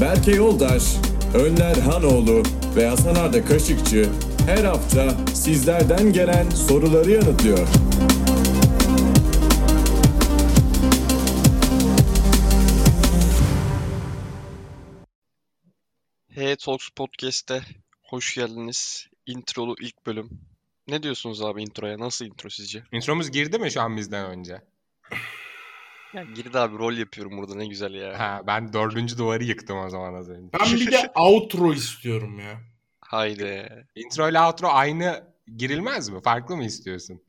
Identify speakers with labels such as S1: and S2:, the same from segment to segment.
S1: Berke Yoldaş, Önder Hanoğlu ve Hasan Arda Kaşıkçı her hafta sizlerden gelen soruları yanıtlıyor.
S2: Hey Talks Podcast'te hoş geldiniz. Introlu ilk bölüm. Ne diyorsunuz abi introya? Nasıl intro sizce?
S3: Intromuz girdi mi şu an bizden önce?
S2: Ya girdi abi rol yapıyorum burada ne güzel ya.
S3: Ha, ben dördüncü duvarı yıktım o zaman az önce.
S4: Ben bir de outro istiyorum ya.
S2: Haydi.
S3: Intro ile outro aynı girilmez mi? Farklı mı istiyorsun?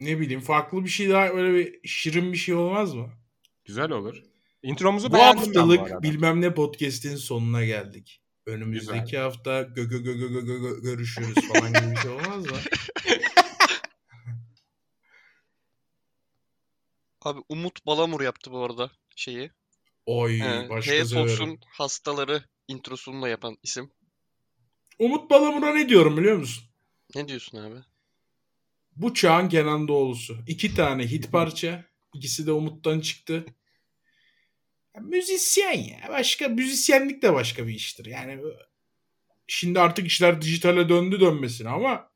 S4: Ne bileyim farklı bir şey daha böyle bir şirin bir şey olmaz mı?
S3: Güzel olur. Intromuzu
S4: Bu
S3: beğendim ben bu
S4: haftalık
S3: arada.
S4: bilmem ne podcast'in sonuna geldik. Önümüzdeki hafta gö gö gö gö gö gö gö görüşürüz falan gibi bir şey olmaz mı?
S2: Abi Umut Balamur yaptı bu arada şeyi.
S4: Oy
S2: Ee,
S4: başka
S2: Hey
S4: severim.
S2: Talks'un hastaları introsunu da yapan isim.
S4: Umut Balamur'a ne diyorum biliyor musun?
S2: Ne diyorsun abi?
S4: Bu çağın Kenan Doğulusu. İki tane hit parça. İkisi de Umut'tan çıktı. Ya, müzisyen ya. Başka müzisyenlik de başka bir iştir. Yani şimdi artık işler dijitale döndü dönmesine ama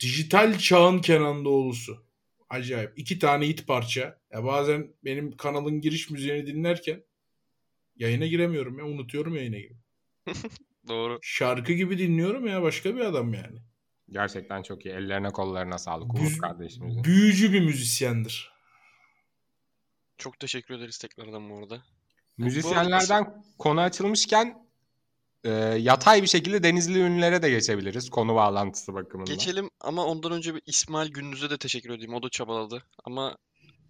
S4: dijital çağın Kenan Doğulusu. Acayip. İki tane hit parça. Ya bazen benim kanalın giriş müziğini dinlerken yayına giremiyorum ya. Unutuyorum yayına girip.
S2: Doğru.
S4: Şarkı gibi dinliyorum ya. Başka bir adam yani.
S3: Gerçekten çok iyi. Ellerine kollarına sağlık
S4: Büz-
S3: Umut kardeşimizin.
S4: Büyücü bir müzisyendir.
S2: Çok teşekkür ederiz tekrardan bu arada.
S3: Müzisyenlerden konu açılmışken e, yatay bir şekilde denizli ünlülere de geçebiliriz. Konu bağlantısı bakımından.
S2: Geçelim ama ondan önce bir İsmail Gündüz'e de teşekkür edeyim. O da çabaladı ama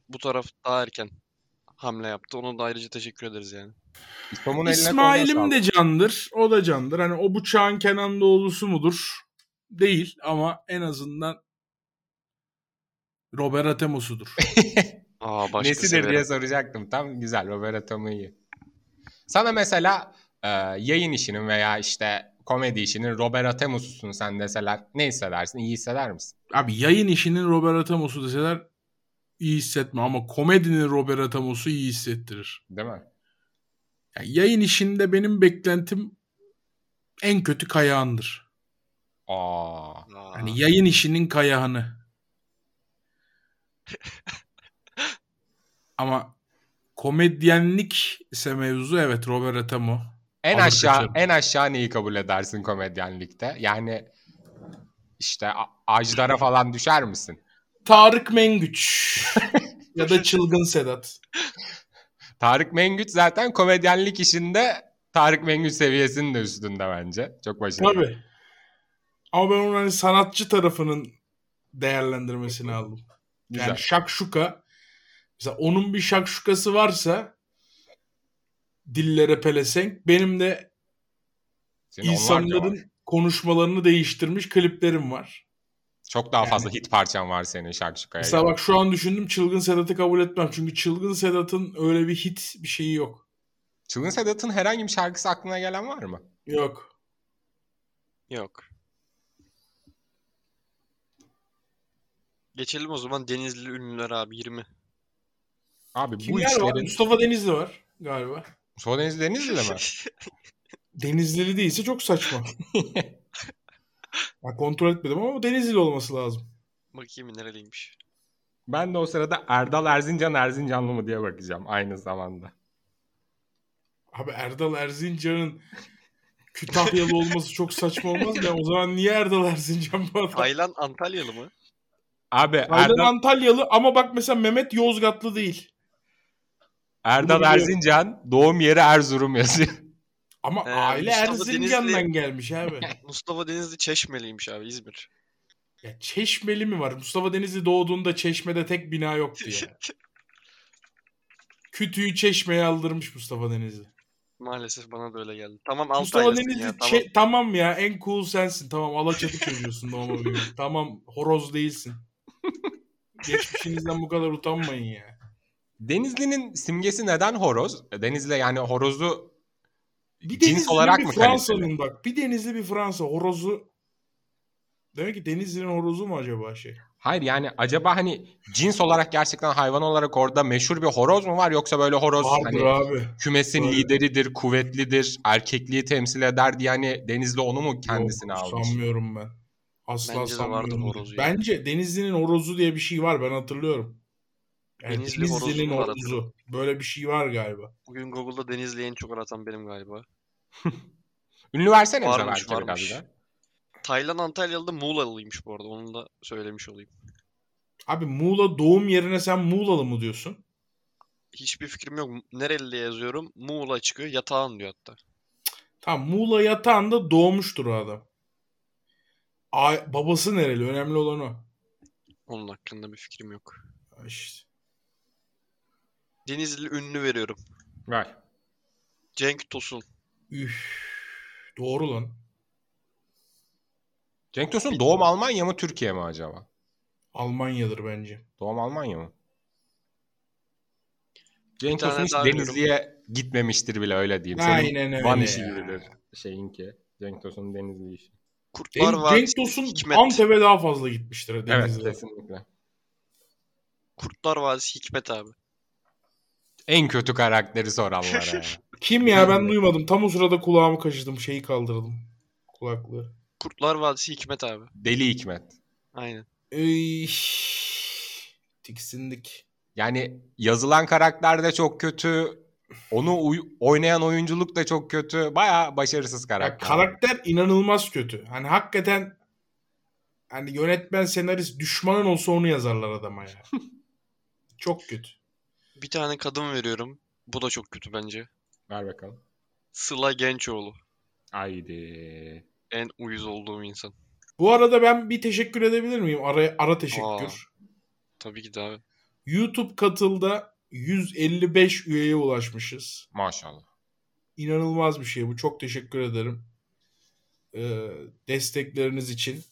S2: bu taraf daha erken hamle yaptı. Ona da ayrıca teşekkür ederiz yani.
S3: İstom'un eline koluna
S4: İsmail'im de
S3: sağlık.
S4: candır. O da candır. Hani o bıçağın Kenan Doğulusu mudur? Değil ama en azından Robert Atemosu'dur.
S2: Aa başka
S3: Nesidir
S2: severim.
S3: diye soracaktım. Tam güzel. Roberto iyi. Sana mesela e, yayın işinin veya işte komedi işinin Robert Atemus'usun sen deseler ne hissedersin? İyi hisseder misin?
S4: Abi yayın işinin Robert Atemosu deseler iyi hissetme ama komedinin Robert Atemosu iyi hissettirir.
S3: Değil mi?
S4: Yani yayın işinde benim beklentim en kötü kayağındır.
S3: Aa.
S2: Aa.
S4: Hani yayın işinin kayağını. Ama komedyenlik ise mevzu evet Robert Atamo.
S3: En
S4: Alır
S3: aşağı
S4: kaçarım.
S3: en aşağı neyi kabul edersin komedyenlikte? Yani işte a- Ajdar'a falan düşer misin?
S4: Tarık Mengüç ya da Çılgın Sedat.
S3: Tarık Mengüç zaten komedyenlik işinde Tarık Mengüç seviyesinin de üstünde bence. Çok başarılı.
S4: Tabii. Ama ben onun hani sanatçı tarafının değerlendirmesini aldım.
S3: Güzel.
S4: Yani şakşuka. Mesela onun bir şakşukası varsa dillere pelesenk benim de
S3: Senin onlarca var.
S4: İnsanların konuşmalarını değiştirmiş kliplerim var.
S3: çok daha
S4: Yani-
S3: fazla hit parçan var senin şarkı
S4: Mesela bak şu an düşündüm Çılgın Sedat'ı kabul etmem. Çünkü Çılgın Sedat'ın öyle bir hit bir şeyi yok.
S3: Çılgın Sedat'ın herhangi bir şarkısı aklına gelen var mı?
S4: Yok.
S2: Yok. Geçelim o zaman Denizli ünlüler abi 20.
S3: Abi bu
S4: Kimler var?
S3: işlerin...
S4: Mustafa Denizli var galiba.
S3: Mustafa Denizli Denizli mi?
S4: Denizlili değilse çok saçma. Ya kontrol etmedim ama Denizli olması lazım.
S2: Bakayım nereliymiş.
S3: ben de o sırada Erdal Erzincan Erzincanlı mı diye bakacağım aynı zamanda.
S4: Abi Erdal Erzincan'ın Kütahyalı olması çok saçma olmaz mı? Ya o zaman niye Erdal Erzincan bu adam?
S2: Taylan Antalyalı mı?
S3: Abi
S4: Aydan
S3: Erdal,
S4: Antalyalı ama bak mesela Mehmet Yozgatlı değil.
S3: Erdal
S4: biliyorum.
S3: Erzincan doğum yeri Erzurum yazıyor.
S4: Ama
S2: Ee,
S4: aile
S2: Mustafa
S4: Erzincan'dan
S2: Denizli-
S4: gelmiş abi.
S2: Mustafa Denizli Çeşmeliymiş abi İzmir.
S4: Ya Çeşmeli mi var? Mustafa Denizli doğduğunda Çeşme'de tek bina yoktu ya. Kütüğü Çeşme'ye aldırmış Mustafa Denizli.
S2: Maalesef bana da öyle geldi. Tamam Antalya'sın
S4: Mustafa Denizli
S2: ya
S4: çe-
S2: tamam.
S4: tamam. ya en cool sensin. Tamam Alaçatı çocuğusun normal gibi. Tamam horoz değilsin. Geçmişinizden bu kadar utanmayın ya.
S3: Denizli'nin simgesi neden horoz? Denizli yani horozu
S4: Bir
S3: Cins
S4: Denizli
S3: olarak
S4: bir
S3: mı
S4: Fransa'nın bak. Bir Denizli bir Fransa horozu. Demek ki Denizli'nin horozu mu acaba şey?
S3: Hayır yani acaba hani cins olarak gerçekten hayvan olarak orada meşhur bir horoz mu var yoksa böyle horoz
S4: Vardır
S3: hani
S4: abi.
S3: kümesin
S4: Öyle.
S3: lideridir, kuvvetlidir, erkekliği temsil eder diye hani Denizli onu mu kendisine
S4: Yok,
S3: almış?
S4: Sanmıyorum ben. Asla
S2: Bence de
S4: sanmıyorum.
S2: vardır horozu ya.
S4: Bence Denizli'nin horozu diye bir şey var ben hatırlıyorum. Yani
S2: Denizli
S4: Denizli'nin
S2: horozu var
S4: horozu. Böyle bir şey var galiba.
S2: Bugün Google'da Denizli en çok aratan benim galiba.
S3: Ünlü versene bize
S2: Varmış,
S3: belki biraz
S2: varmış.
S3: da.
S2: Taylan Antalyalı da Muğla'lıymış bu arada. Onu da söylemiş olayım.
S4: Abi Muğla doğum yerine sen Muğlalı mı diyorsun?
S2: Hiçbir fikrim yok. Nereli diye yazıyorum. Muğla çıkıyor. Yatağan diyor hatta.
S4: Tamam Muğla yatağında doğmuştur o adam. Ay- babası nereli? Önemli olan o.
S2: Onun hakkında bir fikrim yok.
S4: Ay İşte.
S2: Denizli ünlü veriyorum.
S3: Ver.
S2: Cenk Tosun.
S4: Üf. Doğru lan.
S3: Cenk Tosun doğum Almanya mı Türkiye mi acaba?
S4: Almanya'dır bence.
S3: Doğum Almanya mı? Cenk
S2: tane
S3: Tosun hiç
S2: daha biliyorum.
S3: Denizli'ye gitmemiştir bile öyle diyeyim. Senin
S4: Aynen öyle.
S3: Van işi
S4: ya.
S3: gibidir şeyinki. Cenk Tosun'un Denizli işi.
S2: Kurtlar
S4: Cenk, Cenk
S2: Vadisi.
S4: Tosun
S2: Hikmet.
S4: Antep'e daha fazla gitmiştir.
S3: Evet
S4: Denizli'den.
S3: kesinlikle.
S2: Kurtlar Vadisi Hikmet abi.
S3: En kötü karakteri soranlara. ya.
S4: Kim ya ben duymadım. Tam o sırada kulağımı kaşıdım. Şeyi kaldırdım. Kulaklığı.
S2: Kurtlar Vadisi Hikmet abi.
S3: Deli Hikmet.
S2: Aynen.
S4: Ey, tiksindik.
S3: Yani yazılan karakter de çok kötü. Onu uy- oynayan oyunculuk da çok kötü. Baya başarısız
S4: Ya
S3: karakter.
S4: karakter inanılmaz kötü. Hani hakikaten hani yönetmen senarist düşmanın olsa onu yazarlar adama ya. Çok kötü.
S2: Bir tane kadın veriyorum. Bu da çok kötü bence.
S3: Ver bakalım.
S2: Sıla Gençoğlu.
S3: Haydi.
S2: En uyuz olduğum insan.
S4: Bu arada ben bir teşekkür edebilir miyim? Ara, ara teşekkür.
S2: Aa. Tabii ki de abi.
S4: YouTube katılda 155 üyeye ulaşmışız.
S3: Maşallah.
S4: inanılmaz bir şey bu. Çok teşekkür ederim. Ee, destekleriniz için.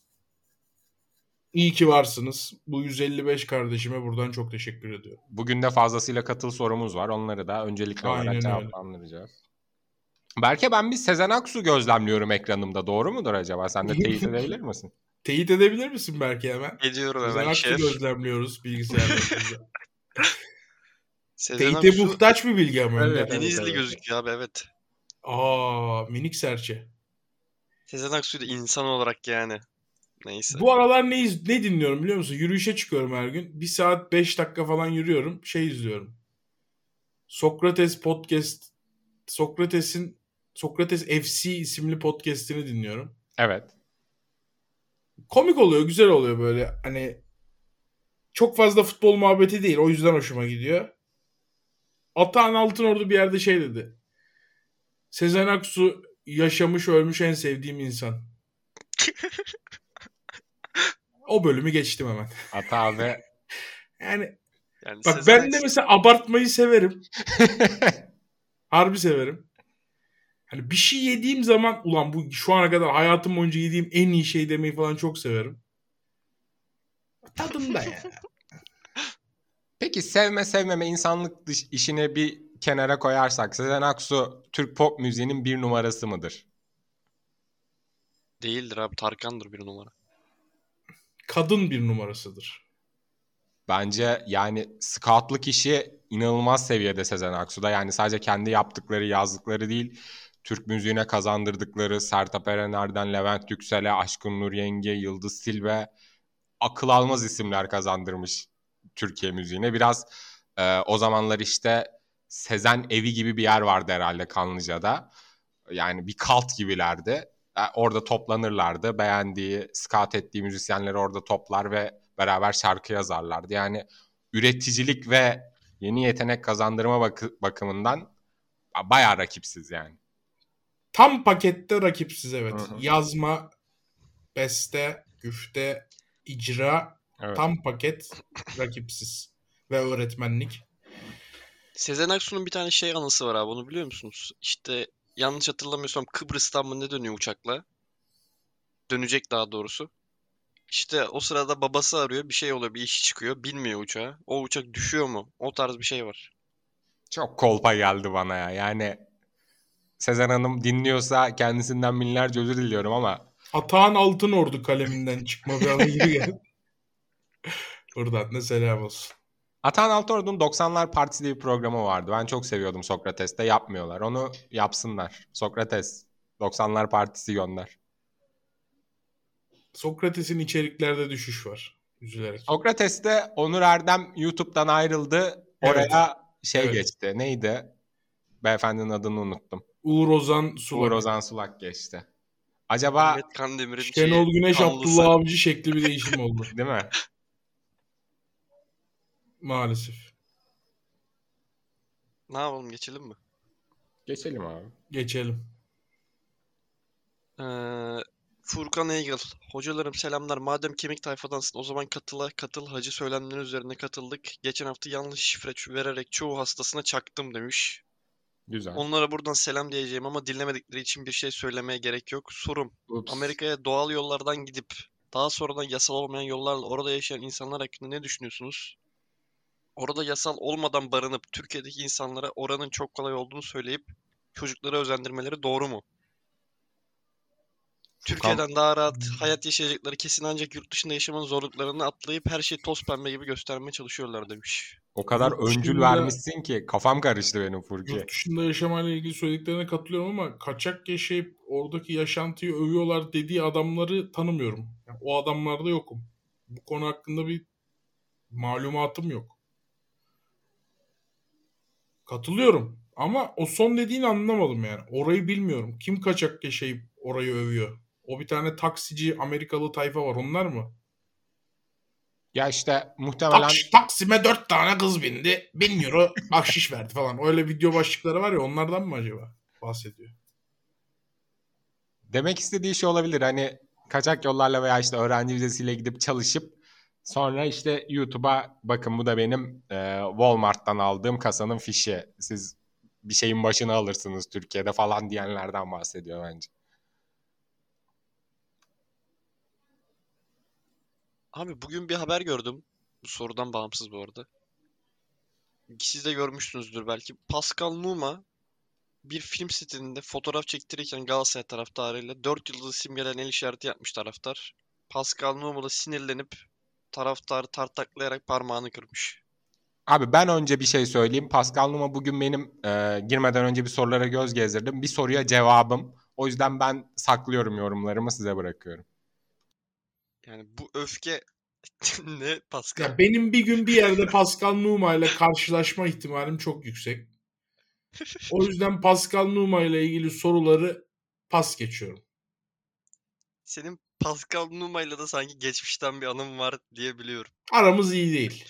S4: İyi ki varsınız. Bu 155 kardeşime buradan çok teşekkür ediyorum.
S3: Bugün de fazlasıyla katıl sorumuz var. Onları da öncelikli
S4: Aynen
S3: olarak
S4: öyle.
S3: cevaplandıracağız. Berke ben bir Sezen Aksu gözlemliyorum ekranımda. Doğru mudur acaba? Sen de teyit edebilir misin?
S4: Teyit edebilir misin belki hemen?
S2: Geliyorum
S4: Sezen
S2: hemen
S4: Aksu
S2: şef.
S4: gözlemliyoruz bilgisayarda.
S2: Sezen
S4: Teyite
S2: Aksu
S4: muhtaç bir bilgi ama.
S3: Evet.
S4: önden.
S2: Denizli
S3: Evet.
S2: gözüküyor abi evet.
S4: Aa minik serçe.
S2: Sezen Aksu'yu da insan olarak yani. Neyse.
S4: Bu aralar ne, iz- ne dinliyorum biliyor musun? Yürüyüşe çıkıyorum her gün. Bir saat 5 dakika falan yürüyorum. Şey izliyorum. Sokrates podcast Sokrates'in Sokrates FC isimli podcast'ini dinliyorum.
S3: Evet.
S4: Komik oluyor, güzel oluyor böyle. Hani çok fazla futbol muhabbeti değil. O yüzden hoşuma gidiyor. Atahan Altınordu bir yerde şey dedi. Sezen Aksu yaşamış ölmüş en sevdiğim insan. o bölümü geçtim hemen.
S3: Ata abi.
S4: Yani
S2: Yani
S4: Bak
S2: Sezen
S4: ben de
S2: Aksu-
S4: mesela abartmayı severim. Harbi severim. Hani bir şey yediğim zaman ulan bu şu ana kadar hayatım boyunca yediğim en iyi şey demeyi falan çok severim. Tadında ya.
S3: Peki sevme sevmeme insanlık dış- işini bir kenara koyarsak Sezen Aksu Türk pop müziğinin bir numarası mıdır?
S2: Değildir abi Tarkan'dır bir numara.
S4: Kadın bir numarasıdır.
S3: Bence yani scoutlık işi inanılmaz seviyede Sezen Aksu'da. Yani sadece kendi yaptıkları, yazdıkları değil, Türk müziğine kazandırdıkları Sertab Erener'den Levent Yüksel'e, Aşkın Nur Yenge, Yıldız Silve akıl almaz isimler kazandırmış Türkiye müziğine. Biraz e, o zamanlar işte Sezen Evi gibi bir yer vardı herhalde Kanlıca'da. Yani bir kalt gibilerdi. E, Orada toplanırlardı. Beğendiği, scout ettiği müzisyenleri orada toplar ve beraber şarkı yazarlardı. Yani üreticilik ve yeni yetenek kazandırma bakı- bakımından ba- bayağı rakipsiz yani.
S4: Tam pakette rakipsiz evet.
S3: Hı hı.
S4: Yazma, beste, güfte, icra
S3: Evet.
S4: tam paket rakipsiz. Ve öğretmenlik.
S2: Sezen Aksu'nun bir tane şey anısı var abi onu biliyor musunuz? İşte yanlış hatırlamıyorsam Kıbrıs'tan mı ne dönüyor uçakla? Dönecek daha doğrusu. İşte o sırada babası arıyor bir şey oluyor bir işi çıkıyor bilmiyor uçağı. O uçak düşüyor mu? O tarz bir şey var.
S3: Çok kolpa geldi bana ya. Yani Sezen Hanım dinliyorsa kendisinden binlerce özür diliyorum ama
S4: Atağın Altınordu kaleminden çıkma bir anı gibi geldi. Buradan da selam olsun.
S3: Atan Altordu'nun 90'lar Partisi diye bir programı vardı. Ben çok seviyordum Sokrates'te. Yapmıyorlar. Onu yapsınlar. Sokrates 90'lar Partisi gönder.
S4: Sokrates'in içeriklerde düşüş var. Üzülerek.
S3: Sokrates'te Onur Erdem YouTube'dan ayrıldı.
S4: Evet.
S3: Oraya şey
S4: Evet.
S3: geçti. Neydi? Beyefendinin adını unuttum.
S4: Uğur Ozan Sulak.
S3: Uğur Ozan Sulak geçti. Acaba
S2: Mehmet Kandemir'in
S4: Şenol
S3: şey,
S2: şeyi,
S4: Güneş
S2: kanlısı.
S4: Abdullah Avcı şekli bir değişim oldu.
S3: değil mi?
S4: Maalesef.
S2: Ne yapalım geçelim mi?
S3: Geçelim abi.
S4: Geçelim.
S2: Ee, Furkan Eygıl. Hocalarım selamlar. Madem kemik tayfadansın o zaman katıla katıl hacı söylemleri üzerine katıldık. Geçen hafta yanlış şifre ç- vererek çoğu hastasına çaktım demiş.
S3: Güzel.
S2: Onlara buradan selam diyeceğim ama dinlemedikleri için bir şey söylemeye gerek yok. Sorum. Amerika'ya doğal yollardan gidip daha sonradan yasal olmayan yollarla orada yaşayan insanlar hakkında ne düşünüyorsunuz? Orada yasal olmadan barınıp Türkiye'deki insanlara oranın çok kolay olduğunu söyleyip çocuklara özendirmeleri doğru mu? Türkiye'den daha rahat hayat yaşayacakları kesin ancak yurt dışında yaşamanın zorluklarını atlayıp her şeyi toz pembe gibi göstermeye çalışıyorlar demiş.
S3: O kadar
S4: Yurt dışında-
S3: öncül vermişsin ki kafam karıştı benim Furki.
S4: Yurt dışında yaşamayla ilgili söylediklerine katılıyorum ama kaçak yaşayıp oradaki yaşantıyı övüyorlar dediği adamları tanımıyorum. Yani o adamlarda yokum. Bu konu hakkında bir malumatım yok. Katılıyorum ama o son dediğini anlamadım yani. Orayı bilmiyorum. Kim kaçak yaşayıp orayı övüyor? O bir tane taksici Amerikalı tayfa var. Onlar mı?
S3: Ya işte muhtemelen
S4: Takş- Taksim'e dört tane kız bindi. Bin euro bahşiş verdi falan. Öyle video başlıkları var ya onlardan mı acaba bahsediyor?
S3: demek istediği şey olabilir. Hani kaçak yollarla veya işte öğrenci vizesiyle gidip çalışıp sonra işte YouTube'a bakın bu da benim e, Walmart'tan aldığım kasanın fişi. Siz bir şeyin başına alırsınız Türkiye'de falan diyenlerden bahsediyor bence.
S2: Abi bugün bir haber gördüm. Bu sorudan bağımsız bu arada. Siz de görmüşsünüzdür belki. Pascal Numa bir film setinde fotoğraf çektirirken Galatasaray taraftarıyla 4 yıldızı simgelen el işareti yapmış taraftar. Pascal Numa da sinirlenip taraftarı tartaklayarak parmağını kırmış.
S3: Abi ben önce bir şey söyleyeyim. Pascal Numa bugün benim e, girmeden önce bir sorulara göz gezdirdim. Bir soruya cevabım. O yüzden ben saklıyorum yorumlarımı size bırakıyorum.
S2: Yani bu öfke ne Pascal?
S4: Ya benim bir gün bir yerde Pascal Numa ile karşılaşma ihtimalim çok yüksek. O yüzden Pascal Numa ile ilgili soruları pas geçiyorum.
S2: Senin Pascal Numa'yla da sanki geçmişten bir anım var diye biliyorum.
S4: Aramız iyi değil.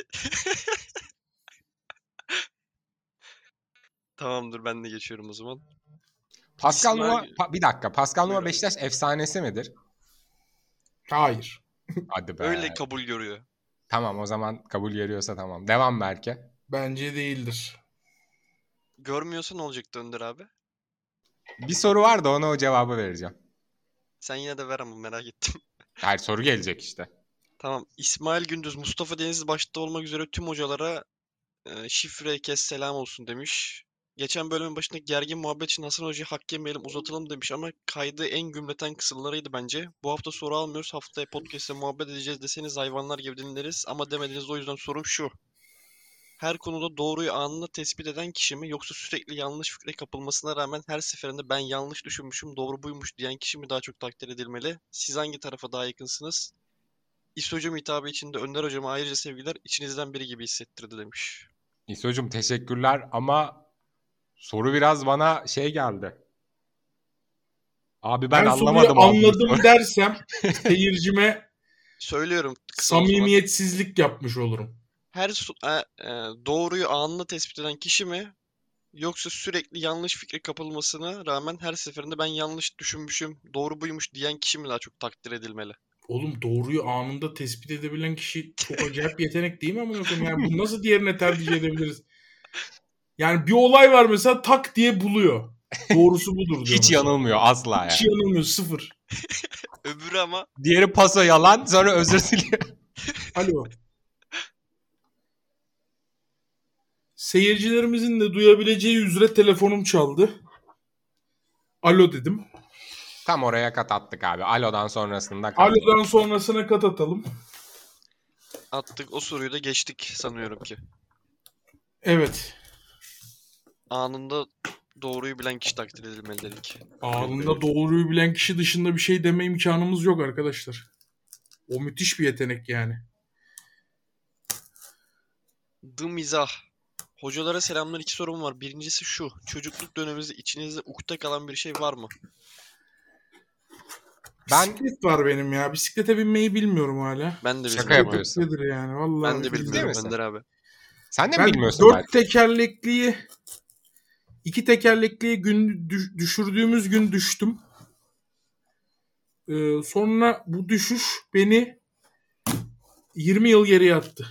S2: Tamamdır ben de geçiyorum o zaman.
S3: Pascal
S2: İsmail-
S3: Numa pa- bir dakika. Pascal Numa
S2: Buyurun.
S3: Beşiktaş efsanesi midir?
S4: Hayır.
S3: Hadi be.
S2: Öyle kabul görüyor.
S3: Tamam o zaman kabul görüyorsa tamam. Devam Berke.
S4: Bence değildir.
S2: Görmüyorsa ne olacaktı Önder abi?
S3: Bir soru var da ona o cevabı vereceğim.
S2: Sen yine de ver ama merak ettim.
S3: Her soru gelecek işte.
S2: Tamam. İsmail Gündüz, Mustafa Deniz başta olmak üzere tüm hocalara e, şifre kes selam olsun demiş. Geçen bölümün başındaki gergin muhabbet için Hasan Hoca'ya hak yemeyelim uzatalım demiş ama kaydı en gümleten kısımlarıydı bence. Bu hafta soru almıyoruz. Haftaya podcast'te muhabbet edeceğiz deseniz hayvanlar gibi dinleriz ama demediniz o yüzden sorum şu. Her konuda doğruyu anında tespit eden kişi mi yoksa sürekli yanlış fikre kapılmasına rağmen her seferinde ben yanlış düşünmüşüm doğru buymuş diyen kişi mi daha çok takdir edilmeli? Siz hangi tarafa daha yakınsınız? İso hocam hitabı içinde Önder hocama ayrıca sevgiler içinizden biri gibi hissettirdi demiş.
S3: İso'cum teşekkürler ama soru biraz bana şey geldi. Abi ben,
S4: Ben, soruyu
S3: anlamadım. abi.
S4: anladım dersem seyircime
S2: Söylüyorum kısa o zaman.
S4: samimiyetsizlik yapmış olurum.
S2: Her su- e, e, doğruyu anında tespit eden kişi mi? Yoksa sürekli yanlış fikre kapılmasına rağmen her seferinde ben yanlış düşünmüşüm, doğru buymuş diyen kişi mi daha çok takdir edilmeli?
S4: Oğlum doğruyu anında tespit edebilen kişi çok acayip yetenek değil mi amına koyayım? Yani bunu nasıl diğerine tercih edebiliriz? Yani bir olay var mesela tak diye buluyor. Doğrusu budur diyor.
S3: Hiç
S4: mesela.
S3: yanılmıyor asla yani.
S4: Hiç yanılmıyor sıfır.
S2: Öbürü ama
S3: Diğeri paso yalan sonra özür diliyor.
S4: Alo. Seyircilerimizin de duyabileceği üzere telefonum çaldı. Alo dedim.
S3: Tam oraya kat attık abi. Alo'dan sonrasında kat.
S4: Alo'dan sonrasına kat atalım.
S2: attık. O soruyu da geçtik sanıyorum ki.
S4: Evet.
S2: Anında doğruyu bilen kişi takdir edilmeli dedik.
S4: Anında doğruyu bilen kişi dışında bir şey deme imkanımız yok arkadaşlar. O müthiş bir yetenek yani.
S2: The Mizah. Hocalara selamlar. İki sorum var. Birincisi şu. Çocukluk döneminizde içinizde ukde kalan bir şey var mı?
S3: Ben-
S4: Bisiklet var benim ya. Bisiklete binmeyi bilmiyorum hala.
S2: Ben de
S3: Şaka
S2: bilmiyorum abi.
S3: yapıyorsun.
S4: Nedir yani? Vallahi
S2: Ben de
S3: Değil
S2: bilmiyorum
S3: misin?
S2: Ender abi.
S3: Sen de mi
S4: Ben
S3: bilmiyorsun
S4: dört
S3: belki?
S4: tekerlekliyi iki tekerlekliyi gün düş- düşürdüğümüz gün düştüm. Ee, sonra bu düşüş beni 20 yıl geriye attı.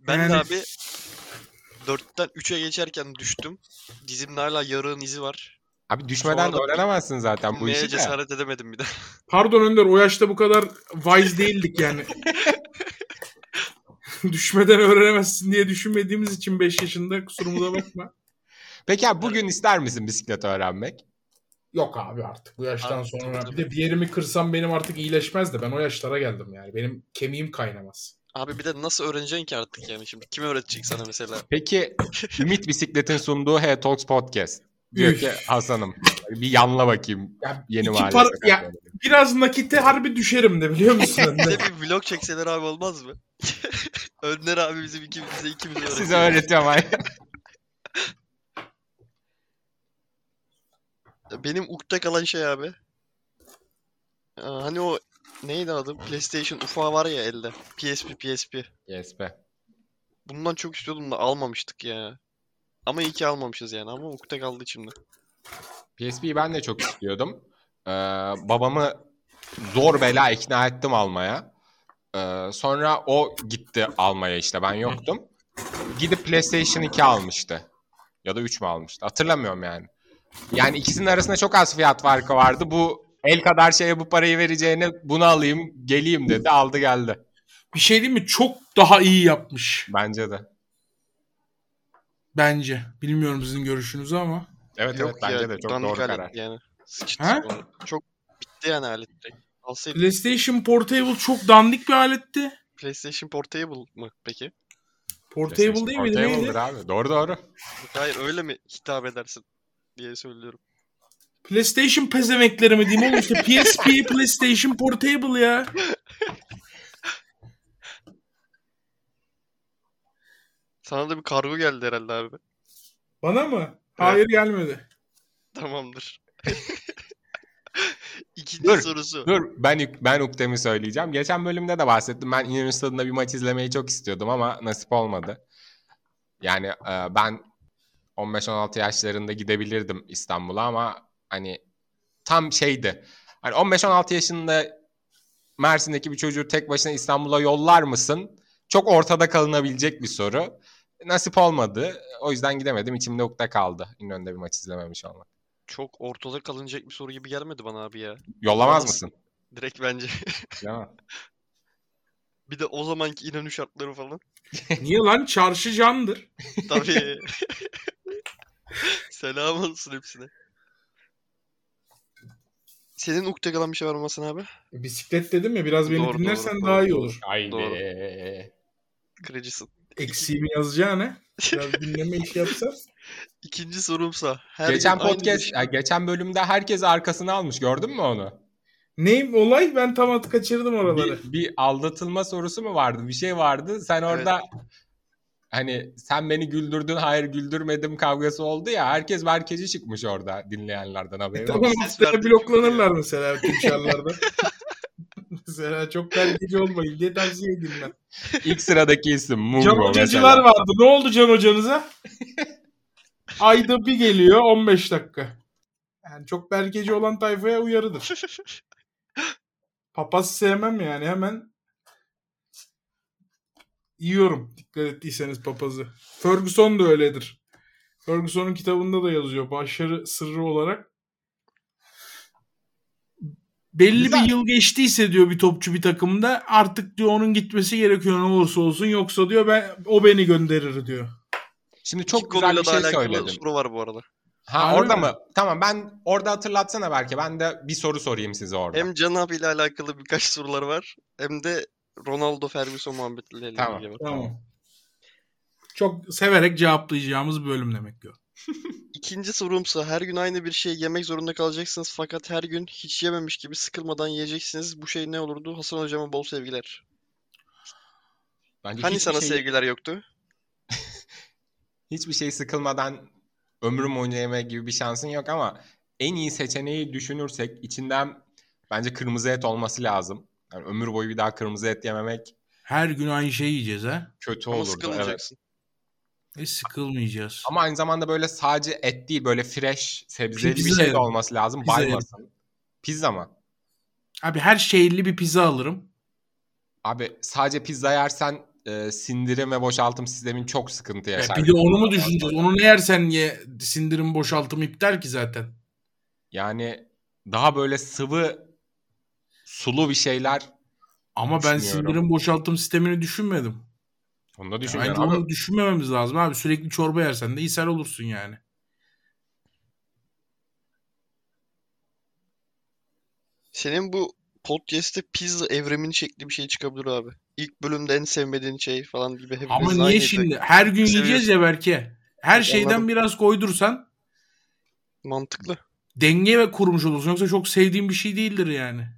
S2: Ben
S4: Yani-
S2: de abi 4'ten 3'e geçerken düştüm. Dizimde hala yarığın izi var.
S3: Abi düşmeden
S2: Sonra da-
S3: öğrenemezsin zaten bu
S2: Neye
S3: işi de.
S2: cesaret edemedim bir de.
S4: Pardon Önder o yaşta bu kadar wise değildik yani. Düşmeden öğrenemezsin diye düşünmediğimiz için 5 yaşında kusurumuza bakma.
S3: Peki abi bugün ister misin bisiklet öğrenmek?
S4: Yok abi artık bu yaştan
S2: Abi,
S4: sonra.
S2: tabii,
S4: Bir de bir yerimi kırsam benim artık iyileşmez de ben o yaşlara geldim yani. Benim kemiğim kaynamaz.
S2: Abi bir de nasıl öğreneceksin ki artık yani şimdi? Kim öğretecek sana mesela?
S3: Peki Ümit Bisiklet'in sunduğu Hey Talks Podcast. Diyor
S4: Üf.
S3: ki Hasan'ım bir yanla bakayım
S4: Ya
S3: yeni
S4: iki
S3: mahalle
S4: par-
S3: sokakları."
S4: ya- biraz nakite harbi düşerim de biliyor musun? Hani
S2: Bize
S4: Önder?
S2: bir vlog çekseler abi olmaz mı? Önder abi bizim ikimize ikimiz öğretiyor.
S3: Size öğretiyorum ay.
S2: Benim ukde kalan şey abi. Ee, Hani o neydi adı? PlayStation ufağı var ya elde. PSP PSP.
S3: yes be.
S2: Bundan çok istiyordum da almamıştık ya. Ama iyi ki almamışız yani ama ukde kaldı içimde.
S3: PSP'yi ben de çok istiyordum. Ee, babamı zor bela ikna ettim almaya. Ee, sonra o gitti almaya işte ben yoktum. Gidip PlayStation 2 almıştı. Ya da 3 mü almıştı hatırlamıyorum yani. Yani ikisinin arasında çok az fiyat farkı vardı. Bu el kadar şeye bu parayı vereceğine bunu alayım geleyim dedi aldı geldi.
S4: bir şey değil mi? Çok daha iyi yapmış
S3: Bence de.
S4: bence. Bilmiyorum sizin görüşünüzü ama.
S3: Evet evet bence de çok
S2: dandik
S3: doğru
S2: alet
S3: karar.
S2: Yani. Sıçtı
S4: Ha?
S2: sonra. Çok bitti yani alet direkt. Alsaydık
S4: PlayStation Portable çok dandik bir aletti.
S2: PlayStation Portable mı peki?
S4: Portable değil miydi?
S3: Portable'dır
S4: Neydi?
S3: abi. Doğru doğru.
S2: Hayır öyle mi hitap edersin diye söylüyorum.
S4: PlayStation pezemekleri mi diyeyim oğlum işte PSP, PlayStation Portable ya.
S2: Sana da bir kargo geldi herhalde abi.
S4: Bana mı? Hayır gelmedi.
S2: Tamamdır. İkinci
S3: Dur,
S2: sorusu.
S3: Dur ben ben Ukdem'i söyleyeceğim. Geçen bölümde de bahsettim. Ben İnönü Stadı'nda bir maç izlemeyi çok istiyordum ama nasip olmadı. Yani e, ben 15-16 yaşlarında gidebilirdim İstanbul'a ama hani tam şeydi. Hani 15-16 yaşında Mersin'deki bir çocuğu tek başına İstanbul'a yollar mısın? Çok ortada kalınabilecek bir soru. Nasip olmadı. O yüzden gidemedim. İçimde ukde kaldı. İnönü'nde bir maç izlememiş olmak.
S2: Çok ortada kalınacak bir soru gibi gelmedi bana abi ya.
S3: Yollamaz
S2: Yollamaz.
S3: mısın?
S2: Direkt bence.
S3: Yollamaz.
S2: Bir de o zamanki İnönü şartları falan.
S4: Niye lan? Çarşı candır.
S2: Tabii. Selam olsun hepsine. Senin ukde kalan bir şey var mı Hasan abi?
S4: Bisiklet dedim ya biraz beni
S2: Doğru,
S4: dinlersen
S2: doğru,
S4: daha
S2: doğru,
S4: iyi
S2: doğru.
S4: olur.
S3: Haydi.
S2: Doğru. Kırıcısın.
S4: Eksiğimi yazacağına biraz dinleme işi yapsan.
S2: İkinci sorumsa. Her
S3: geçen
S2: gün aynı şey-
S3: podcast,
S2: iş-
S3: ya geçen bölümde herkes arkasını almış. Gördün mü onu?
S4: Neyim olay? Ben tam at kaçırdım oraları.
S3: Bir, bir aldatılma sorusu mu vardı? Bir şey vardı. Sen orada hani sen beni güldürdün, hayır güldürmedim kavgası oldu ya. Herkes merkezi çıkmış orada dinleyenlerden haberi.
S4: Tamam
S2: Ses
S4: haftaya
S2: verdim
S4: bloklanırlar mesela tümşarlarda. mesela çok belgeci olmayın diye tavsiye edeyim ben.
S3: İlk sıradaki isim
S4: Can
S3: Mungo
S4: hocacılar
S3: mesela.
S4: vardı. Ne oldu Can hocanıza? Ayda bir geliyor 15 dakika. Yani çok belgeci olan tayfaya uyarıdır. Papaz sevmem yani hemen yiyorum. Dikkat ettiyseniz papazı. Ferguson da öyledir. Ferguson'un kitabında da yazıyor başarı sırrı olarak. Belli
S3: Güzel.
S4: bir yıl geçtiyse diyor bir topçu bir takımda artık diyor onun gitmesi gerekiyor ne olursa olsun yoksa diyor ben o beni gönderir diyor.
S3: Şimdi
S2: İki
S3: çok güzel
S2: konuyla
S3: bir
S2: da
S3: şey
S2: alakalı
S3: söyledin.
S2: soru var bu arada.
S3: Ha
S4: Harbi
S3: orada
S4: mi?
S3: mı? Tamam ben orada hatırlatsana belki. Ben de bir soru sorayım size orada.
S2: Hem Can abiyle alakalı birkaç sorular var. Hem de Ronaldo Ferguson muhabbetleriyle ilgili
S3: Tamam.
S2: var.
S4: Tamam. Çok severek cevaplayacağımız bölüm demek ki o.
S2: İkinci sorumsa her gün aynı bir şey yemek zorunda kalacaksınız fakat her gün hiç yememiş gibi sıkılmadan yiyeceksiniz. Bu şey ne olurdu? Hasan hocama bol sevgiler.
S3: Bence
S2: Hani
S3: hiçbir
S2: sana
S3: şey,
S2: sevgiler yoktu?
S3: hiçbir şey sıkılmadan ömrüm boyunca yemek gibi bir şansın yok ama en iyi seçeneği düşünürsek içinden bence kırmızı et olması lazım. Yani ömür boyu bir daha kırmızı et yememek
S4: Her gün aynı şeyi yiyeceğiz ha.
S3: kötü
S2: Ama
S3: olurdu. Evet.
S2: sıkılmayacaksın.
S4: E sıkılmayacağız.
S3: Ama aynı zamanda böyle sadece et değil böyle fresh sebzeli bir
S4: Pizza
S3: şey de
S4: yerim.
S3: olması lazım.
S4: Pizza yerim.
S3: Baymasın. Pizza mı?
S4: Abi her şehirli bir pizza alırım.
S3: Abi sadece pizza yersen e, sindirim ve boşaltım sistemin çok sıkıntı
S4: Ya
S3: yaşar.
S4: bir de onu mu düşüneceğiz? Onu ne yersen ye sindirim boşaltım iptal ki zaten.
S3: Yani daha böyle sıvı sulu bir şeyler
S4: Ama ben
S3: Düşünüyorum.
S4: sindirim boşaltım sistemini düşünmedim.
S3: onu da
S4: Bence
S3: düşünmüyorum abi.
S4: onu düşünmememiz lazım abi. Sürekli çorba yersen de ishal olursun yani.
S2: Senin bu podcast'te pizza evrimini şekli bir şey çıkabilir abi. İlk bölümde en sevmediğin şey falan gibi hepimiz
S4: Ama niye
S2: aynıydı.
S4: şimdi? Her gün
S2: Seviyorsun.
S4: yiyeceğiz ya belki. Her
S2: Anladım.
S4: şeyden biraz koydursan
S2: Mantıklı.
S4: denge ve kurmuş olursun. Yoksa çok sevdiğim bir şey değildir yani.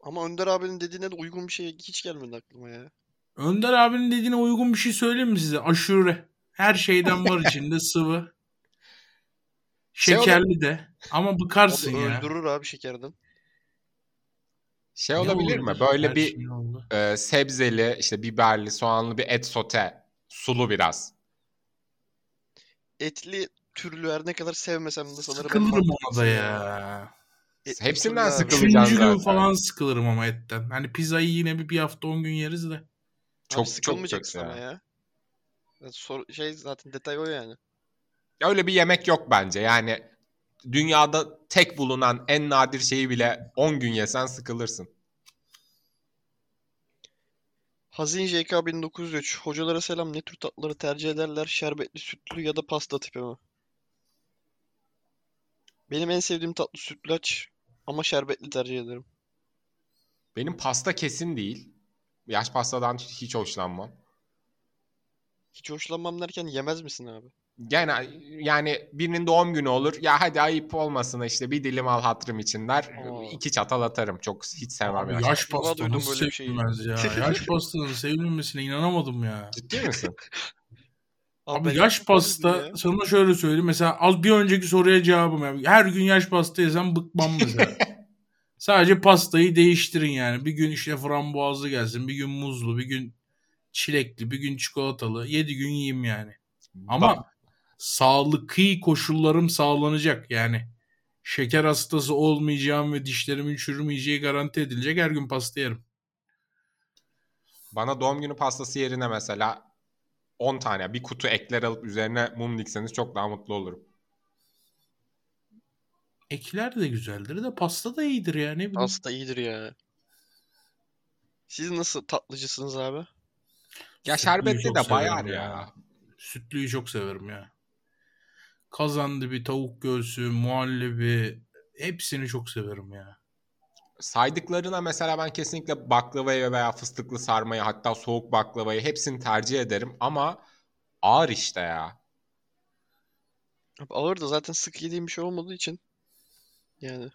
S2: Ama Önder abinin dediğine de uygun bir şey hiç gelmedi aklıma ya.
S4: Önder abinin dediğine uygun bir şey söyleyeyim mi size? Aşure. Her şeyden var içinde sıvı.
S3: Şey olur-
S4: Şekerli de. Ama bıkarsın
S2: Abi
S4: ya.
S2: öldürür abi şekerden.
S3: Şey
S4: Ne
S3: olabilir mi?
S4: olabilir?
S3: Böyle
S4: Her
S3: bir
S4: şey oldu.
S3: e, sebzeli, işte biberli, soğanlı bir et sote. Sulu biraz.
S2: Etli türlü her ne kadar sevmesem de sanırım en
S4: Sıkılırım ona
S2: mantıklısı
S4: da ya.
S2: Etli
S3: Hepsinden
S2: türlü abi.
S3: sıkılır.
S4: Üçüncü
S3: Sıkılacaksın zaten.
S4: gün falan sıkılırım ama etten. Hani pizzayı yine bir, bir hafta 10 gün yeriz de.
S2: Abi
S3: Çok- çok
S2: sıkılmayacaksın
S3: kötü
S2: ama ya. Ya sor- şey zaten detay o yani.
S3: Ya Öyle bir yemek yok bence. Yani dünyada tek bulunan en nadir şeyi bile 10 gün yesen sıkılırsın.
S2: Hazin JK 1903. Hocalara selam. Ne tür tatları tercih ederler? Şerbetli, sütlü ya da pasta tipi mi? Benim en sevdiğim tatlı sütlaç ama şerbetli tercih ederim.
S3: Benim pasta kesin değil. Yaş pastadan hiç hoşlanmam.
S2: Hiç hoşlanmam derken yemez misin abi?
S3: Gene yani birinin doğum günü olur. Ya hadi ayıp olmasın işte bir dilim al hatırım için der.
S2: Aa.
S3: İki çatal atarım. Çok hiç sevmem
S4: Abi
S3: yaş.
S4: yaş
S2: Vallahi
S4: pasta
S2: duydum
S4: nasıl
S2: böyle bir
S3: şey.
S2: şeyi.
S4: sevilmez ya. Yaş pastanın sevilmemesine inanamadım ya.
S3: Ciddi misin?
S4: Abi
S2: ben hiç
S4: yaş
S2: bilmiyorum
S4: pasta
S2: ya.
S4: sana şöyle söyleyeyim. Mesela az bir önceki soruya cevabım. Yani. Her gün yaş pasta yesem bıkmam mesela. Sadece pastayı değiştirin yani. Bir gün işte frambuazlı gelsin. Bir gün muzlu. Bir gün çilekli. Bir gün çikolatalı. 7 gün yiyeyim yani. Ama
S3: Bak,
S4: sağlıklı koşullarım sağlanacak. Yani şeker hastası olmayacağım ve dişlerimin çürümeyeceği garanti edilecek. Her gün pasta yerim.
S3: bana doğum günü pastası yerine mesela 10 tane bir kutu ekler alıp üzerine mum dikseniz çok daha mutlu olurum.
S4: Ekler de güzeldir de pasta da iyidir ya. Ne bileyim.
S2: Pasta iyidir ya. Siz nasıl tatlıcısınız abi?
S3: Ya
S4: Sütlüyü
S3: şerbetli
S4: çok
S3: de
S4: severim
S3: bayar
S4: ya.
S3: ya.
S4: Sütlüyü çok severim ya. Kazandı bir tavuk göğsü, muhallebi hepsini çok severim ya.
S3: Saydıklarına mesela ben kesinlikle baklavayı veya fıstıklı sarmayı hatta soğuk baklavayı hepsini tercih ederim ama ağır işte ya.
S2: Abi ağır da zaten sık yediğim bir şey olmadığı için. Yani.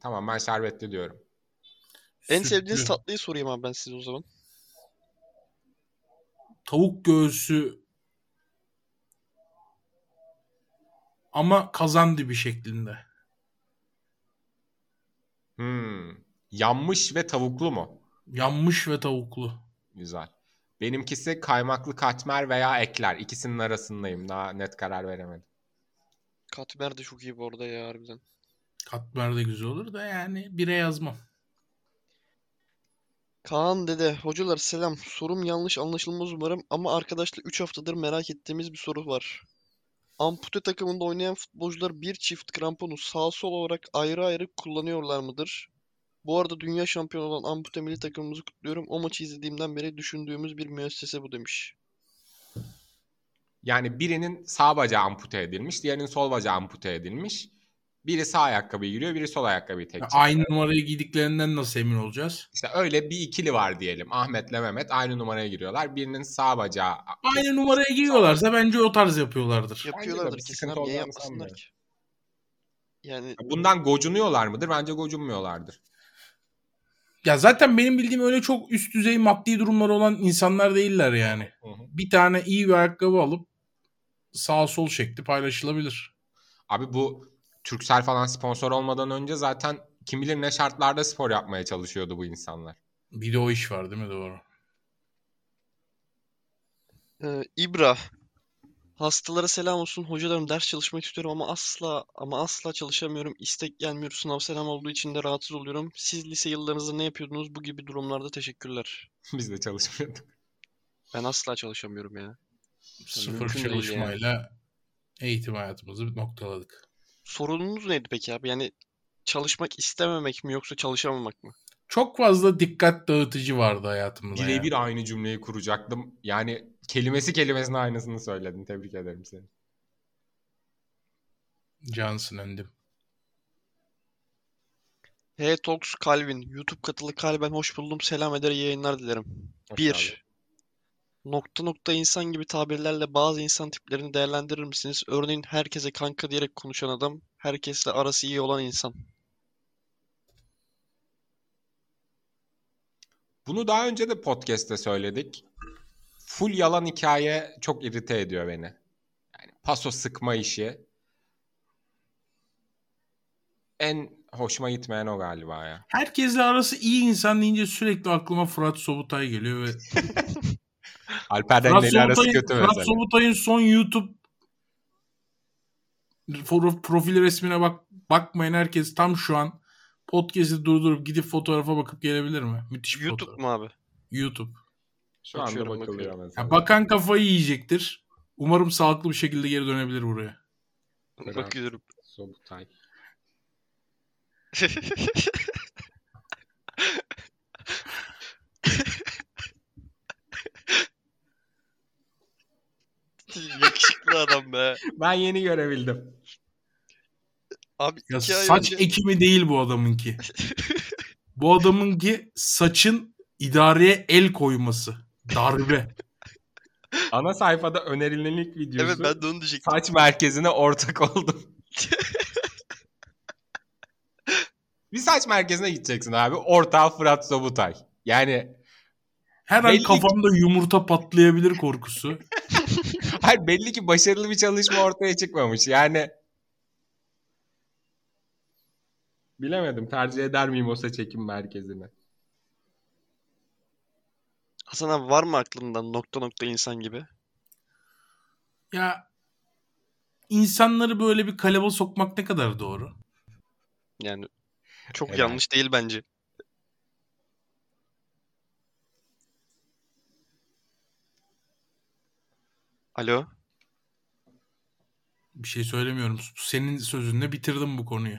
S3: Tamam ben şerbetli diyorum.
S2: En
S4: Sütlü,
S2: sevdiğiniz tatlıyı sorayım abi ben size o zaman.
S4: tavuk göğsü ama kazan dibi şeklinde.
S3: Hmm. Yanmış ve tavuklu mu?
S4: Yanmış ve tavuklu.
S3: Güzel. Benimkisi kaymaklı katmer veya ekler. İkisinin arasındayım. Daha net karar veremedim.
S2: Katmer de çok iyi bu arada ya harbiden.
S4: Katmer de güzel olur da yani bire yazmam.
S2: Kaan dede, hocalar selam. Sorum yanlış anlaşılmaz umarım ama arkadaşla 3 haftadır merak ettiğimiz bir soru var. Ampute takımında oynayan futbolcular bir çift kramponu sağ sol olarak ayrı ayrı kullanıyorlar mıdır? Bu arada dünya şampiyonu olan ampute milli takımımızı kutluyorum. O maçı izlediğimden beri düşündüğümüz bir müessese bu demiş.
S3: Yani birinin sağ bacağı ampute edilmiş, diğerinin sol bacağı ampute edilmiş. Biri sağ ayakkabıyı giriyor, biri sol ayakkabıyı tek çekiyor.
S4: Aynı numarayı giydiklerinden nasıl emin olacağız?
S3: İşte öyle bir ikili var diyelim. Ahmet'le Mehmet aynı numaraya giriyorlar. Birinin sağ bacağı
S4: Aynı numaraya giyiyorlarsa bence o tarz yapıyorlardır.
S2: Yapıyorlardır
S3: bir
S2: kesin
S3: sıkıntı
S2: abi. Niye
S3: olacağını
S2: yapmasınlar
S3: sanmıyorum.
S2: ki? Yani
S3: Bundan gocunuyorlar mıdır? Bence gocunmuyorlardır.
S4: Ya zaten benim bildiğim öyle çok üst düzey maddi durumları olan insanlar değiller yani.
S3: Hı hı.
S4: Bir tane iyi bir ayakkabı alıp sağ sol şekli paylaşılabilir.
S3: Abi bu Türksel falan sponsor olmadan önce zaten kim bilir ne şartlarda spor yapmaya çalışıyordu bu insanlar.
S4: Bir de o iş var değil mi doğru?
S2: Ee, İbra. Hastalara selam olsun. Hocalarım ders çalışmak istiyorum ama asla ama asla çalışamıyorum. İstek gelmiyor. Sınav selam olduğu için de rahatsız oluyorum. Siz lise yıllarınızda ne yapıyordunuz? Bu gibi durumlarda teşekkürler.
S3: Biz de çalışmıyorduk.
S2: Ben asla çalışamıyorum ya.
S4: Sıfır
S2: mümkün değil
S4: çalışmayla eğitim hayatımızı noktaladık.
S2: Sorununuz neydi peki abi? Yani çalışmak istememek mi yoksa çalışamamak mı?
S4: Çok fazla dikkat dağıtıcı vardı hayatımda. yani.
S3: Birebir aynı cümleyi kuracaktım. Yani kelimesi kelimesine aynısını söyledin. Tebrik ederim seni.
S4: Johnson öndim.
S2: Hey Talks Calvin. YouTube katılı Calvin hoş buldum. Selam eder iyi yayınlar dilerim.
S3: Hoş
S2: Bir.
S3: geldin.
S2: Nokta nokta insan gibi tabirlerle bazı insan tiplerini değerlendirir misiniz? Örneğin herkese kanka diyerek konuşan adam, herkesle arası iyi olan insan.
S3: Bunu daha önce de podcast'te söyledik. Full yalan hikaye çok irite ediyor beni. Yani paso sıkma işi. En hoşuma gitmeyen o galiba ya.
S4: Herkesle arası iyi insan deyince sürekli aklıma Fırat Sobutay geliyor ve
S3: Alper
S4: Fırat
S3: Dengeli arası
S4: Sobutay'ın,
S3: kötü
S4: Fırat
S3: mesela.
S4: Sobutay'ın son YouTube for- profil resmine bak bakmayan herkes tam şu an podcast'i durdurup gidip fotoğrafa bakıp gelebilir mi? Müthiş bir
S2: YouTube
S4: fotoğraf.
S2: mu abi?
S4: YouTube.
S3: Şu anda
S2: Bakıyorum,
S3: bakılıyor
S2: bakıyorum.
S3: mesela.
S4: Ya bakan kafayı yiyecektir. Umarım sağlıklı bir şekilde geri dönebilir buraya.
S3: Selam.
S2: Bakıyorum.
S3: Sobutay.
S2: Yakışıklı adam be.
S3: Ben yeni görebildim.
S2: Abi
S4: Ya
S2: iki ay
S4: saç
S2: önce
S4: ekimi değil bu adamınki. bu adamınki saçın idareye el koyması. Darbe.
S3: Ana sayfada önerilen ilk videosu.
S2: evet ben de onu diyecektim.
S3: Saç merkezine ortak oldum. bir saç merkezine gideceksin abi. Ortağı Fırat Sobutay. Yani
S4: Her
S3: Belli
S4: an
S3: ki-
S4: kafamda yumurta patlayabilir korkusu.
S3: hayır belli ki başarılı bir çalışma ortaya çıkmamış. Yani bilemedim tercih eder miyim o saç ekim merkezini.
S2: Hasan abi var mı aklından nokta nokta insan gibi?
S4: Ya insanları böyle bir kalaba sokmak ne kadar doğru?
S2: Yani çok
S3: Helal.
S2: yanlış değil bence. Alo.
S4: Bir şey söylemiyorum. Senin sözünle bitirdim bu konuyu.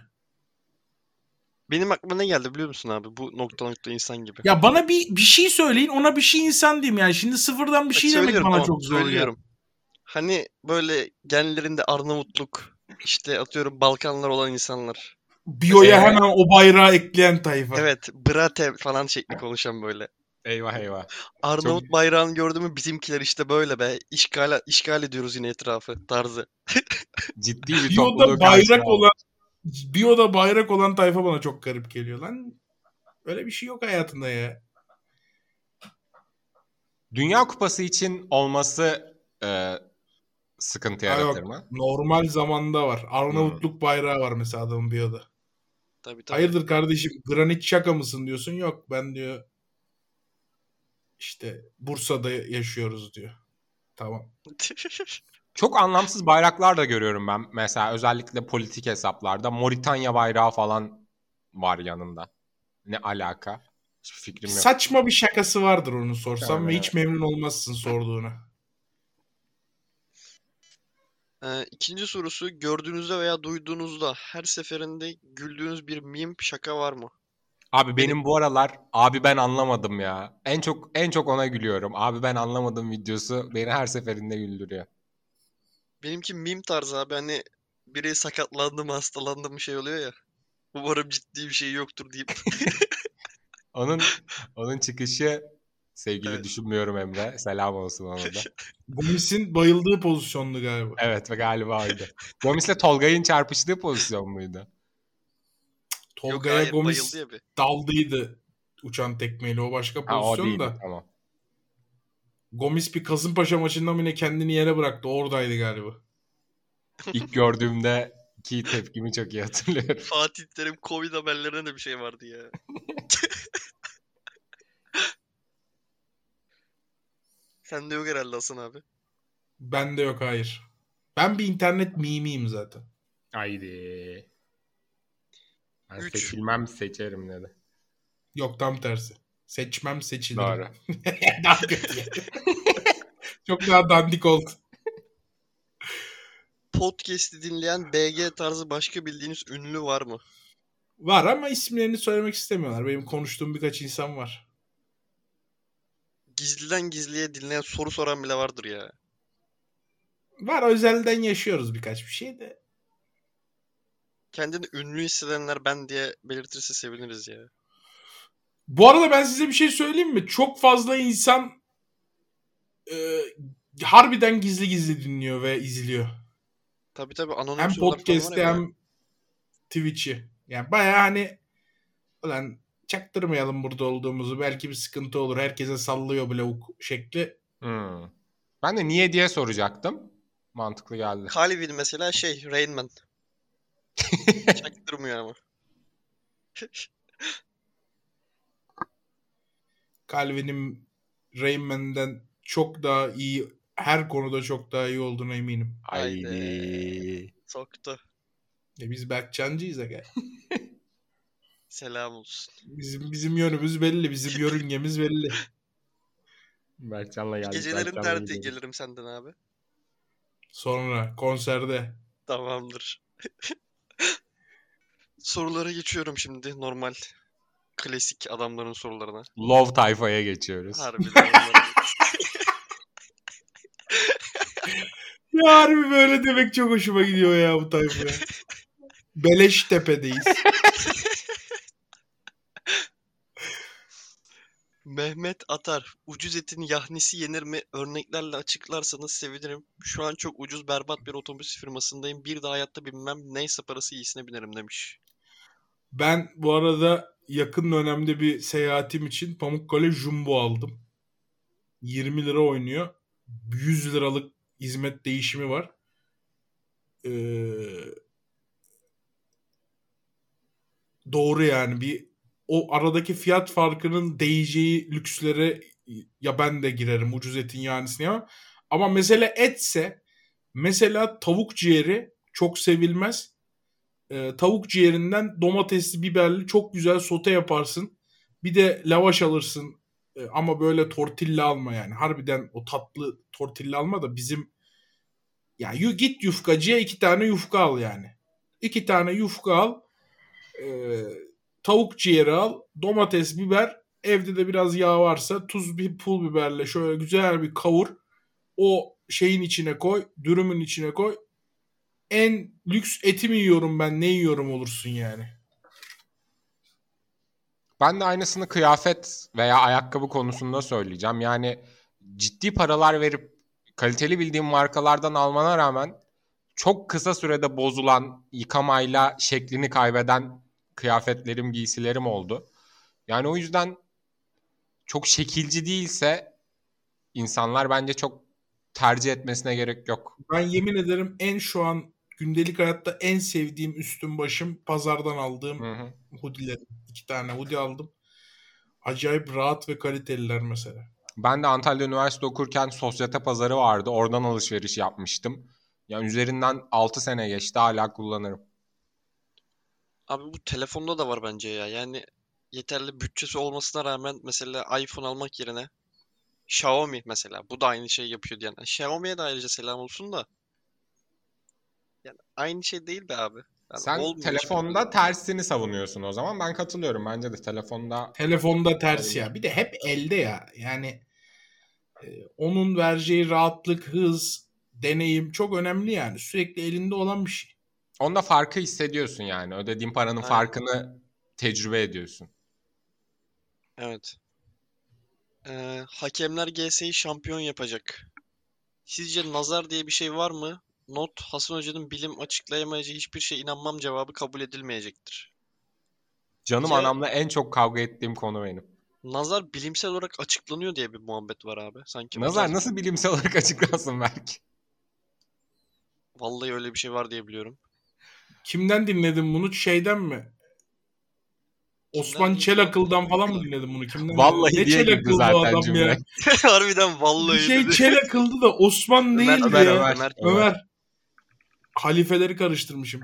S2: Benim aklıma ne geldi biliyor musun abi? Bu nokta nokta insan gibi.
S4: Ya bana bir bir şey söyleyin, ona bir şey insan diyeyim yani. Şimdi sıfırdan bir
S2: Bak
S4: şey demek
S2: söylüyorum
S4: bana
S2: tamam,
S4: çok zor. ya.
S2: söylüyorum. Hani böyle genlerinde Arnavutluk, işte atıyorum Balkanlar olan insanlar.
S4: Biyo'ya
S3: Ee?
S4: hemen o bayrağı ekleyen tayfa.
S2: Evet, brate falan şekli konuşan böyle.
S3: Eyvah eyvah.
S2: Arnavut bayrağını gördün mü bizimkiler işte böyle be. İşgal, işgal ediyoruz yine etrafı tarzı.
S3: Ciddi bir topluluğu
S4: Biyo'da bayrak
S3: karşına aldı.
S4: olan Biyo'da bayrak olan tayfa bana çok garip geliyor lan. Öyle bir şey yok hayatında ya.
S3: Dünya Kupası için olması e, sıkıntı
S4: Ha, yok.
S3: yaratır mı?
S4: Normal zamanda var. Arnavutluk bayrağı var mesela adamın Biyo'da.
S2: Tabii tabii.
S4: Hayırdır kardeşim granit şaka mısın diyorsun. Yok ben diyor işte Bursa'da yaşıyoruz diyor. Tamam.
S3: Çok anlamsız bayraklar da görüyorum ben. Mesela özellikle politik hesaplarda Moritanya bayrağı falan var yanında. Ne alaka? Hiçbir fikrim yok.
S4: Saçma bir şakası vardır onun sorsam
S3: Tamam,
S4: ve
S3: evet.
S4: hiç memnun olmazsın sorduğuna.
S2: Ee, ikinci sorusu gördüğünüzde veya duyduğunuzda her seferinde güldüğünüz bir meme şaka var mı?
S3: Abi benim bu aralar abi ben anlamadım ya. En çok en çok ona gülüyorum. Abi ben anlamadım videosu beni her seferinde güldürüyor.
S2: Benimki meme tarzı abi hani biri sakatlandı mı hastalandı mı şey oluyor ya. Umarım ciddi bir şey yoktur deyip.
S3: Onun onun çıkışı sevgili
S2: Evet.
S3: düşünmüyorum Emre. Selam olsun ona da.
S4: Gomis'in bayıldığı pozisyondu galiba.
S3: Evet ve galiba oydu. Gomis'le Tolga'nın çarpıştığı pozisyon muydu?
S2: Yok
S4: Tolga'ya
S2: hayır
S4: Gomis
S2: bayıldı ya bir.
S4: daldıydı uçan tekmeyle. O başka
S3: Ha, o
S4: pozisyon
S3: değil.
S4: da.
S3: Tamam.
S4: Gomis bir Kasımpaşa maçında mı ne kendini yere bıraktı. Oradaydı galiba.
S3: İlk gördüğümde ki tepkimi çok iyi hatırlıyorum.
S2: Fatih Terim Covid haberlerine de bir şey vardı ya. Sende yok herhalde Hasan abi.
S4: Ben de yok hayır. Ben bir internet mimiyim zaten.
S3: Haydi. Ben
S2: Üç.
S3: seçilmem seçerim dedi.
S4: Yok tam tersi. Seçmem seçilirim.
S3: Doğru.
S4: Daha kötü. Çok daha dandik oldu.
S2: Podcast'i dinleyen BG tarzı başka bildiğiniz ünlü var mı?
S4: Var ama isimlerini söylemek istemiyorlar. Benim konuştuğum birkaç insan var.
S2: Gizliden gizliye dinleyen soru soran bile vardır ya.
S4: Var özelden yaşıyoruz birkaç bir şey de.
S2: Kendini ünlü hissedenler ben diye belirtirse seviniriz ya.
S4: Bu arada ben size bir şey söyleyeyim mi? Çok fazla insan e, harbiden gizli gizli dinliyor ve izliyor.
S2: Tabii tabii anonim
S4: Hem
S2: sorular falan var
S4: podcast'i
S2: ya.
S4: hem Twitch'i. Yani bayağı hani ulan çaktırmayalım burada olduğumuzu. Belki bir sıkıntı olur. Herkese sallıyor blavuk şekli.
S3: Hmm. Ben de niye diye soracaktım. Mantıklı geldi.
S2: Calvin mesela şey Rain Man. Çaktırmıyor ama.
S4: Calvin'in Rayman'den çok daha iyi her konuda çok daha iyi olduğuna eminim.
S2: Haydi.
S3: Haydi.
S2: Soktu.
S4: E biz Berkcancıyız aga.
S2: Selam olsun.
S4: Bizim bizim yönümüz belli, bizim yörüngemiz belli.
S3: Berkcan'la geldik.
S2: Gecelerin
S3: Berkcan'la
S2: derdi
S3: gidelim.
S2: gelirim senden abi.
S4: Sonra konserde
S2: Tamamdır. Sorulara geçiyorum şimdi normal klasik adamların sorularına.
S3: Love tayfaya geçiyoruz.
S2: Harbiden onlara geç.
S4: Ya harbi böyle demek çok hoşuma gidiyor ya bu tayfa. Beleştepe'deyiz.
S2: Mehmet Atar, ucuz etin yahnisi yenir mi? Örneklerle açıklarsanız sevinirim. Şu an çok ucuz berbat bir otobüs firmasındayım. Bir daha hayatta binmem. Neyse parası iyisine binerim demiş.
S4: Ben bu arada yakın dönemde bir seyahatim için Pamukkale Jumbo aldım. 20 lira oynuyor. 100 liralık hizmet değişimi var. Ee, doğru yani bir o aradaki fiyat farkının değeceği lükslere ya ben de girerim ucuz etin yanisine ama ama mesele etse mesela tavuk ciğeri çok sevilmez e, tavuk ciğerinden domatesli biberli çok güzel sote yaparsın. Bir de lavaş alırsın E, ama böyle tortilla alma yani. Harbiden o tatlı tortilla alma da bizim ya yu, git yufkacıya iki tane yufka al yani. İki tane yufka al. E, tavuk ciğeri al. Domates, biber. Evde de biraz yağ varsa tuz bir pul biberle şöyle güzel bir kavur. O şeyin içine koy. Dürümün içine koy en lüks eti mi yiyorum ben ne yiyorum olursun yani.
S3: Ben de aynısını kıyafet veya ayakkabı konusunda söyleyeceğim. Yani ciddi paralar verip kaliteli bildiğim markalardan almana rağmen çok kısa sürede bozulan, yıkamayla şeklini kaybeden kıyafetlerim, giysilerim oldu. Yani o yüzden çok şekilci değilse insanlar bence çok tercih etmesine gerek yok.
S4: Ben yemin ederim en şu an gündelik hayatta en sevdiğim üstüm başım pazardan aldığım
S3: Hı hı.
S4: hoodilerim. İki tane hoodie aldım. Acayip rahat ve kaliteliler mesela.
S3: Ben de Antalya Üniversite okurken sosyete pazarı vardı. Oradan alışveriş yapmıştım. Yani üzerinden 6 sene geçti hala kullanırım.
S2: Abi bu telefonda da var bence ya. Yani yeterli bütçesi olmasına rağmen mesela iPhone almak yerine Xiaomi mesela bu da aynı şeyi yapıyor diyen. E, Xiaomi'ye de ayrıca selam olsun da. Yani aynı şey değil be abi. Yani
S3: Sen
S2: olmuyor hiçbir
S3: telefonda
S2: türlü.
S3: tersini savunuyorsun o zaman. Ben katılıyorum. Bence de telefonda
S4: Telefonda ters ya. Bir de hep elde ya. Yani e, onun vereceği rahatlık, hız, deneyim çok önemli yani. Sürekli elinde olan bir şey.
S3: Onda farkı hissediyorsun yani. Ödediğin paranın
S2: Aynen.
S3: farkını tecrübe ediyorsun.
S2: Evet. Ee, hakemler GS'yi şampiyon yapacak. Sizce nazar diye bir şey var mı? Not Hasan Hoca'nın bilim açıklayamayacağı hiçbir şey inanmam cevabı kabul edilmeyecektir.
S3: Canım
S2: Ce-
S3: anamla en çok kavga ettiğim konu benim.
S2: Nazar bilimsel olarak açıklanıyor diye bir muhabbet var abi. Sanki
S3: Nazar
S2: nazar-
S3: nasıl bilimsel olarak açıklansın belki?
S2: Vallahi öyle bir şey var diye biliyorum.
S4: Kimden dinledin bunu? Şeyden mi? Osman
S2: dinledim?
S4: Çelakıl'dan falan mı dinledin bunu? Kimden
S3: Vallahi
S4: dinledin?
S3: diye girdi
S4: Çelakıllı
S3: zaten
S4: adam
S3: cümle.
S4: ya?
S2: Harbiden
S4: Bir
S2: vallahi
S4: şey
S2: dedi.
S4: Çelakıl'dı da Osman
S2: Ömer,
S4: neydi
S3: Ömer,
S4: ya?
S3: Ömer,
S2: Ömer.
S4: Ömer. Halifeleri karıştırmışım.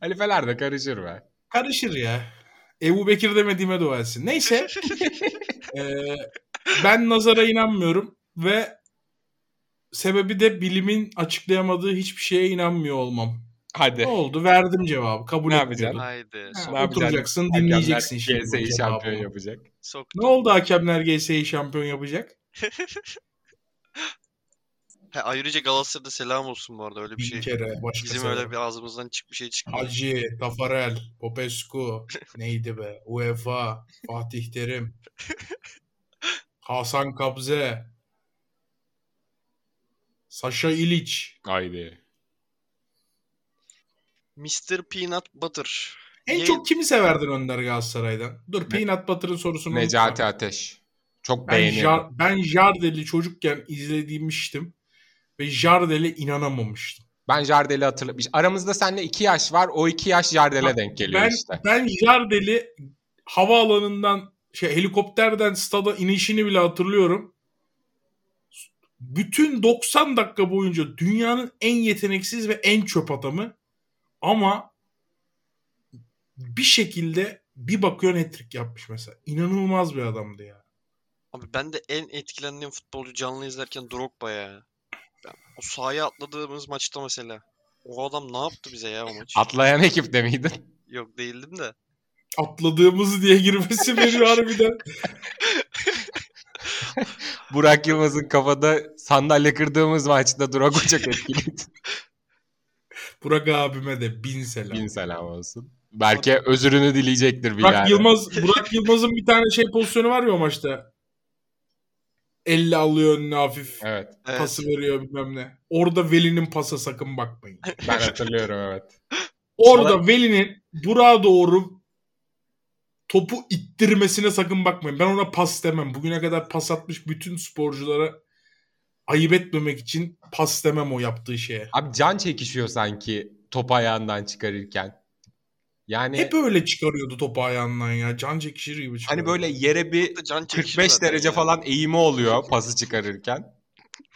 S3: Halifeler de karışır be.
S4: Karışır ya. Ebu Bekir demediğime dua etsin. Neyse. eee, ben nazara inanmıyorum ve sebebi de bilimin açıklayamadığı hiçbir şeye inanmıyor olmam.
S3: Hadi.
S4: Ne oldu? Verdim cevabı. Kabul
S3: Ne
S4: etmiyorum.
S3: yapacaksın?
S2: Haydi.
S4: Ha,
S3: Ne yapacaksın?
S4: oturacaksın,
S3: Hakemler
S4: dinleyeceksin şimdi. bu
S3: GS'yi
S4: cevabı.
S3: şampiyon yapacak.
S2: Soktum.
S4: Ne oldu hakemler GS'yi şampiyon yapacak?
S2: Ha, ayrıca Galatasaray'da selam olsun bu arada öyle bir
S4: Bir
S2: şey.
S4: kere başka
S2: Bizim
S4: sebebi.
S2: öyle bir ağzımızdan çık bir şey çıkmadı.
S4: Hacı, Tafarel, Popescu, neydi be? UEFA, Fatih Terim, Hasan Kabze, Saşa İliç.
S3: Haydi.
S2: Mr. Peanut Butter.
S4: En
S2: Ye-
S4: çok kimi severdin Önder Galatasaray'dan? Dur Peanut Butter'ın sorusunu
S3: Necati
S4: unutma.
S3: Ateş. Çok
S4: Ben,
S3: beğeniyorum.
S4: Jar- ben Jardel'i çocukken izlediğimmiştim ve Jardel'e inanamamıştım.
S3: Ben Jardel'i hatırlamış. Aramızda seninle iki yaş var. O iki yaş Jardel'e
S4: Bak,
S3: denk geliyor
S4: ben-
S3: işte.
S4: Ben Jardel'i havaalanından şey helikopterden stada inişini bile hatırlıyorum. Bütün 90 dakika boyunca dünyanın en yeteneksiz ve en çöp adamı ama bir şekilde bir bakıyorsun hat-trick yapmış mesela. İnanılmaz bir adamdı ya.
S2: Abi ben de en etkilendiğim futbolcu canlı izlerken Drogba ya. Ben- o sahaya atladığımız maçta mesela. O adam ne yaptı bize ya o maç?
S3: Atlayan ekipte miydin?
S2: Yok değildim de.
S4: Atladığımız diye girmesi beni harbiden.
S3: Burak Yılmaz'ın kafada sandalye kırdığımız maçta Drago çok etkiliydi.
S4: Burak abime de bin selam.
S3: Bin selam olsun. Belki özürünü dileyecektir bir
S4: Burak
S3: yerde.
S4: Yılmaz Burak Yılmaz'ın bir tane şey pozisyonu var ya o maçta. Elle alıyor önüne hafif.
S3: Evet.
S2: Evet.
S4: Pası veriyor bilmem ne. Orada Veli'nin pasa sakın bakmayın.
S3: Ben hatırlıyorum evet.
S4: Orada Veli'nin Burak'a doğru topu ittirmesine sakın bakmayın. Ben ona pas demem. Bugüne kadar pas atmış bütün sporculara ayıp etmemek için pas demem o yaptığı şeye.
S3: Abi can çekişiyor sanki top ayağından çıkarırken. Yani
S4: Hep öyle çıkarıyordu topu ayağından ya. Can çekişir gibi
S3: hani
S4: çıkarıyordu.
S3: böyle yere bir
S2: Can çekişir
S3: 45
S2: zaten
S3: derece
S2: ya.
S3: falan eğimi oluyor pası çıkarırken.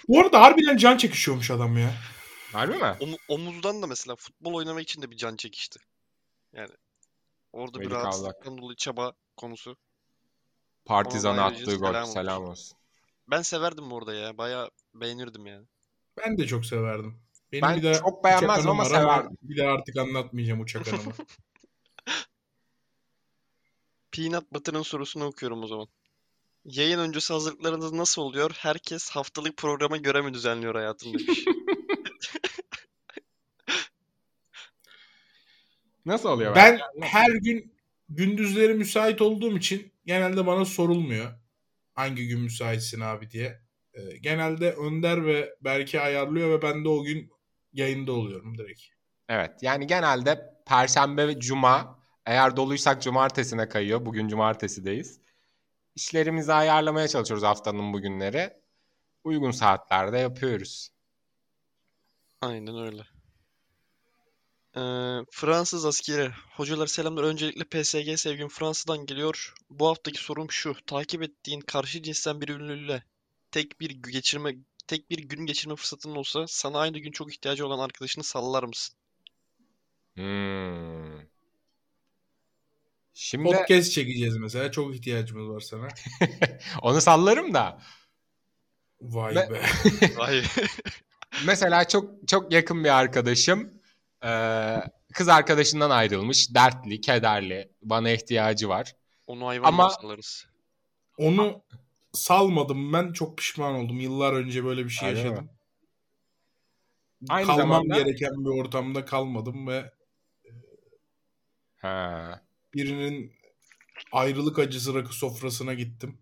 S4: Bu arada harbiden can çekişiyormuş adam ya.
S3: Harbi mi?
S2: Omu- omuzdan da mesela futbol oynamak için de bir can çekişti. Yani orada bir
S3: Melih
S2: rahatsızlıktan dolayı çaba konusu.
S3: Partizan
S2: Ona ayrıca
S3: attığı gol.
S2: selam
S3: Selam,
S2: olsun.
S3: olsun.
S2: Ben severdim bu arada ya. Bayağı beğenirdim yani.
S4: Ben de çok severdim. Benim
S3: Ben
S4: bir de
S3: çok beğenmezdim
S4: uçak
S3: ama
S4: anım var
S3: severdim.
S4: Bir de artık anlatmayacağım uçak anımı.
S2: Peanut Butter'ın sorusunu okuyorum o zaman. Yayın öncesi hazırlıklarınız nasıl oluyor? Herkes haftalık programa göre mi düzenliyor şey? hayatını demiş.
S3: Nasıl oluyor? Ben...
S4: ben her gün gündüzleri müsait olduğum için genelde bana sorulmuyor. Hangi gün müsaitsin abi diye. Ee, Genelde Önder ve Berke ayarlıyor ve ben de o gün yayında oluyorum direkt.
S3: Evet. Yani genelde perşembe ve cuma eğer doluysak cumartesine kayıyor. Bugün cumartesideyiz. İşlerimizi ayarlamaya çalışıyoruz haftanın bugünleri. Uygun saatlerde yapıyoruz.
S2: Aynen öyle. Ee, Fransız askeri. Hocalar selamlar. Öncelikle PSG sevgim Fransa'dan geliyor. Bu haftaki sorum şu. Takip ettiğin karşı cinsten bir ünlüyle tek bir gü- geçirme tek bir gün geçirme fırsatın olsa sana aynı gün çok ihtiyacı olan arkadaşını sallar mısın?
S3: Hmm. Şimdi
S4: Podcast çekeceğiz mesela. Çok ihtiyacımız var sana.
S3: onu sallarım da.
S4: Vay
S3: Ve-
S4: be.
S2: Vay.
S3: Mesela çok çok yakın bir arkadaşım eee, kız arkadaşından ayrılmış. Dertli, kederli. Bana ihtiyacı var.
S2: Onu hayvan gibi
S3: Ama-
S2: sallarız.
S4: Onu salmadım ben. Çok pişman oldum. Yıllar önce böyle bir şey
S3: Öyle mi?
S4: yaşadım.
S3: Aynı
S4: kalmam
S3: zamanda-
S4: gereken bir ortamda kalmadım ve
S3: Ha.
S4: birinin ayrılık acısı rakı sofrasına gittim.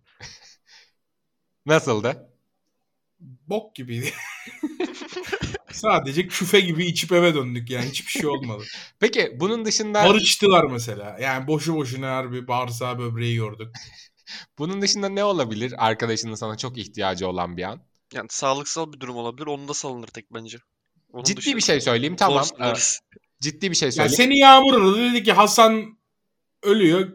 S3: Nasıldı?
S4: Bok gibiydi. Sadece küfe gibi içip eve döndük yani hiçbir şey olmadı.
S3: Peki bunun dışında
S4: Barıştılar mesela. Yani boşu boşuna harbi bağırsağı böbreği yorduk.
S3: bunun dışında ne olabilir arkadaşının sana çok ihtiyacı olan bir an?
S2: Yani sağlıksal bir durum olabilir. Onu da salınır tek bence. Onun
S3: Ciddi
S2: dışında-
S3: bir şey söyleyeyim tamam.
S2: Force
S3: Ee,
S2: Nurse.
S3: Ciddi bir şey
S4: Ya
S3: söyleyeyim.
S4: seni Yağmur aradı dedi ki Hasan ölüyor.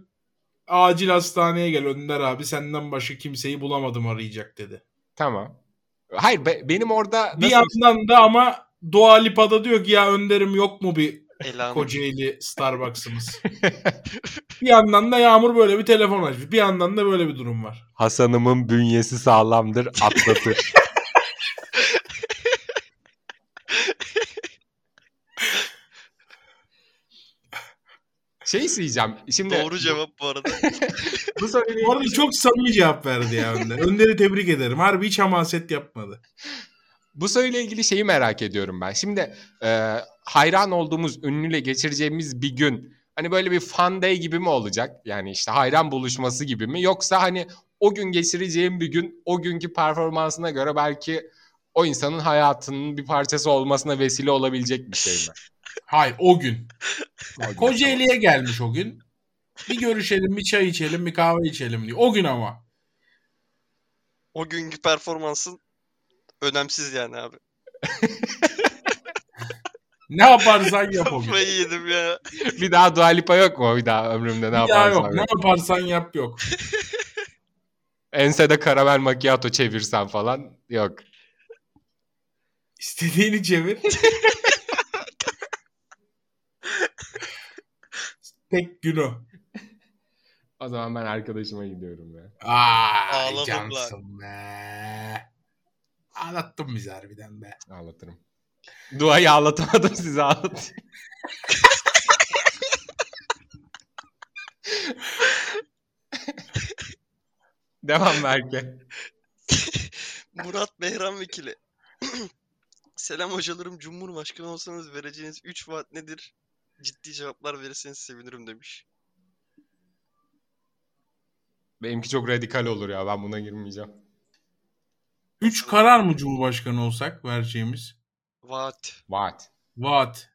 S4: Acil hastaneye gel Önder abi senden başka kimseyi bulamadım arayacak dedi.
S3: Tamam. Hayır be- benim orada nasıl...
S4: Bir yandan da ama Dua Lipa'da diyor ki ya Önder'im yok mu bir
S3: Ee,
S2: Elanur.
S4: Kocaeli Starbucks'ımız. bir yandan da Yağmur böyle bir telefon açmış. Bir yandan da böyle bir durum var.
S3: Hasan'ımın bünyesi sağlamdır atlatır. şey isteyeceğim. Şimdi
S2: Doğru cevap bu arada.
S3: bu soruyu
S4: Bu arada çok samimi cevap verdi ya Önder. Önder'i tebrik ederim. Harbi hiç hamaset yapmadı.
S3: Bu soruyla ilgili şeyi merak ediyorum ben. Şimdi e, hayran olduğumuz ünlüyle geçireceğimiz bir gün hani böyle bir fan day gibi mi olacak? Yani işte hayran buluşması gibi mi? Yoksa hani o gün geçireceğim bir gün o günkü performansına göre belki o insanın hayatının bir parçası olmasına vesile olabilecek bir şey mi?
S4: Hayır o gün.
S3: O gün.
S4: Kocaeli'ye gelmiş o gün. Bir görüşelim, bir çay içelim, bir kahve içelim diyor. O gün ama.
S2: O günkü performansın önemsiz yani abi.
S4: Ne yaparsan yap o gün.
S2: Kafayı yedim ya.
S3: bir daha Dua Lipa yok mu? Bir daha ömrümde ne
S4: Bir daha yok.
S3: yaparsam.
S4: Ne
S3: yok.
S4: yaparsan yap yok.
S3: Ensede karamel macchiato çevirsem falan yok.
S4: İstediğini çevir. Tek gün o.
S3: O zaman ben arkadaşıma gidiyorum ya.
S4: Aa,
S2: Ağladım
S4: cansın be. Ağlattın bizi harbiden be.
S3: Ağlatırım. Duayı ağlatamadım size ağlat. Devam belki.
S2: Murat Behram Vekili. Selam hocalarım. Cumhurbaşkanı olsanız vereceğiniz 3 vaat nedir? Ciddi cevaplar verirseniz sevinirim demiş.
S3: Benimki çok radikal olur ya ben buna girmeyeceğim.
S4: Üç karar mı Cumhurbaşkanı olsak vereceğimiz?
S2: Vaat.
S3: Vaat.
S4: Vaat.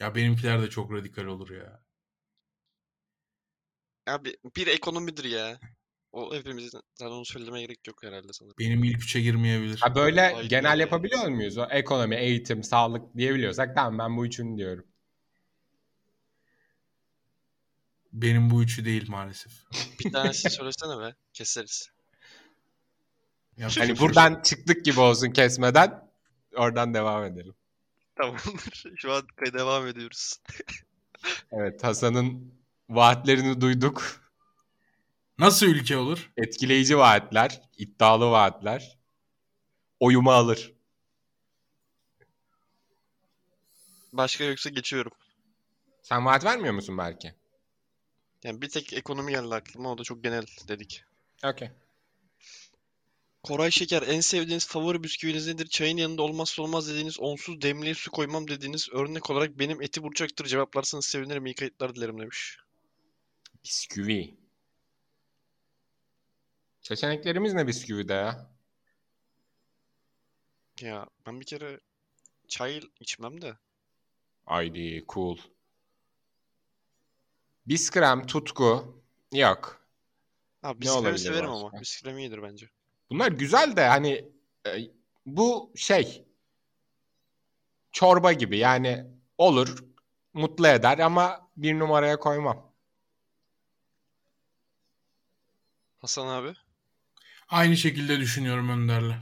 S4: Ya benimkiler de çok radikal olur ya.
S2: Abi bir ekonomidir ya. O hepimizin. Zaten onu söylemeye gerek yok herhalde sanırım.
S4: Benim ilk üçe girmeyebilir.
S3: Ha böyle
S2: Ay,
S3: genel
S2: ay.
S3: yapabiliyor muyuz? O ekonomi, eğitim, sağlık diyebiliyorsak tamam ben bu üçünü diyorum.
S4: Benim bu üçü değil maalesef.
S2: Bir tanesini söylesene be. Keseriz.
S4: Yapacak bir
S3: Hani
S4: şey yok.
S3: buradan çıktık gibi olsun kesmeden oradan devam edelim.
S2: Tamamdır. Şu an devam ediyoruz.
S3: Evet Hasan'ın vaatlerini duyduk.
S4: Nasıl ülke olur?
S3: Etkileyici vaatler, iddialı vaatler. Oyumu alır.
S2: Başka yoksa geçiyorum.
S3: Sen vaat vermiyor musun belki?
S2: Yani bir tek ekonomi geldi aklıma. O da çok genel dedik.
S3: Okey.
S2: Koray Şeker en sevdiğiniz favori bisküviniz nedir? Çayın yanında olmazsa olmaz dediğiniz onsuz demliğe su koymam dediğiniz örnek olarak benim eti burçaktır cevaplarsanız sevinirim iyi kayıtlar dilerim demiş.
S3: Bisküvi. Seçeneklerimiz ne bisküvide ya?
S2: Ya ben bir kere çay içmem de.
S3: Haydi cool. Biskrem, tutku. Yok.
S2: Ha
S3: olabilir
S2: bisküvi severim
S3: başka?
S2: ama. Bisküvi iyidir bence.
S3: Bunlar güzel de hani e, bu şey çorba gibi yani olur mutlu eder ama bir numaraya koymam.
S2: Hasan abi.
S4: Aynı şekilde düşünüyorum Önder'le.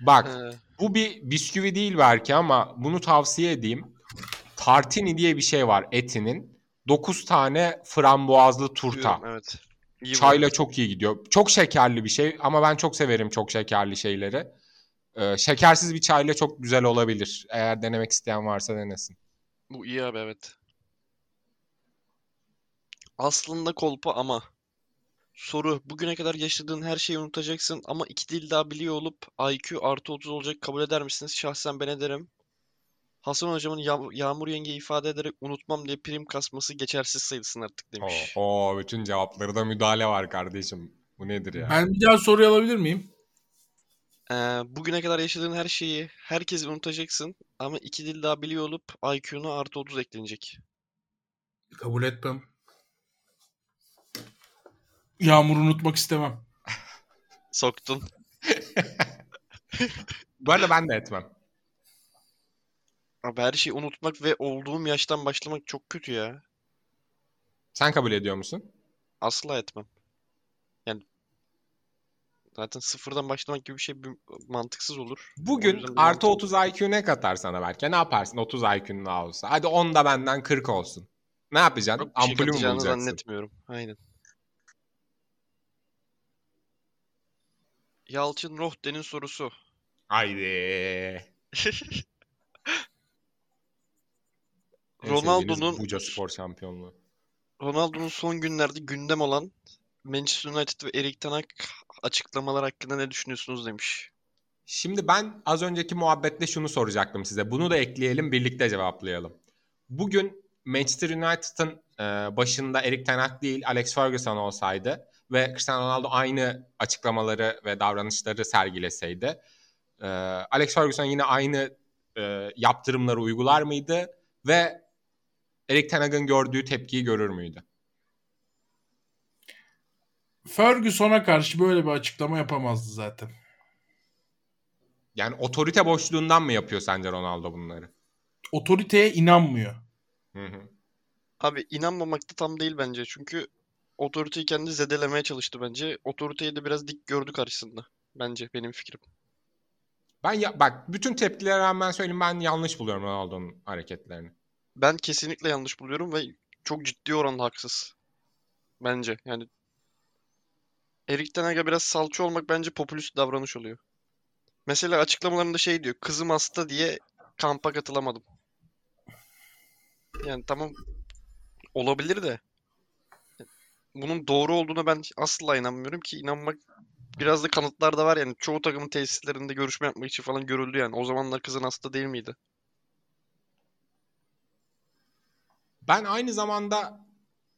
S3: Bak
S2: Ee,
S3: Bu bir bisküvi değil belki ama bunu tavsiye edeyim. Tartini diye bir şey var etinin. 9 tane frambuazlı turta.
S2: diyorum, evet. İyi bu.
S3: Çayla çok iyi gidiyor. Çok şekerli bir şey ama ben çok severim çok şekerli şeyleri. Ee, şekersiz bir çayla çok güzel olabilir. Eğer denemek isteyen varsa denesin.
S2: Bu iyi abi evet. Aslında kolpa ama. Soru. Bugüne kadar yaşadığın her şeyi unutacaksın ama iki dil daha biliyor olup IQ artı 30 olacak kabul eder misiniz? Şahsen ben ederim. Hasan hocamın Yağ- Yağmur Yenge ifade ederek unutmam diye prim kasması geçersiz sayılsın artık
S3: Oo,
S2: demiş.
S3: oo, bütün cevapları da müdahale var kardeşim. Bu nedir ya?
S4: Ben bir daha soruyu alabilir miyim?
S2: Ee, bugüne kadar yaşadığın her şeyi herkesi unutacaksın ama iki dil daha biliyor olup IQ'na artı 30 eklenecek.
S4: Kabul etmem. Yağmur unutmak istemem.
S2: Soktun.
S3: Bu arada ben de etmem.
S2: Abi her şeyi unutmak ve olduğum yaştan başlamak çok kötü ya.
S3: Sen kabul ediyor musun?
S2: Asla etmem. Yani zaten sıfırdan başlamak gibi bir şey bir- mantıksız olur. O
S3: Bugün
S2: yüzden ben-
S3: artı 30 IQ ne katar sana belki? Ne yaparsın 30 IQ'nun daha olsa? Hadi 10 da benden 40 olsun. Ne yapacaksın?
S2: Çok bir şey
S3: Ampulü mü
S2: katacağını
S3: bulacaksın?
S2: zannetmiyorum. Aynen. Yalçın Rohde'nin sorusu.
S3: Haydi. En
S2: Ronaldo'nun
S3: sevdiğiniz Buca Spor şampiyonluğu.
S2: Ronaldo'nun son günlerde gündem olan Manchester United ve Erik Ten Hag açıklamalar hakkında ne düşünüyorsunuz demiş.
S3: Şimdi ben az önceki muhabbette şunu soracaktım size. Bunu da ekleyelim, birlikte cevaplayalım. Bugün Manchester United'ın e, başında Erik Ten Hag değil Alex Ferguson olsaydı ve Cristiano Ronaldo aynı açıklamaları ve davranışları sergileseydi e, Alex Ferguson yine aynı e, yaptırımları uygular mıydı ve Erik Ten Hag'ın gördüğü tepkiyi görür müydü?
S4: Ferguson'a karşı böyle bir açıklama yapamazdı zaten.
S3: Yani otorite boşluğundan mı yapıyor sence Ronaldo bunları?
S4: Otoriteye inanmıyor.
S3: Hı hı.
S2: Abi inanmamak da tam değil bence. Çünkü otoriteyi kendi zedelemeye çalıştı bence. Otoriteyi de biraz dik gördü karşısında. Bence benim fikrim.
S3: Ben ya, bak bütün tepkilere rağmen söyleyeyim ben yanlış buluyorum Ronaldo'nun hareketlerini.
S2: Ben kesinlikle yanlış buluyorum ve çok ciddi oranda haksız. Bence yani Erik Ten Hag'a biraz salça olmak bence popülist davranış oluyor. Mesela açıklamalarında şey diyor. Kızım hasta diye kampa katılamadım. Yani tamam olabilir de bunun doğru olduğuna ben asla inanmıyorum ki inanmak biraz da kanıtlar da var yani çoğu takımın tesislerinde görüşme yapmak için falan görüldü yani. O zamanlar kızın hasta değil miydi?
S3: Ben aynı zamanda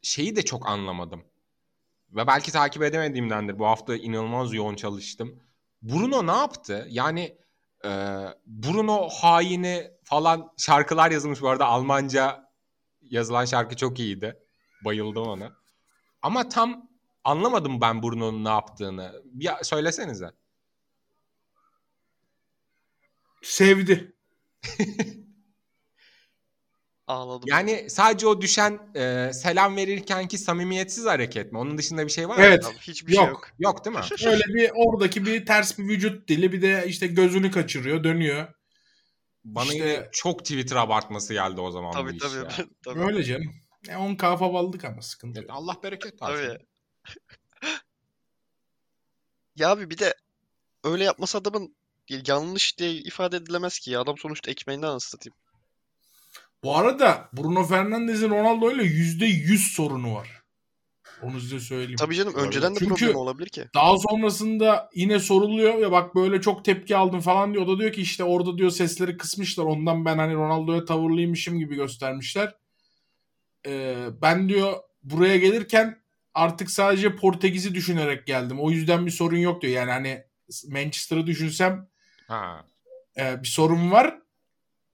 S3: şeyi de çok anlamadım. Ve belki takip edemediğimdendir. Bu hafta inanılmaz yoğun çalıştım. Bruno ne yaptı? Yani e, Bruno haini falan şarkılar yazılmış. Bu arada Almanca yazılan şarkı çok iyiydi. Bayıldım ona. Ama tam anlamadım ben Bruno'nun ne yaptığını. Ya söylesenize.
S4: Sevdi.
S2: Ağladım.
S3: Yani sadece o düşen e, selam verirken ki samimiyetsiz hareket mi? Onun dışında bir şey var mı?
S4: Evet.
S2: Abi hiçbir şey
S4: Yok.
S2: yok.
S3: Yok değil mi?
S4: Öyle bir oradaki bir ters bir vücut dili bir de işte gözünü kaçırıyor dönüyor.
S3: Bana
S4: İşte-
S3: yine çok Twitter abartması geldi o zaman bu
S2: Tabii
S3: iş
S2: tabii.
S3: ya.
S2: tabii.
S4: Böyle canım. E 10k favallık ama sıkıntı
S3: Evet,
S4: yok.
S3: Allah bereket versin.
S2: Tabii. Ya abi bir de öyle yapması adamın yanlış diye ifade edilemez ki ya. Adam sonuçta ekmeğinden anasını satayım.
S4: Bu arada Bruno Fernandes'in Ronaldo ile %100 sorunu var. Onu size söyleyeyim.
S2: Tabii canım
S3: Olabilir.
S2: önceden de
S4: Çünkü-
S2: problem olabilir ki.
S4: Daha sonrasında yine soruluyor ya bak böyle çok tepki aldım falan diyor. O da diyor ki işte orada diyor sesleri kısmışlar. Ondan ben hani Ronaldo'ya tavırlıymışım gibi göstermişler. Ee, ben diyor buraya gelirken artık sadece Portekiz'i düşünerek geldim. O yüzden bir sorun yok diyor. Yani hani Manchester'ı düşünsem
S3: Ha.
S4: e, bir sorun var.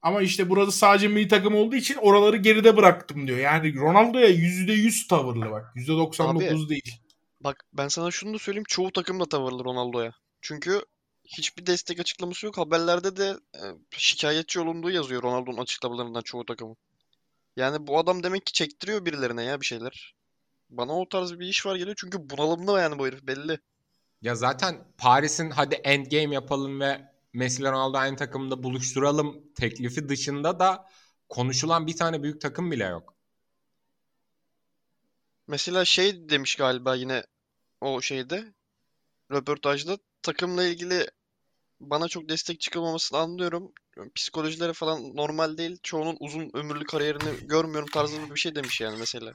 S4: Ama işte burada sadece milli takım olduğu için oraları geride bıraktım diyor. Yani Ronaldo'ya %100 tavırlı bak. %99 değil.
S2: Bak ben sana şunu da söyleyeyim. Çoğu takım da tavırlı Ronaldo'ya. Çünkü hiçbir destek açıklaması yok. Haberlerde de e, şikayetçi olunduğu yazıyor Ronaldo'nun açıklamalarından çoğu takımın. Yani bu adam demek ki çektiriyor birilerine ya bir şeyler. Bana o tarz bir iş var geliyor. Çünkü bunalımlı yani bu herif belli.
S3: Ya zaten Paris'in hadi endgame yapalım ve Messi ile Ronaldo aynı takımda buluşturalım teklifi dışında da konuşulan bir tane büyük takım bile yok.
S2: Mesela şey demiş galiba yine o şeyde röportajda takımla ilgili bana çok destek çıkılmamasını anlıyorum. Psikolojileri falan normal değil. Çoğunun uzun ömürlü kariyerini görmüyorum tarzında bir şey demiş yani mesela.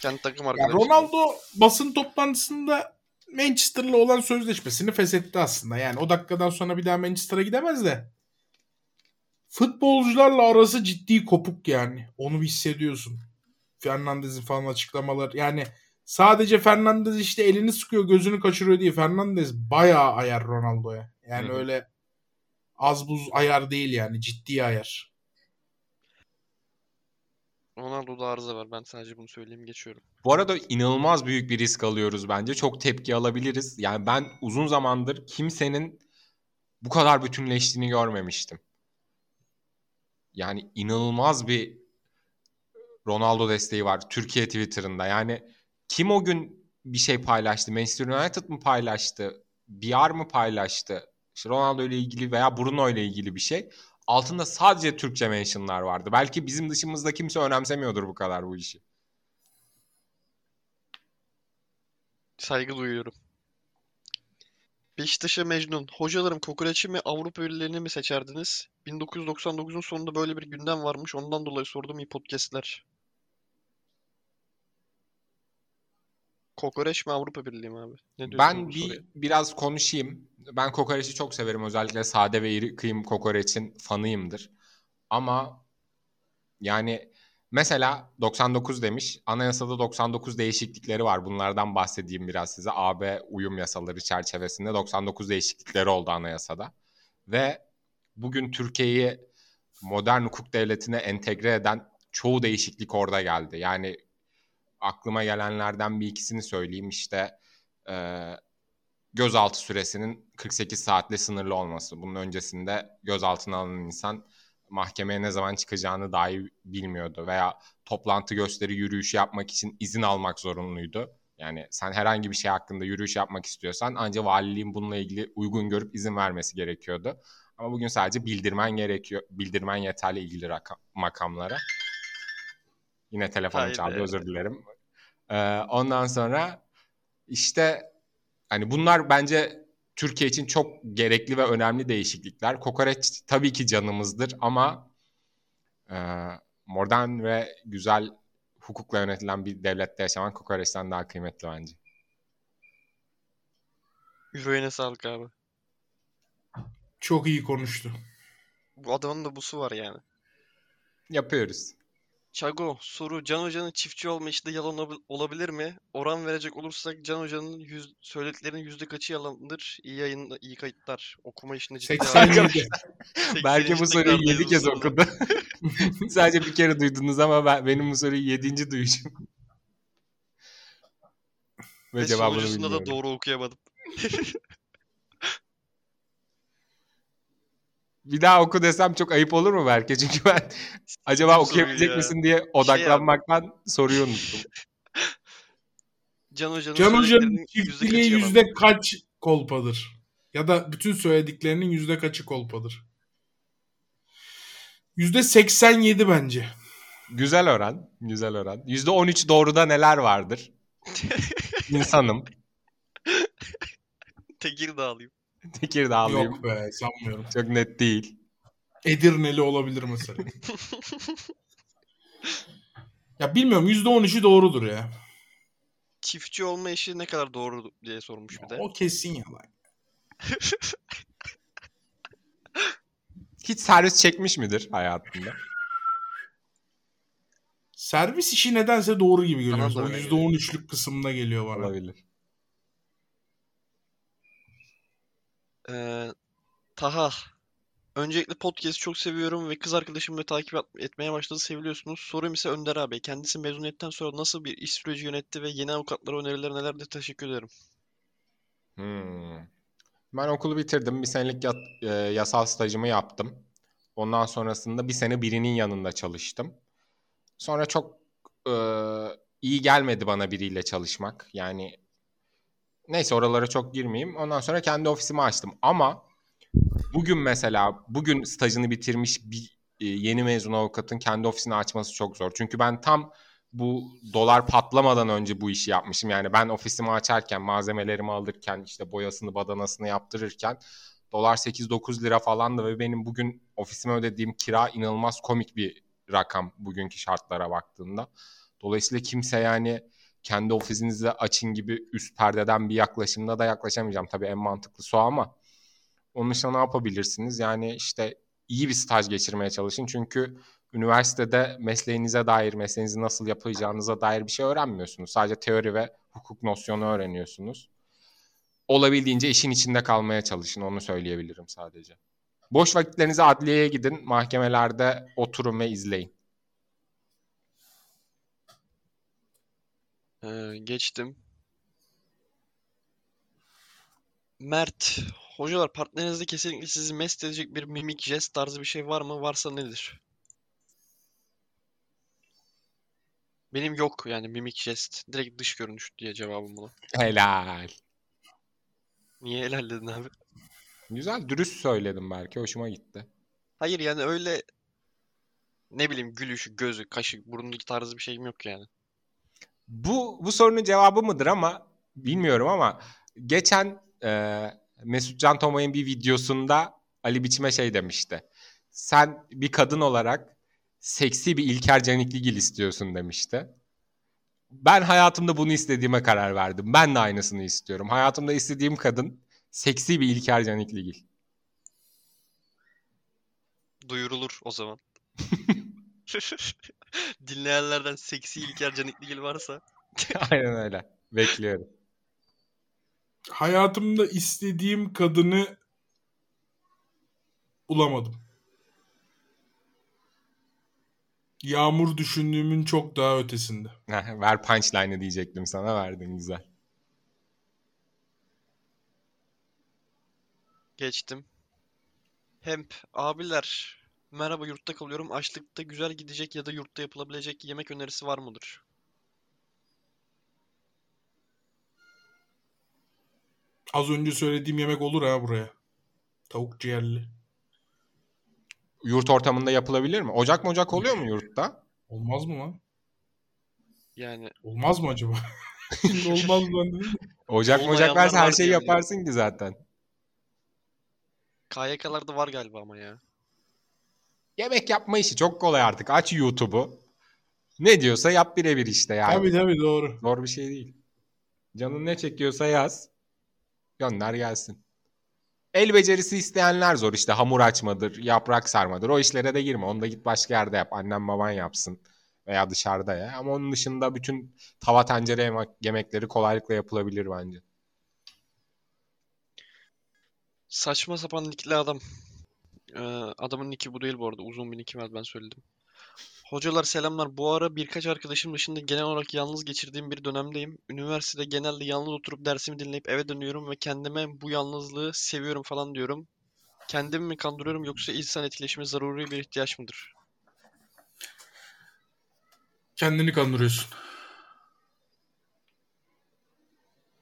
S2: Kendi takım
S4: Ya
S2: arkadaşı.
S4: Ronaldo basın toplantısında Manchester'la olan sözleşmesini feshetti aslında. Yani o dakikadan sonra bir daha Manchester'a gidemez de. Futbolcularla arası ciddi kopuk yani. Onu bir hissediyorsun. Fernandez'in falan açıklamaları. Yani sadece Fernandez işte elini sıkıyor gözünü kaçırıyor diye. Fernandez bayağı ayar Ronaldo'ya. Yani
S3: Hı hı.
S4: öyle az buz ayar değil yani ciddi ayar.
S2: Ronaldo'da arıza var. Ben sadece bunu söyleyeyim geçiyorum.
S3: Bu arada inanılmaz büyük bir risk alıyoruz bence. Çok tepki alabiliriz. Yani ben uzun zamandır kimsenin bu kadar bütünleştiğini görmemiştim. Yani inanılmaz bir Ronaldo desteği var Türkiye Twitter'ında. Yani kim o gün bir şey paylaştı? Manchester United mı paylaştı? BR mı paylaştı? İşte Ronaldo ile ilgili veya Bruno ile ilgili bir şey. Altında sadece Türkçe mentionlar vardı. Belki bizim dışımızda kimse önemsemiyordur bu kadar bu işi.
S2: Saygı duyuyorum. Beşiktaş'a Mecnun. Hocalarım kokoreçi mi Avrupa ülkelerini mi seçerdiniz? 1999'un sonunda böyle bir gündem varmış. Ondan dolayı sordum iyi podcastler. Kokoreç mi Avrupa Birliği mi abi? Ne diyorsun
S3: Ben
S2: bu
S3: bir
S2: soruya?
S3: biraz konuşayım. Ben kokoreçi çok severim. Özellikle sade ve iri kıyım kokoreçin fanıyımdır. Ama yani mesela 99 demiş. Anayasada 99 değişiklikleri var. Bunlardan bahsedeyim biraz size. AB uyum yasaları çerçevesinde 99 değişiklikleri oldu anayasada. Ve bugün Türkiye'yi modern hukuk devletine entegre eden çoğu değişiklik orada geldi. Yani aklıma gelenlerden bir ikisini söyleyeyim. İşte e, gözaltı süresinin 48 saatle sınırlı olması. Bunun öncesinde gözaltına alınan insan mahkemeye ne zaman çıkacağını dahi bilmiyordu veya toplantı gösteri yürüyüşü yapmak için izin almak zorunluydu. Yani sen herhangi bir şey hakkında yürüyüş yapmak istiyorsan ancak valiliğin bununla ilgili uygun görüp izin vermesi gerekiyordu. Ama bugün sadece bildirmen gerekiyor. Bildirmen yeterli ilgili rakam, makamlara. Yine telefonum
S2: Haydi.
S3: çaldı özür dilerim. Ee, ondan sonra işte hani bunlar bence Türkiye için çok gerekli ve önemli değişiklikler. Kokoreç tabii ki canımızdır ama e, modern ve güzel hukukla yönetilen bir devlette yaşaman kokoreçten daha kıymetli bence.
S2: Yüreğine sağlık abi.
S4: Çok iyi konuştu.
S2: Bu adamın da busu var yani.
S3: Yapıyoruz.
S2: Çago soru Can Hoca'nın çiftçi olma işi de yalan olabil- olabilir mi? Oran verecek olursak Can Hoca'nın yüz, söylediklerinin yüzde kaçı yalandır? İyi yayın, iyi kayıtlar. Okuma işinde ciddi
S4: 87.
S3: Belki bu soruyu 7
S2: yedi
S3: kez okudu. Sadece bir kere duydunuz ama ben, benim bu soruyu 7. duyuşum.
S2: Ve
S3: ve cevabını
S2: sonuncusunda da
S3: bilmiyorum.
S2: doğru okuyamadım.
S3: Bir daha oku desem çok ayıp olur mu belki? Çünkü ben acaba
S2: Bu soruyu
S3: okuyabilecek
S2: ya. şey
S3: misin diye odaklanmaktan soruyu unuttum.
S2: Can Hoca'nın
S4: Can Hoca'nın
S2: söylediklerinin yüzde kaçı
S4: çiftliği
S2: yalan?
S4: yüzde kaç kolpadır? Ya da bütün söylediklerinin yüzde kaçı kolpadır? Yüzde 87 bence.
S3: Güzel oran. Güzel oran. %13 doğruda neler vardır? İnsanım.
S2: Tekirdağlıyım.
S3: Tekirdağlıyım.
S4: Yok be sanmıyorum.
S3: Çok net değil.
S4: Edirneli olabilir mesela. ya bilmiyorum yüzde 13'ü doğrudur ya.
S2: Çiftçi olma işi ne kadar doğru diye sormuş bir de.
S4: O kesin yalan.
S3: Hiç servis çekmiş midir hayatında?
S4: Servis işi nedense doğru gibi geliyor.
S2: Bana da
S4: O
S2: öyle
S4: yüzde 13'lük kısımda geliyor bana.
S3: Olabilir.
S2: Ee, Taha. Öncelikle podcast'i çok seviyorum ve kız arkadaşımla takip at- etmeye başladı. Seviliyorsunuz. Sorum ise Önder abi. Kendisi mezuniyetten sonra nasıl bir iş süreci yönetti ve yeni avukatlara önerileri nelerdi? Teşekkür ederim.
S3: Hmm. Ben okulu bitirdim. Bir senelik yat- e, yasal stajımı yaptım. Ondan sonrasında bir sene birinin yanında çalıştım. Sonra çok e, iyi gelmedi bana biriyle çalışmak. Yani neyse oralara çok girmeyeyim. Ondan sonra kendi ofisimi açtım. Ama bugün mesela bugün stajını bitirmiş bir e, yeni mezun avukatın kendi ofisini açması çok zor. Çünkü ben tam bu dolar patlamadan önce bu işi yapmışım. Yani ben ofisimi açarken, malzemelerimi alırken, işte boyasını, badanasını yaptırırken dolar 8-9 lira falandı ve benim bugün ofisime ödediğim kira inanılmaz komik bir rakam bugünkü şartlara baktığımda. Dolayısıyla kimse yani kendi ofisinizde açın gibi üst perdeden bir yaklaşımda da yaklaşamayacağım. Tabii en mantıklısı o ama onun için ne yapabilirsiniz? Yani işte iyi bir staj geçirmeye çalışın. Çünkü üniversitede mesleğinize dair, mesleğinizi nasıl yapacağınıza dair bir şey öğrenmiyorsunuz. Sadece teori ve hukuk nosyonu öğreniyorsunuz. Olabildiğince işin içinde kalmaya çalışın. Onu söyleyebilirim sadece. Boş vakitlerinizi adliyeye gidin. Mahkemelerde oturun ve izleyin.
S2: Ee, geçtim. Mert, hocalar partnerinizde kesinlikle sizi mest edecek bir mimik, jest tarzı bir şey var mı? Varsa nedir? Benim yok yani mimik, jest. Direkt dış görünüş diye cevabım buna.
S3: Helal.
S2: Niye helal dedin abi?
S3: Güzel, dürüst söyledim belki. Hoşuma gitti.
S2: Hayır yani öyle ne bileyim gülüşü, gözü, kaşı, burnu tarzı bir şeyim yok yani.
S3: Bu bu sorunun cevabı mıdır ama bilmiyorum ama geçen e, Mesut Can Tomay'ın bir videosunda Ali Biçim'e şey demişti. Sen bir kadın olarak seksi bir İlker Canikligil istiyorsun demişti. Ben hayatımda bunu istediğime karar verdim. Ben de aynısını istiyorum. Hayatımda istediğim kadın seksi bir İlker Canikligil.
S2: Duyurulur o zaman. Dinleyenlerden seksi İlker Canikligil varsa
S3: Aynen öyle. Bekliyorum.
S4: Hayatımda istediğim kadını bulamadım. Yağmur düşündüğümün çok daha ötesinde.
S3: Heh, Ver punchline'ı diyecektim sana verdin güzel.
S2: geçtim. Hemp abiler merhaba yurtta kalıyorum. Açlıkta güzel gidecek ya da yurtta yapılabilecek yemek önerisi var mıdır?
S4: Az önce söylediğim yemek olur ha buraya. Tavuk ciğerli.
S3: Yurt ortamında yapılabilir mi? Ocak mocak oluyor mu yurtta?
S4: Olmaz mı lan?
S2: Yani
S4: Olmaz mı acaba? Şimdi Olmaz ben dedim.
S3: Ocak
S2: Olmayanlar
S3: mocak varsa her
S2: var
S3: şeyi
S2: diye
S3: yaparsın ki zaten.
S2: KYK'larda var galiba ama ya.
S3: Yemek yapma işi çok kolay artık. Aç YouTube'u. Ne diyorsa yap birebir işte yani.
S4: Tabii tabii doğru.
S3: Zor bir şey değil. Canın ne çekiyorsa yaz. Gönder gelsin. El becerisi isteyenler zor işte hamur açmadır, yaprak sarmadır. O işlere de girme. Onu da git başka yerde yap. Annem baban yapsın veya dışarıda ya. Ama onun dışında bütün tava tencere yemek- yemekleri kolaylıkla yapılabilir bence.
S2: Saçma sapan nickli adam. Ee, adamın nicki bu değil bu arada. Uzun bir nicki var ben söyledim. Hocalar selamlar. Bu ara birkaç arkadaşım dışında genel olarak yalnız geçirdiğim bir dönemdeyim. Üniversitede genelde yalnız oturup dersimi dinleyip eve dönüyorum ve kendime bu yalnızlığı seviyorum falan diyorum. Kendimi mi kandırıyorum yoksa insan etkileşimi zaruri bir ihtiyaç mıdır?
S4: Kendini kandırıyorsun.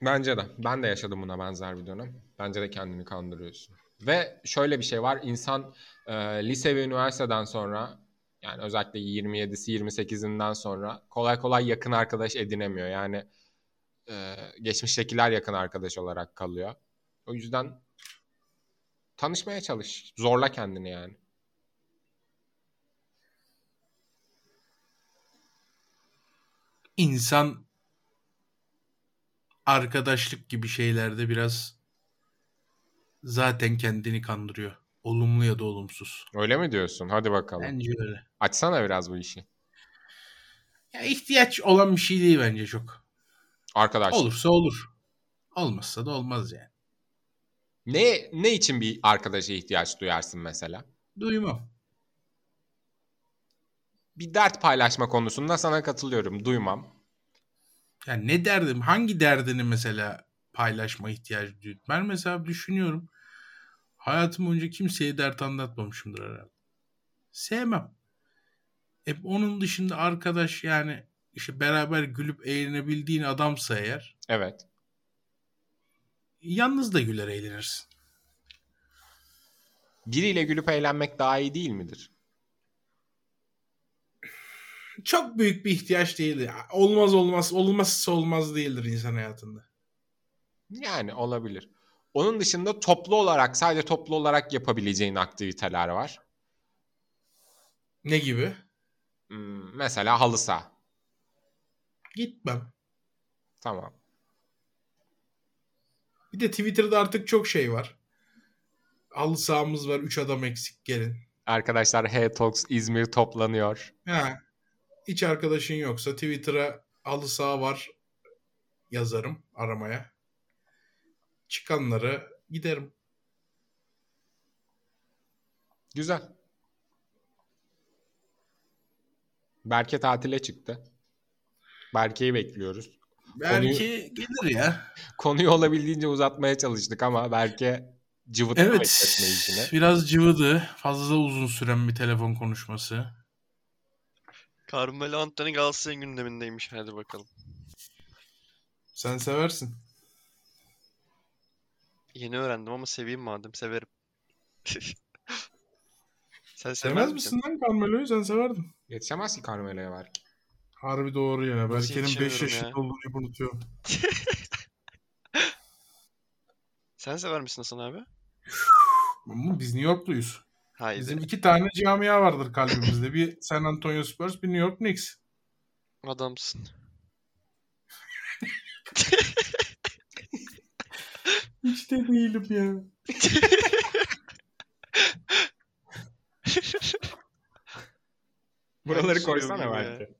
S3: Bence de. Ben de yaşadım buna benzer bir dönem. Bence de kendini kandırıyorsun. Ve şöyle bir şey var. İnsan e, lise ve üniversiteden sonra yani özellikle 27'si 28'inden sonra kolay kolay yakın arkadaş edinemiyor. Yani e, geçmiştekiler yakın arkadaş olarak kalıyor. O yüzden tanışmaya çalış. Zorla kendini yani.
S4: insan arkadaşlık gibi şeylerde biraz zaten kendini kandırıyor. Olumlu ya da olumsuz.
S3: Öyle mi diyorsun? Hadi bakalım.
S4: Bence öyle.
S3: Açsana biraz bu işi.
S4: Ya ihtiyaç olan bir şey değil bence çok.
S3: Arkadaş.
S4: Olursa olur. Olmazsa da olmaz yani.
S3: Ne ne için bir arkadaşa ihtiyaç duyarsın mesela?
S4: Duymam.
S3: bir dert paylaşma konusunda sana katılıyorum. Duymam.
S4: Yani ne derdim? Hangi derdini mesela paylaşma ihtiyacı duydum? Ben mesela düşünüyorum. Hayatım boyunca kimseye dert anlatmamışımdır herhalde. Sevmem. Hep onun dışında arkadaş yani işte beraber gülüp eğlenebildiğin adamsa eğer
S3: Evet.
S4: yalnız da güler eğlenirsin.
S3: Biriyle gülüp eğlenmek daha iyi değil midir?
S4: Çok büyük bir ihtiyaç değildir. Olmaz olmaz olmazsa olmaz değildir insan hayatında.
S3: Yani olabilir. Onun dışında toplu olarak sadece toplu olarak yapabileceğin aktiviteler var.
S4: Ne gibi?
S3: Hmm, Mesela halı saha.
S4: Gitmem.
S3: Tamam.
S4: Bir de Twitter'da artık çok şey var. Halı sahamız var. 3 adam eksik gelin.
S3: Arkadaşlar H-Talks İzmir toplanıyor.
S4: Ha. Hiç arkadaşın yoksa Twitter'a halı saha var yazarım aramaya. Çıkanları giderim.
S3: Güzel. Berke tatile çıktı. Berke'yi bekliyoruz.
S5: Belki gelir ya.
S3: Konuyu olabildiğince uzatmaya çalıştık ama Berke cıvıttı
S5: Evet.
S3: bekletme işini.
S5: Biraz cıvıdı. Fazla uzun süren bir telefon konuşması.
S2: Carmelo Anthony Galatasaray gündemindeymiş. Hadi bakalım.
S4: Sen seversin.
S2: Yeni öğrendim ama seveyim madem. Severim. Sen
S4: Sevmez misin lan Carmelo'yu? Sen severdin.
S3: Yetişemez ki Carmelo'ya Berke.
S4: Harbi doğru ya. Berke'nin 5
S2: yetişemiyorum
S4: yaşında
S2: ya?
S4: olduğunu hep unutuyorum.
S2: Sen sever misin Hasan abi?
S4: Ama biz New Yorkluyuz.
S2: Haydi.
S4: Bizim iki tane camia vardır kalbimizde. Bir San Antonio Spurs, bir New York Knicks.
S2: Adamsın.
S4: Hiç de değilim ya.
S3: Buraları
S2: Hangisi
S3: koysana
S2: yok ya?
S3: Berke.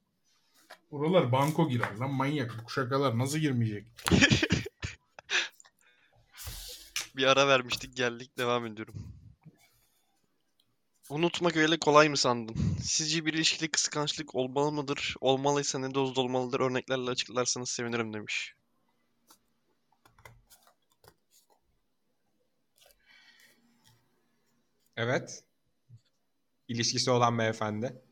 S4: Buralar banko girer lan manyak. Bu şakalar nasıl girmeyecek?
S2: Bir ara vermiştik geldik devam ediyorum. Unutmak öyle kolay mı sandın? Sizce bir ilişkide kıskançlık olmalı mıdır? Olmalıysa ne dozda olmalıdır? Örneklerle açıklarsanız sevinirim demiş.
S3: Evet. İlişkisi olan beyefendi.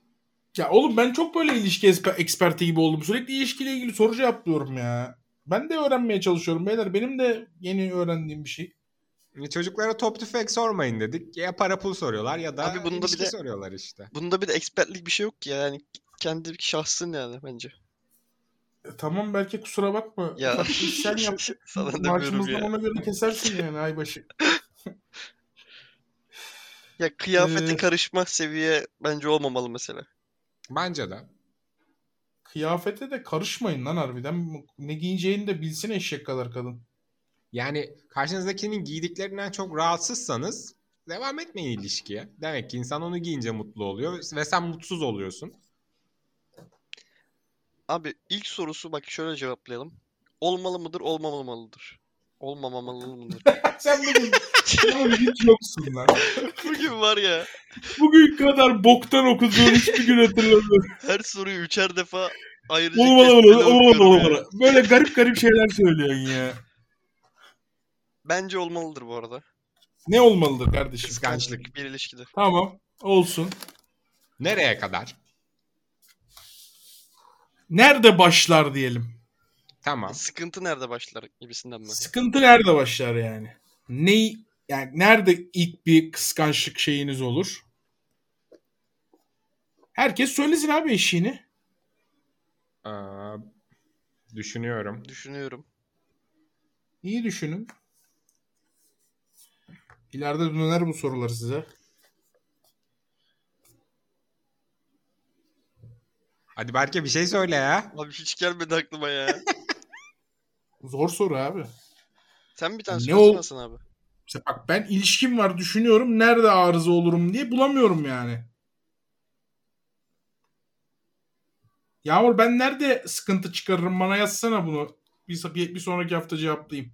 S4: Ya oğlum ben çok böyle ilişki esper- eksperti gibi oldum. Sürekli ilişkiyle ilgili soru cevaplıyorum ya. Ben de öğrenmeye çalışıyorum beyler. Benim de yeni öğrendiğim bir şey.
S3: Şimdi Çocuklara top tüfek sormayın dedik. Ya para pul soruyorlar ya da
S2: Abi bunda bir
S3: ilişki
S2: de-
S3: soruyorlar işte.
S2: Bunda bir de expertlik bir şey yok ki yani kendi şahsın yani bence.
S4: E, tamam belki kusura bakma.
S2: Ya.
S4: Ufak bir iş Sen yap.
S2: Sana demiyorum
S4: Maaşımızdan
S2: ya.
S4: ona göre kesersin yani ay başı.
S2: Ya kıyafete
S4: Ee,
S2: karışma seviye bence olmamalı mesela.
S3: Bence de.
S4: Kıyafete de karışmayın lan harbiden. Ne giyeceğini de bilsin eşek kadar kadın.
S3: Yani karşınızdakinin giydiklerinden çok rahatsızsanız devam etmeyin ilişkiye. Demek ki insan onu giyince mutlu oluyor ve sen mutsuz oluyorsun.
S2: Abi ilk sorusu bak şöyle cevaplayalım. Olmalı mıdır, olmamalıdır? Olmamamalı mıdır?
S4: Sen bugün, sen bugün hiç yoksun lan.
S2: Bugün var ya
S4: Bugün kadar boktan okuduğun hiçbir gün hatırlamıyorum.
S2: her soruyu üçer defa ayıracak
S4: Oğlum oğlum
S2: testleri
S4: oğlum oğlum
S2: okuyorum ya.
S4: oğlum. Böyle garip garip şeyler söylüyorsun ya.
S2: Bence olmalıdır bu arada.
S4: Ne olmalıdır kardeşim?
S3: Kıskançlık.
S2: Bir ilişkide.
S4: Tamam. Olsun.
S3: Nereye kadar?
S4: Nerede başlar diyelim.
S3: Tamam.
S2: Sıkıntı nerede başlar gibisinden mi?
S4: Sıkıntı nerede başlar yani? Neyi yani nerede ilk bir kıskançlık şeyiniz olur? Herkes söylesin abi eşiğini.
S3: Ee, düşünüyorum.
S2: Düşünüyorum.
S4: İyi düşünün. İleride döner bu sorular size.
S3: Hadi Berke bir şey söyle ya.
S2: Abi hiç gelmedi aklıma ya.
S4: Zor soru abi.
S2: Sen bir tane
S4: Ne
S2: söylesene
S4: ol-
S2: Hasan abi.
S4: İşte bak ben ilişkim var düşünüyorum. Nerede arıza olurum diye bulamıyorum yani. Yağmur ben nerede sıkıntı çıkarırım bana yazsana bunu. Bir, bir, bir sonraki hafta cevaplayayım.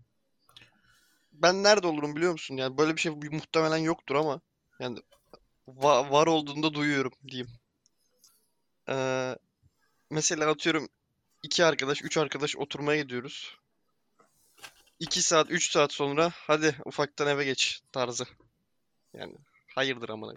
S2: Ben nerede olurum biliyor musun? Yani böyle bir şey muhtemelen yoktur ama yani va- var olduğunda duyuyorum diyeyim. Ee, mesela atıyorum iki arkadaş, üç arkadaş oturmaya gidiyoruz. İki saat, üç saat sonra hadi ufaktan eve geç tarzı. Yani hayırdır amına.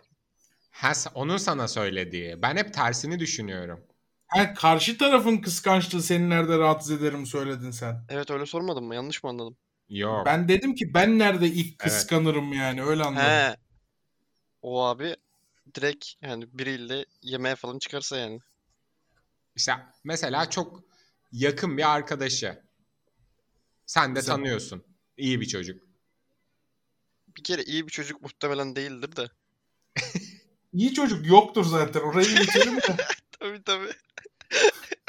S3: Ha, s- onun sana söylediği. Ben hep tersini düşünüyorum.
S4: Ha, karşı tarafın kıskançlığı seni nerede rahatsız ederim söyledin sen.
S2: Evet öyle sormadım mı? Yanlış mı anladım?
S3: Yok.
S4: Ben dedim ki ben nerede ilk
S3: Evet.
S4: kıskanırım yani öyle anladım.
S2: He. O abi direkt yani biriyle yemeğe falan çıkarsa yani.
S3: İşte mesela çok yakın bir arkadaşı. Sen de
S4: Güzel.
S3: tanıyorsun. İyi bir çocuk.
S2: Bir kere iyi bir çocuk muhtemelen değildir de.
S4: İyi çocuk yoktur zaten orayı geçelim de.
S2: Tabii tabii.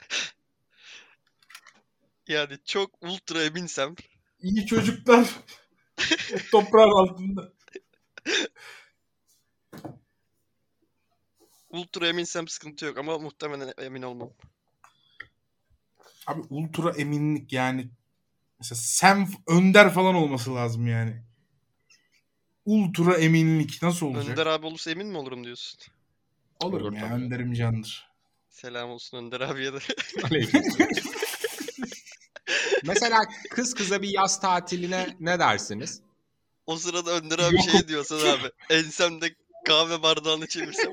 S2: Yani çok ultra eminsem
S4: İyi çocuklar toprağın altında.
S2: Ultra eminsem sıkıntı yok ama muhtemelen emin olmam.
S4: Abi ultra eminlik yani mesela sen önder falan olması lazım yani. Ultra eminlik nasıl olacak?
S2: Önder abi olursa emin mi olurum diyorsun?
S4: Olurum
S3: Olur
S4: ya
S3: tabii.
S4: önderim candır.
S2: Selam olsun Önder abiye de.
S3: Aleykümselam. Mesela kız kıza bir yaz tatiline ne dersiniz?
S2: o sırada Önder abi şey diyor sana abi. Ensemde kahve bardağını çevirsem.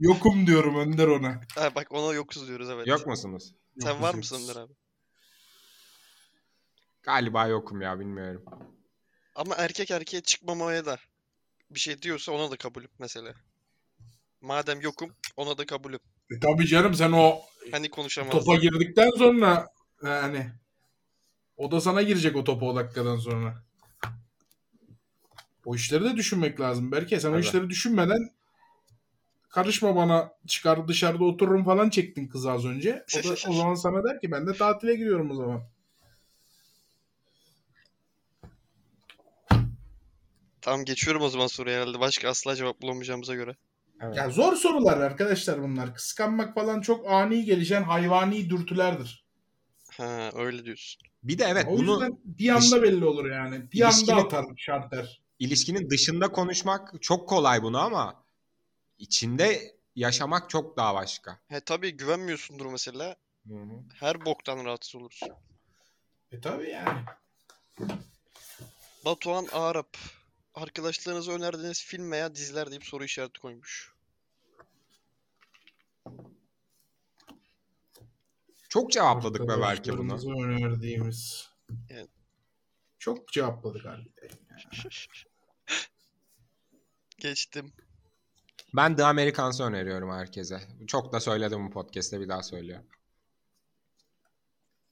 S4: Yokum diyorum önder ona.
S2: ha bak ona yokuz diyoruz evet.
S3: Yok musunuz?
S2: Sen
S4: Yokuz,
S2: var mısın
S4: yokuz.
S2: Önder abi?
S3: Galiba yokum ya bilmiyorum.
S2: Ama erkek erkeğe çıkmamaya da bir şey diyorsa ona da kabulüm mesela. Madem yokum ona da kabulüm.
S4: E tabii canım sen o
S2: Hani konuşamaz.
S4: topa girdikten sonra yani o da sana girecek o topa o dakikadan sonra. O işleri de düşünmek lazım. Belki sen o
S3: Tabii.
S4: işleri düşünmeden karışma bana çıkar dışarıda otururum falan çektin kızı az önce. O, da, o zaman sana der ki ben de tatile gidiyorum o zaman.
S2: Tamam geçiyorum o zaman soruya herhalde. Başka asla cevap bulamayacağımıza göre.
S3: Evet.
S4: Ya zor sorular arkadaşlar bunlar. Kıskanmak falan çok ani gelişen hayvani dürtülerdir.
S2: Ha öyle diyorsun.
S3: Bir de evet
S4: o
S3: bunu
S4: yüzden bir anda belli olur yani. Bir
S3: İlişkili-
S4: anda atar şarter.
S3: ilişkinin dışında konuşmak çok kolay bunu ama içinde yaşamak çok daha başka.
S2: He tabii güvenmiyorsundur mesela. Her boktan rahatsız olursun.
S4: E tabii yani.
S2: Batuhan Arap. Arkadaşlarınıza önerdiğiniz film veya diziler deyip soru işareti koymuş.
S3: Çok cevapladık be belki bunu.
S4: Arkadaşlarımıza önerdiğimiz.
S2: Evet.
S4: Çok cevapladık abi.
S2: Geçtim.
S3: Ben The Americans'ı öneriyorum herkese. Çok da söyledim bu podcast'te bir daha söylüyorum.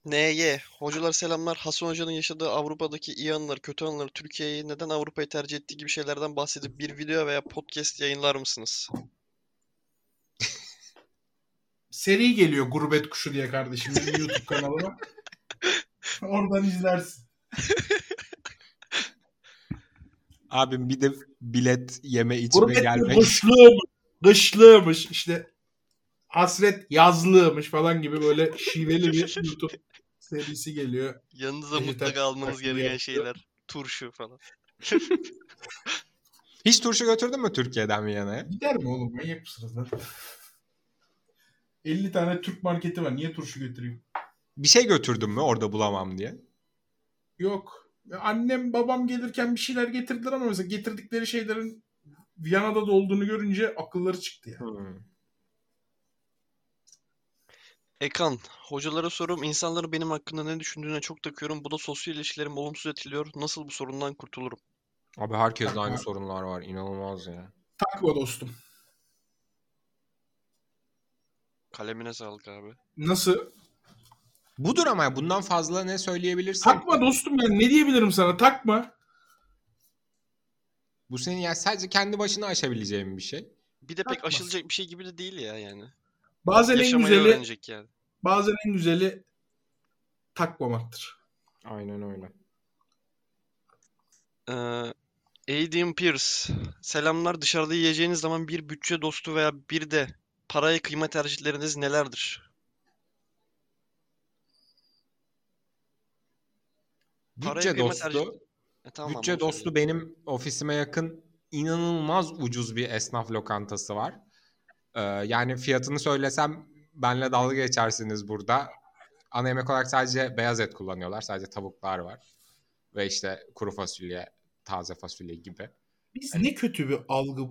S2: NY. Hocalar selamlar. Hasan Hoca'nın yaşadığı Avrupa'daki iyi anılar, kötü anılar, Türkiye'yi neden Avrupa'yı tercih ettiği gibi şeylerden bahsedip bir video veya podcast yayınlar mısınız?
S4: Seri geliyor Gurbet Kuşu diye kardeşim benim YouTube kanalıma. Oradan izlersin.
S3: Abim bir de bilet yeme içme
S4: Gurbet
S3: gelme.
S4: kışlığımış. Kışlığımış işte. Hasret yazlığımış falan gibi böyle şiveli bir YouTube serisi geliyor.
S2: Yanınıza
S4: Vejetaryen
S2: mutlaka almanız
S4: taklidi
S2: gereken
S4: yapıyor.
S2: şeyler. Turşu falan.
S3: Hiç turşu götürdün mü Türkiye'den Viyana'ya?
S4: Gider mi oğlum manyak mısınız lan? 50 tane Türk marketi var. Niye turşu götüreyim?
S3: Bir şey götürdün mü orada bulamam diye?
S4: Yok. Ya Annem babam gelirken bir şeyler getirdiler ama mesela getirdikleri şeylerin Viyana'da da olduğunu görünce akılları çıktı ya.
S3: Hmm.
S2: Ekan, hocalara sorum. İnsanların benim hakkında ne düşündüğüne çok takıyorum. Bu da sosyal ilişkilerim olumsuz etkiliyor. Nasıl bu sorundan kurtulurum?
S3: Abi herkeste
S4: Takma.
S3: aynı sorunlar var. İnanılmaz ya.
S4: Takma dostum.
S2: Kalemine sağlık abi.
S4: Nasıl?
S3: Budur ama bundan fazla ne söyleyebilirsin?
S4: Takma dostum yani ne diyebilirim sana? Takma.
S3: Bu senin ya sadece kendi başına aşabileceğin bir şey.
S2: Bir de pek
S4: Takmaz.
S2: aşılacak bir şey gibi de değil ya yani.
S4: Bazen en
S2: Yaşamayı
S4: güzeli,
S2: öğrenecek yani.
S4: bazen en güzeli takmamaktır.
S3: Aynen öyle.
S2: Ee, Adrian Pierce. Selamlar. Dışarıda yiyeceğiniz zaman bir bütçe dostu veya bir de paraya kıyma tercihleriniz nelerdir? Paraya
S3: Bütçe
S2: kıyma tercih-
S3: dostu.
S2: E, tamam
S3: Bütçe
S2: onu
S3: dostu
S2: söyleyeyim.
S3: benim ofisime yakın inanılmaz ucuz bir esnaf lokantası var. Ee, yani fiyatını söylesem benle dalga geçersiniz burada. Ana yemek olarak sadece beyaz et kullanıyorlar. Sadece tavuklar var. Ve işte kuru fasulye, taze fasulye gibi.
S4: Biz
S3: Hani
S4: ne kötü bir algı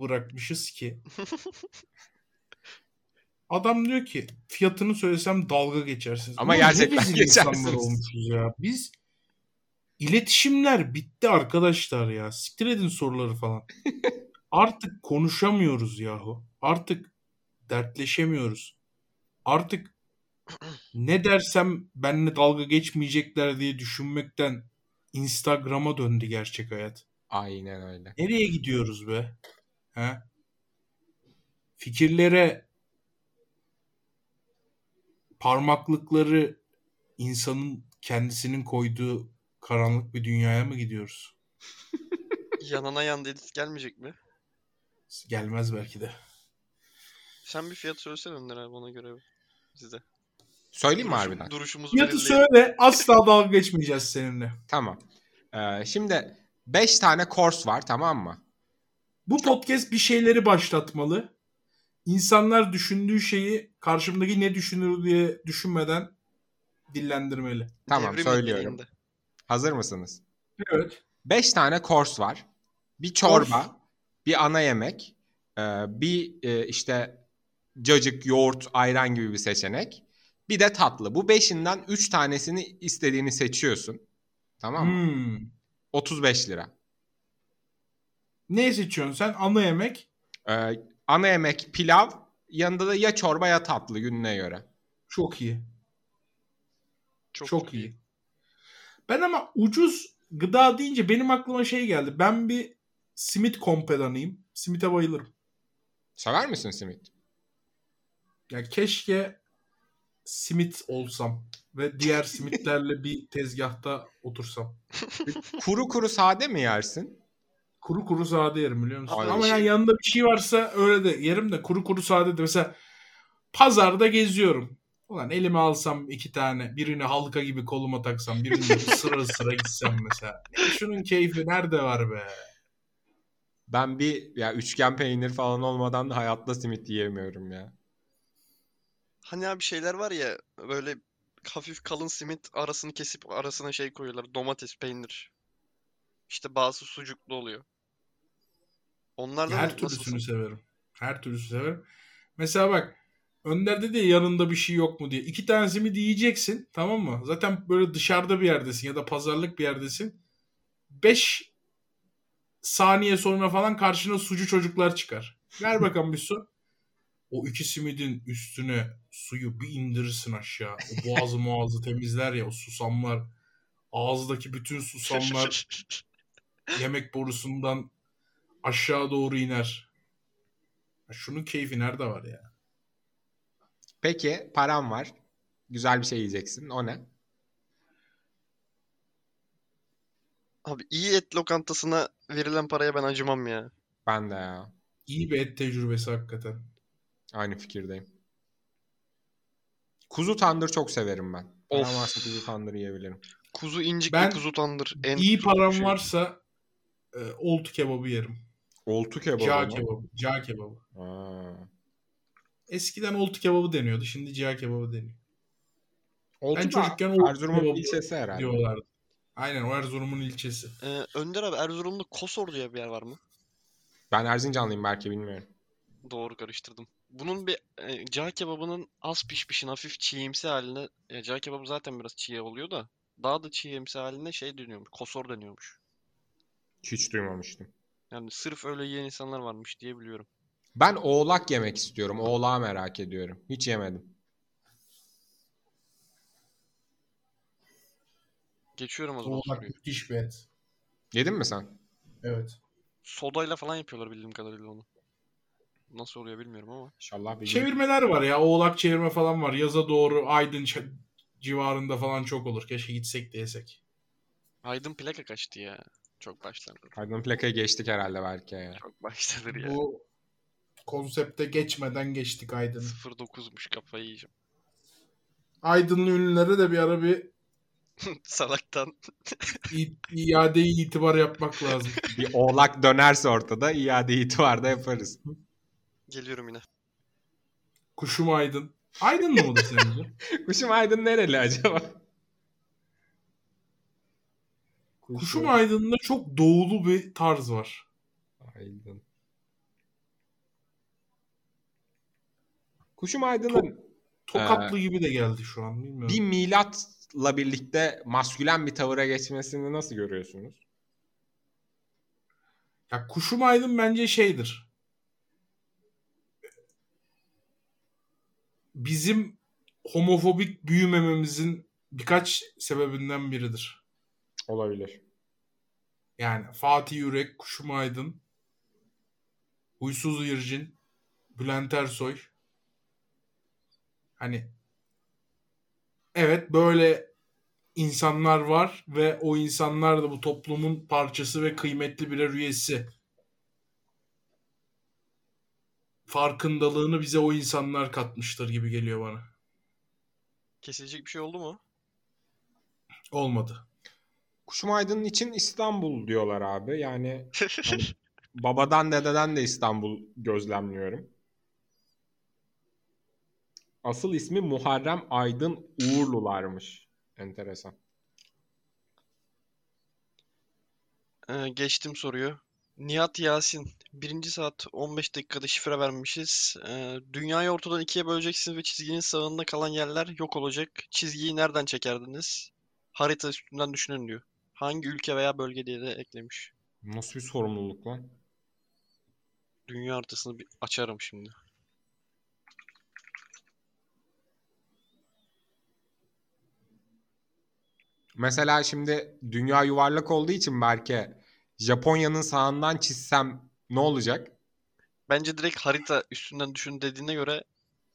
S4: bırakmışız ki. Adam diyor ki fiyatını söylesem dalga geçersiniz.
S3: Ama
S4: Ulan ne
S3: gerçekten
S4: rezil
S3: geçersiniz.
S4: insanlar olmuşuz ya. Biz iletişimler bitti arkadaşlar ya. Siktir edin soruları falan. Artık konuşamıyoruz yahu. Artık dertleşemiyoruz. Artık ne dersem benimle dalga geçmeyecekler diye düşünmekten Instagram'a döndü gerçek hayat.
S3: Aynen öyle.
S4: Nereye gidiyoruz be? He? fikirlere parmaklıkları insanın kendisinin koyduğu karanlık bir dünyaya mı gidiyoruz?
S2: Yanana yan edit gelmeyecek mi?
S4: Gelmez belki de.
S2: Sen bir fiyat söylesene Önder abi ona göre bize.
S3: Söyleyeyim mi
S2: Duruşum-
S3: harbiden?
S2: Duruşumuzu
S4: Fiyatı
S2: belirleyelim.
S4: söyle asla dalga geçmeyeceğiz seninle.
S3: Tamam. Ee, şimdi 5 tane course var tamam mı?
S4: Bu podcast bir şeyleri başlatmalı. İnsanlar düşündüğü şeyi karşımdaki ne düşünür diye düşünmeden dillendirmeli.
S3: Tamam
S2: Devrim
S3: söylüyorum.
S2: niteliğinde.
S3: Hazır mısınız?
S4: Evet.
S3: 5 tane course var. Bir çorba, bir ana yemek, e, bir e, işte cacık, yoğurt, ayran gibi bir seçenek. Bir de tatlı. Bu beşinden 3 tanesini istediğini seçiyorsun. Tamam mı?
S4: Hmm.
S3: 35 lira.
S4: Ne seçiyorsun sen? Ana yemek.
S3: Ee, ana yemek pilav, yanında da ya çorba ya tatlı gününe göre.
S4: Çok iyi. Çok, iyi. Ben ama ucuz gıda deyince benim aklıma şey geldi. Ben bir simit kompedanıyım. Simite bayılırım.
S3: Sever misin simit?
S4: Ya keşke simit olsam ve diğer simitlerle bir tezgahta otursam.
S3: Kuru kuru sade mi yersin?
S4: Kuru kuru sade yerim biliyor musun?
S2: Abi
S4: Ama
S2: şey-
S4: yani yanında bir şey varsa öyle de yerim de kuru kuru sade de mesela pazarda geziyorum. Ulan elime alsam iki tane birini halka gibi koluma taksam birini de sıra sıra gitsem mesela. Ya şunun keyfi nerede var be?
S3: Ben bir ya üçgen peynir falan olmadan da hayatta simit yiyemiyorum ya.
S2: Hani abi şeyler var ya böyle hafif kalın simit arasını kesip arasına şey koyuyorlar. Domates, peynir. İşte bazı sucuklu oluyor. Onlardan
S4: Her
S2: nasılsın?
S4: türlüsünü severim. Her türlüsünü severim. Mesela bak Önder dedi ya yanında bir şey yok mu diye. İki tane simidi yiyeceksin tamam mı? Zaten böyle dışarıda bir yerdesin ya da pazarlık bir yerdesin. Beş saniye sonra falan karşına sucu çocuklar çıkar. Ver bakalım bir su. O iki simidin üstüne suyu bir indirirsin aşağı. O boğazı muğazı temizler ya o susamlar. Ağızdaki bütün susamlar yemek borusundan aşağı doğru iner. Ya şunun keyfi nerede var ya?
S3: Peki param var. Güzel bir şey yiyeceksin. O ne?
S2: Abi iyi et lokantasına verilen paraya ben acımam ya.
S3: Ben de ya.
S4: İyi bir et tecrübesi hakikaten.
S3: Aynı fikirdeyim. Kuzu tandır çok severim ben. Param
S2: Of.
S3: varsa kuzu tandır yiyebilirim.
S2: Kuzu incik ve
S4: Ben
S2: kuzu tandır. En
S4: İyi
S2: son
S4: param
S2: şey.
S4: varsa e, oltu kebabı yerim.
S3: Oltu kebabı
S4: Cağ
S3: mı?
S4: kebabı. Cağ kebabı.
S3: Aa.
S4: Eskiden oltu kebabı deniyordu. Şimdi cağ kebabı deniyor.
S3: Oltu
S4: Ben
S3: da
S4: çocukken oltu
S3: Erzurum'un
S4: kebabı
S3: ilçesi herhalde.
S4: diyorlardı. Aynen o Erzurum'un ilçesi.
S2: Ee, Önder abi Erzurum'da Kosor diye bir yer var mı?
S3: Ben Erzincanlıyım belki bilmiyorum.
S2: Doğru karıştırdım. Bunun bir e, cağ kebabının az pişmişin hafif çiğimsi haline ya cağ kebabı zaten biraz çiğ oluyor da daha da çiğimsi haline şey dönüyormuş. Kosor dönüyormuş.
S3: Hiç duymamıştım.
S2: Yani sırf öyle yiyen insanlar varmış diye biliyorum.
S3: Ben oğlak yemek istiyorum. Oğlağı merak ediyorum. Hiç yemedim.
S2: Geçiyorum o zaman şey-
S4: Oğlak
S2: soruyu.
S4: müthiş bir et.
S3: Yedin mi sen?
S4: Evet.
S2: Sodayla falan yapıyorlar bildiğim kadarıyla onu. Nasıl oluyor bilmiyorum ama.
S3: İnşallah bir gün-
S4: Çevirmeler var ya. Oğlak çevirme falan var. Yaza doğru Aydın ç- civarında falan çok olur. Keşke gitsek de yesek.
S2: Aydın plaka kaçtı ya. Çok başlanır.
S3: Aydın plakayı geçtik herhalde belki. ya.
S2: Çok başlanır ya.
S4: Bu konsepte geçmeden geçtik Aydın'ı.
S2: 09'muş kafayı yiyeceğim.
S4: Aydınlı ünlülere de bir ara bir
S2: Salaktan.
S4: i- iade itibar yapmak lazım.
S3: Bir oğlak dönerse ortada iade itibarda yaparız.
S2: Geliyorum yine.
S4: Kuşum Aydın. Aydınlı mı sence?
S3: Kuşum Aydın nereli acaba?
S4: Kuşum Aydın'da çok doğulu bir tarz var.
S3: Aydın. Kuşum Aydın'ın
S4: Tokatlı gibi de geldi şu an bilmiyorum.
S3: bir milatla birlikte maskülen bir tavıra geçmesini nasıl görüyorsunuz?
S4: Ya Kuşum Aydın bence şeydir. Bizim homofobik büyümememizin birkaç sebebinden biridir.
S3: Olabilir.
S4: Yani Fatih Yürek, Kuşum Aydın, Huysuz Virgin, Bülent Ersoy. Hani evet böyle insanlar var ve o insanlar da bu toplumun parçası ve kıymetli birer üyesi. Farkındalığını bize o insanlar katmıştır gibi geliyor bana.
S2: Kesilecek bir şey oldu mu?
S4: Olmadı.
S3: Kuşum Aydın'ın için İstanbul diyorlar abi. Yani hani babadan dededen de İstanbul gözlemliyorum. Asıl ismi Muharrem Aydın Uğurlularmış. Enteresan.
S2: Ee, geçtim soruyu. Nihat Yasin. Birinci saat 15 dakikada şifre vermişiz. Ee, dünyayı ortadan ikiye böleceksiniz ve çizginin sağında kalan yerler yok olacak. Çizgiyi nereden çekerdiniz? Harita üstünden düşünün diyor. Hangi ülke veya bölge diye de eklemiş.
S3: Nasıl bir sorumluluk lan?
S2: Dünya haritasını bir açarım şimdi.
S3: Mesela şimdi dünya yuvarlak olduğu için belki Japonya'nın sağından çizsem ne olacak?
S2: Bence direkt harita üstünden düşün dediğine göre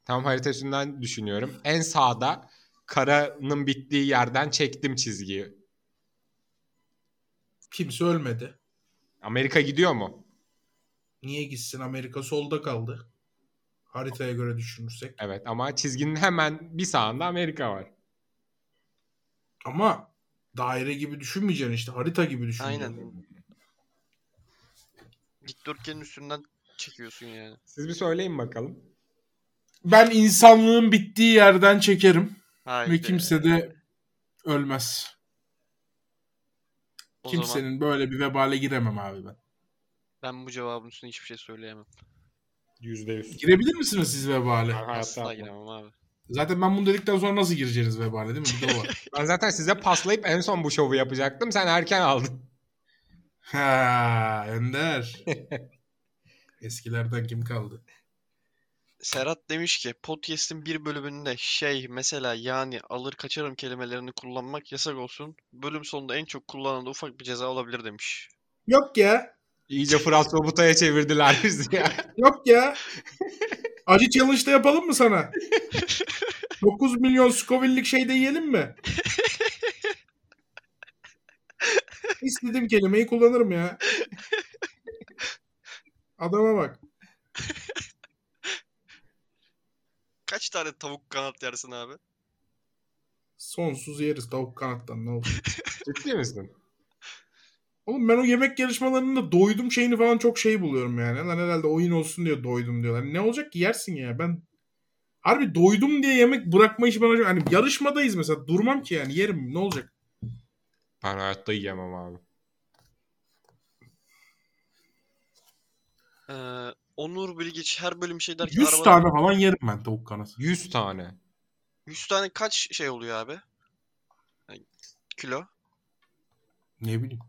S3: Tam harita üstünden düşünüyorum. En sağda karanın bittiği yerden çektim çizgiyi.
S4: Kimse ölmedi.
S3: Amerika gidiyor mu?
S4: Niye gitsin? Amerika solda kaldı. Haritaya göre düşünürsek.
S3: Evet ama çizginin hemen bir sağında Amerika var.
S4: Ama daire gibi düşünmeyeceksin işte. Harita gibi düşüneceksin.
S2: aynen. Dikdörtgenin üstünden çekiyorsun yani.
S3: Siz bir söyleyin bakalım.
S4: Ben insanlığın bittiği yerden çekerim. Ve
S2: Haydi.
S4: kimse de ölmez.
S2: O zaman
S4: Kimsenin böyle bir vebale giremem abi ben.
S2: ben bu cevabın üstüne hiçbir şey söyleyemem.
S3: Yüzde yüz.
S4: Girebilir misiniz siz vebale?
S3: Ben hayatta
S2: Asla
S3: yapmam.
S2: giremem abi.
S4: Zaten ben bunu dedikten sonra nasıl gireceğiz vebale değil mi? Bir de o var.
S3: Ben zaten size paslayıp en son bu şovu yapacaktım. Sen erken aldın.
S4: ha, Önder. Eskilerden kim kaldı?
S2: Serhat demiş ki podcast'in bir bölümünde şey mesela yani alır kaçarım kelimelerini kullanmak yasak olsun. Bölüm sonunda en çok kullanılan da ufak bir ceza olabilir demiş.
S4: Yok ya.
S3: İyice Fırat Robuta'ya çevirdiler bizi ya.
S4: Yok ya. Acı challenge'da yapalım mı sana? 9 milyon Scoville'lik şeyde yiyelim mi? İstediğim kelimeyi kullanırım ya. Adama bak.
S2: Kaç tane tavuk kanat yersin abi?
S4: Sonsuz yeriz tavuk kanattan ne olur.
S3: Ciddi misin?
S4: Oğlum ben o yemek yarışmalarında doydum şeyini falan çok şey buluyorum yani. Lan herhalde oyun olsun diye doydum diyorlar. Ne olacak ki yersin ya ben. Harbi doydum diye yemek bırakma işi bana... Hani yarışmadayız mesela durmam ki yani yerim ne olacak.
S3: Ben hayatta yiyemem abi.
S2: Ee, Onur Bilgiç her bölüm şey der ki
S4: 100
S2: arabada-
S4: tane falan yerim ben tavuk kanat.
S3: 100 tane.
S2: 100 tane kaç şey oluyor abi? Yani kilo.
S4: Ne bileyim.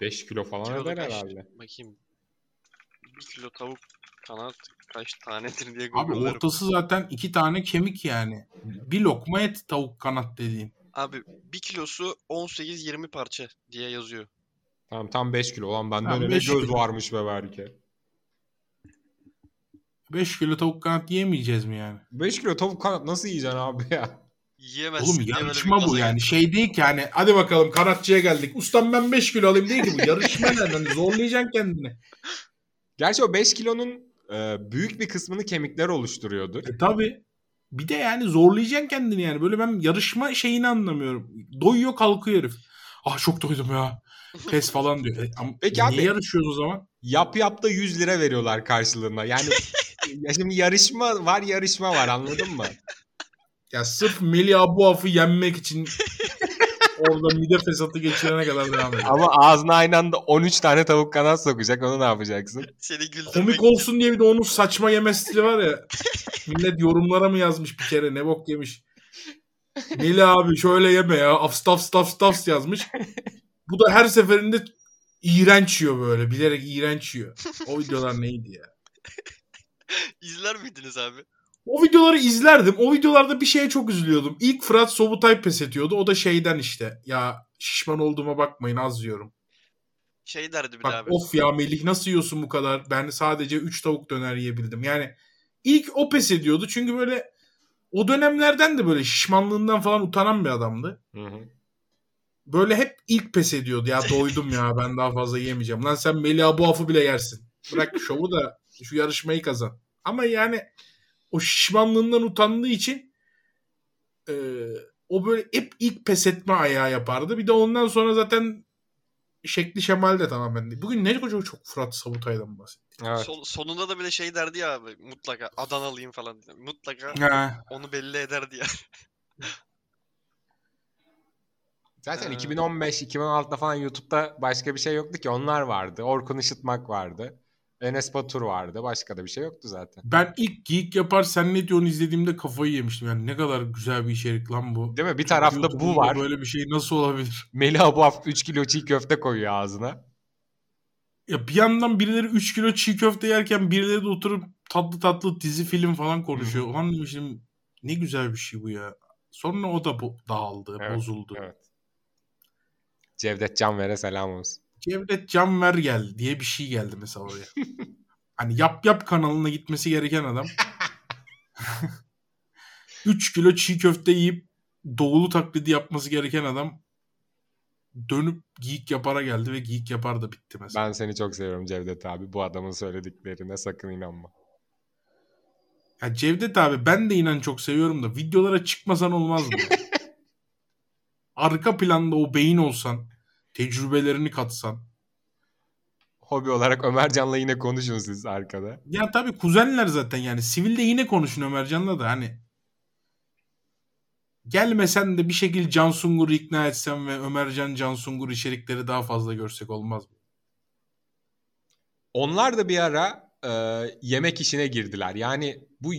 S3: 5 kilo falan
S2: Kiloda
S3: eder
S2: kaç?
S3: herhalde.
S2: Bakayım. 1 kilo tavuk kanat kaç tanedir diye
S4: Abi
S2: google'larım.
S4: ortası zaten iki tane kemik yani. Bir lokma et tavuk kanat dediğin.
S2: Abi 1 kilosu 18-20 parça diye yazıyor.
S3: Tamam tam 5 kilo. Ulan benden
S4: Tam
S3: öyle
S4: beş
S3: göz
S4: kilo.
S3: varmış be belki.
S4: 5 kilo tavuk kanat yiyemeyeceğiz mi yani?
S3: 5 kilo tavuk kanat nasıl yiyeceksin abi ya?
S2: Yiyemezsin
S4: Oğlum
S2: diye böyle bir
S4: yarışma bu
S2: gaza
S4: yani.
S2: geldim.
S4: Şey değil ki hani hadi bakalım kanatçıya geldik. Ustam ben 5 kilo alayım değil ki bu. Yarışma yani. Hani zorlayacaksın kendini.
S3: Gerçi o 5 kilonun e, büyük bir kısmını kemikler oluşturuyordur.
S4: E tabi. Bir de yani zorlayacaksın kendini yani. Böyle ben yarışma şeyini anlamıyorum. Doyuyor kalkıyor herif. Ah çok doydum ya. Pes falan diyor. E, ama
S3: Peki
S4: niye
S3: abi-
S4: yarışıyoruz o zaman?
S3: Yap yapta 100 lira veriyorlar karşılığında. Yani ya şimdi yarışma var yarışma var anladın mı?
S4: Ya sırf Melih Abuaf'ı yenmek için orada mide fesatı geçirene kadar devam ediyor.
S3: Ama ağzına aynı anda 13 tane tavuk kanat sokacak. Onu ne yapacaksın?
S2: Seni güldürmek
S4: Komik olsun diye bir de onun saçma yeme stili var ya. Millet yorumlara mı yazmış bir kere ne bok yemiş. Melih abi şöyle yeme ya. Afstaf staf staf yazmış. Bu da her seferinde iğrenç yiyor böyle. Bilerek iğrenç yiyor. O videolar neydi ya?
S2: İzler miydiniz abi?
S4: O videoları izlerdim. O videolarda bir şeye çok üzülüyordum. İlk Fırat Sobutay pes ediyordu. O da şeyden işte. Ya şişman olduğuma bakmayın az yiyorum.
S2: Şey derdi bir de
S4: Bak
S2: abi.
S4: of ya Melih nasıl yiyorsun bu kadar? Ben sadece 3 tavuk döner yiyebildim. Yani ilk o pes ediyordu. Çünkü böyle o dönemlerden de böyle şişmanlığından falan utanan bir adamdı. Böyle hep ilk pes ediyordu. Ya doydum ya ben daha fazla yiyemeyeceğim. Lan sen Melih bu afı bile yersin. Bırak şovu da şu yarışmayı kazan. Ama yani o şişmanlığından utandığı için e, o böyle hep ilk pes etme ayağı yapardı. Bir de ondan sonra zaten şekli şemal de tamamen değil. Bugün ne koca çok Fırat Sabutay'dan bahsediyor.
S3: Evet.
S2: Son- sonunda da bile şey derdi ya abi mutlaka Adanalıyım falan. diye. Mutlaka
S5: Ha.
S2: onu belli ederdi ya.
S3: Zaten
S2: Ee.
S3: 2015-2016'da falan YouTube'da başka bir şey yoktu ki. Onlar vardı. Orkun Işıtmak vardı. Enes Batur vardı. Başka da bir şey yoktu zaten.
S4: Ben ilk geyik yapar sen ne diyorsun izlediğimde kafayı yemiştim. Yani ne kadar güzel bir içerik lan bu.
S3: Değil mi? Bir tarafta bu
S4: YouTube'da
S3: var.
S4: Böyle bir şey nasıl olabilir?
S3: Melih Abuaf 3 kilo çiğ köfte koyuyor ağzına.
S4: Ya bir yandan birileri 3 kilo çiğ köfte yerken birileri de oturup tatlı tatlı dizi film falan konuşuyor. Ulan demiştim ne güzel bir şey bu ya. Sonra o da bu dağıldı,
S3: Evet,
S4: bozuldu.
S3: Evet. Cevdet Canver'e selam olsun.
S4: Cevdet Canver gel diye bir şey geldi mesela oraya. hani yap yap kanalına gitmesi gereken adam. 3 kilo çiğ köfte yiyip doğulu taklidi yapması gereken adam dönüp geyik yapara geldi ve geyik yapar da bitti mesela.
S3: Ben seni çok seviyorum Cevdet abi. Bu adamın söylediklerine sakın inanma.
S4: Ya Cevdet abi ben de inan çok seviyorum da videolara çıkmasan olmaz mı? Arka planda o beyin olsan, tecrübelerini katsan,
S3: Hobi olarak Ömercan'la yine konuşun siz arkada.
S4: Ya tabii kuzenler zaten yani. Sivilde yine konuşun Ömercan'la da hani. Gelmesen de bir şekilde Can Sungur'u ikna etsem ve Ömercan Can Sungur içerikleri daha fazla görsek olmaz mı?
S3: Onlar da bir ara e, yemek işine girdiler. Yani bu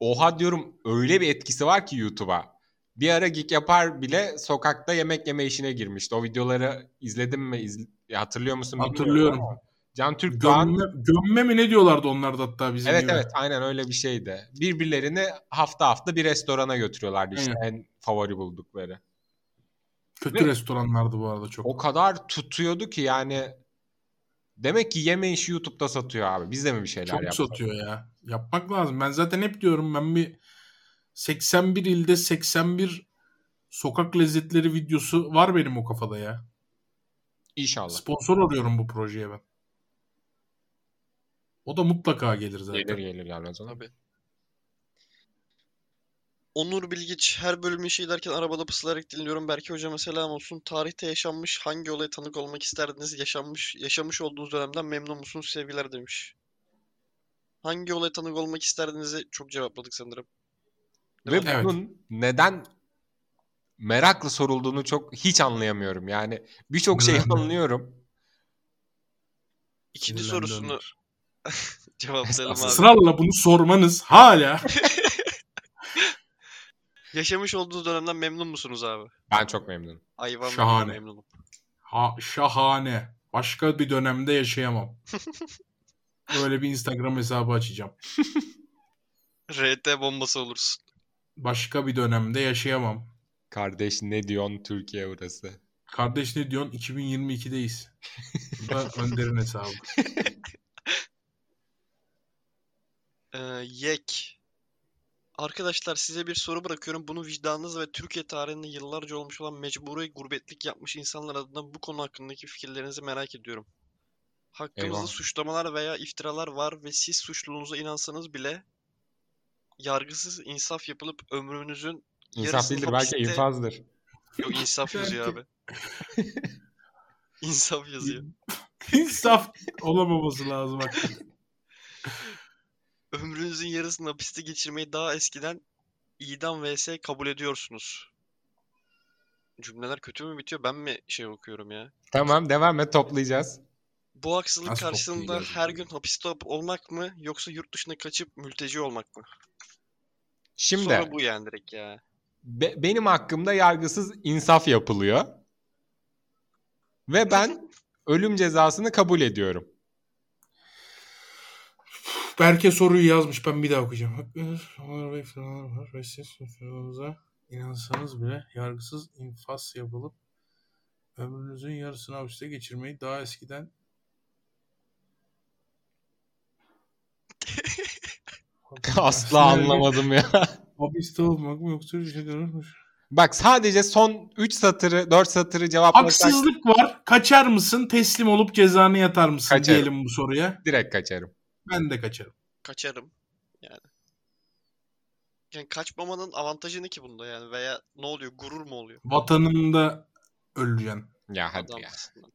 S3: oha diyorum öyle bir etkisi var ki YouTube'a. Bir ara Geek Yapar bile sokakta yemek yeme işine girmişti. O videoları izledin mi? İzle- ya hatırlıyor musun? bilmiyorum
S4: Hatırlıyorum.
S3: ama Can Türk Doğan-
S4: Gömme, gömme mi ne diyorlardı onlarda hatta bizim
S3: Evet
S4: gibi.
S3: evet aynen öyle bir şeydi. Birbirlerini hafta hafta bir restorana götürüyorlardı işte en favori buldukları.
S4: Kötü restoranlardı bu arada çok.
S3: O kadar tutuyordu ki yani demek ki yeme işi YouTube'da satıyor abi. Biz de mi bir şeyler
S4: Çok
S3: yapsak?
S4: satıyor ya. Yapmak lazım. Ben zaten hep diyorum ben bir 81 ilde 81 sokak lezzetleri videosu var benim o kafada ya.
S3: İnşallah.
S4: Sponsor arıyorum bu projeye ben. O da mutlaka gelir zaten.
S3: Gelir gelir gelmez ona.
S2: Tabii. Onur Bilgiç her bölümü şeylerken arabada pısılarak dinliyorum. Berke hocama selam olsun. Tarihte yaşanmış hangi olaya tanık olmak isterdiniz? Yaşanmış yaşamış olduğunuz dönemden memnun musunuz? Sevgiler demiş. Hangi olaya tanık olmak isterdinizi çok cevapladık sanırım.
S3: Ve
S4: Evet.
S3: bunun neden merakla sorulduğunu çok hiç anlayamıyorum. Yani birçok şeyi
S4: Neden?
S3: anlıyorum.
S2: İkinci
S4: Sinirlendi
S2: sorusunu
S4: Önder.
S2: cevaplayalım abi.
S4: Sıralla bunu sormanız hala.
S2: Yaşamış olduğunuz dönemden memnun musunuz abi?
S3: Ben çok memnunum.
S2: Hayvan memnun,
S4: Şahane.
S2: memnunum.
S4: Ha, şahane. Başka bir dönemde yaşayamam. Böyle bir Instagram hesabı açacağım.
S2: RT bombası olursun.
S4: Başka bir dönemde yaşayamam.
S3: Kardeş ne diyorsun Türkiye burası?
S4: Kardeş ne diyorsun? 2022'deyiz. Bu da Önder'in hesabı.
S2: Ee, yek. Arkadaşlar size bir soru bırakıyorum. Bunu vicdanınız ve Türkiye tarihinde yıllarca olmuş olan mecburi gurbetlik yapmış insanlar adına bu konu hakkındaki fikirlerinizi merak ediyorum. Hakkımızda
S3: Eyvah.
S2: suçlamalar veya iftiralar var ve siz suçluluğunuza inansanız bile yargısız insaf yapılıp ömrünüzün
S3: İnsaf
S2: Yarısını
S3: değildir belki
S2: hapiste-
S3: infazdır.
S2: yok insaf yazıyor abi. İnsaf yazıyor.
S4: İnsaf olamaması lazım hakikaten.
S2: Ömrünüzün yarısını hapiste geçirmeyi daha eskiden idam vs kabul ediyorsunuz. Cümleler kötü mü bitiyor? Ben mi şey okuyorum ya?
S3: Tamam devam et toplayacağız.
S2: Bu haksızlık
S4: Nasıl
S2: karşısında
S4: toplayacağız
S2: her
S4: bunu?
S2: gün hapiste olup- olmak mı yoksa yurt dışına kaçıp mülteci olmak mı?
S3: Şimdi
S2: Soru bu yani direkt ya.
S3: Be- benim hakkımda yargısız insaf yapılıyor. Ve ben ölüm cezasını kabul ediyorum.
S4: Berke soruyu yazmış. Ben bir daha okuyacağım. Hakkınız var ve iftiralar var ve siz suçluluğunuza inansanız bile yargısız infaz yapılıp ömrünüzün yarısını hapiste geçirmeyi daha eskiden
S3: Asla anlamadım ya.
S4: Hapiste olmak mı yoksa bir şey görürmüş.
S3: Bak sadece son 3 satırı 4 satırı cevaplasak
S4: Haksızlık var. Kaçar mısın? Teslim olup cezanı yatar mısın?
S3: Kaçarım.
S4: Diyelim bu soruya.
S3: direkt kaçarım.
S4: Ben de kaçarım.
S2: Kaçarım. Yani. Yani kaçmamanın avantajı ne ki bunda yani? Veya ne oluyor? Gurur mu oluyor?
S4: Vatanında öleceksin.
S3: Ya hadi
S2: Adam
S3: ya.
S2: aslında.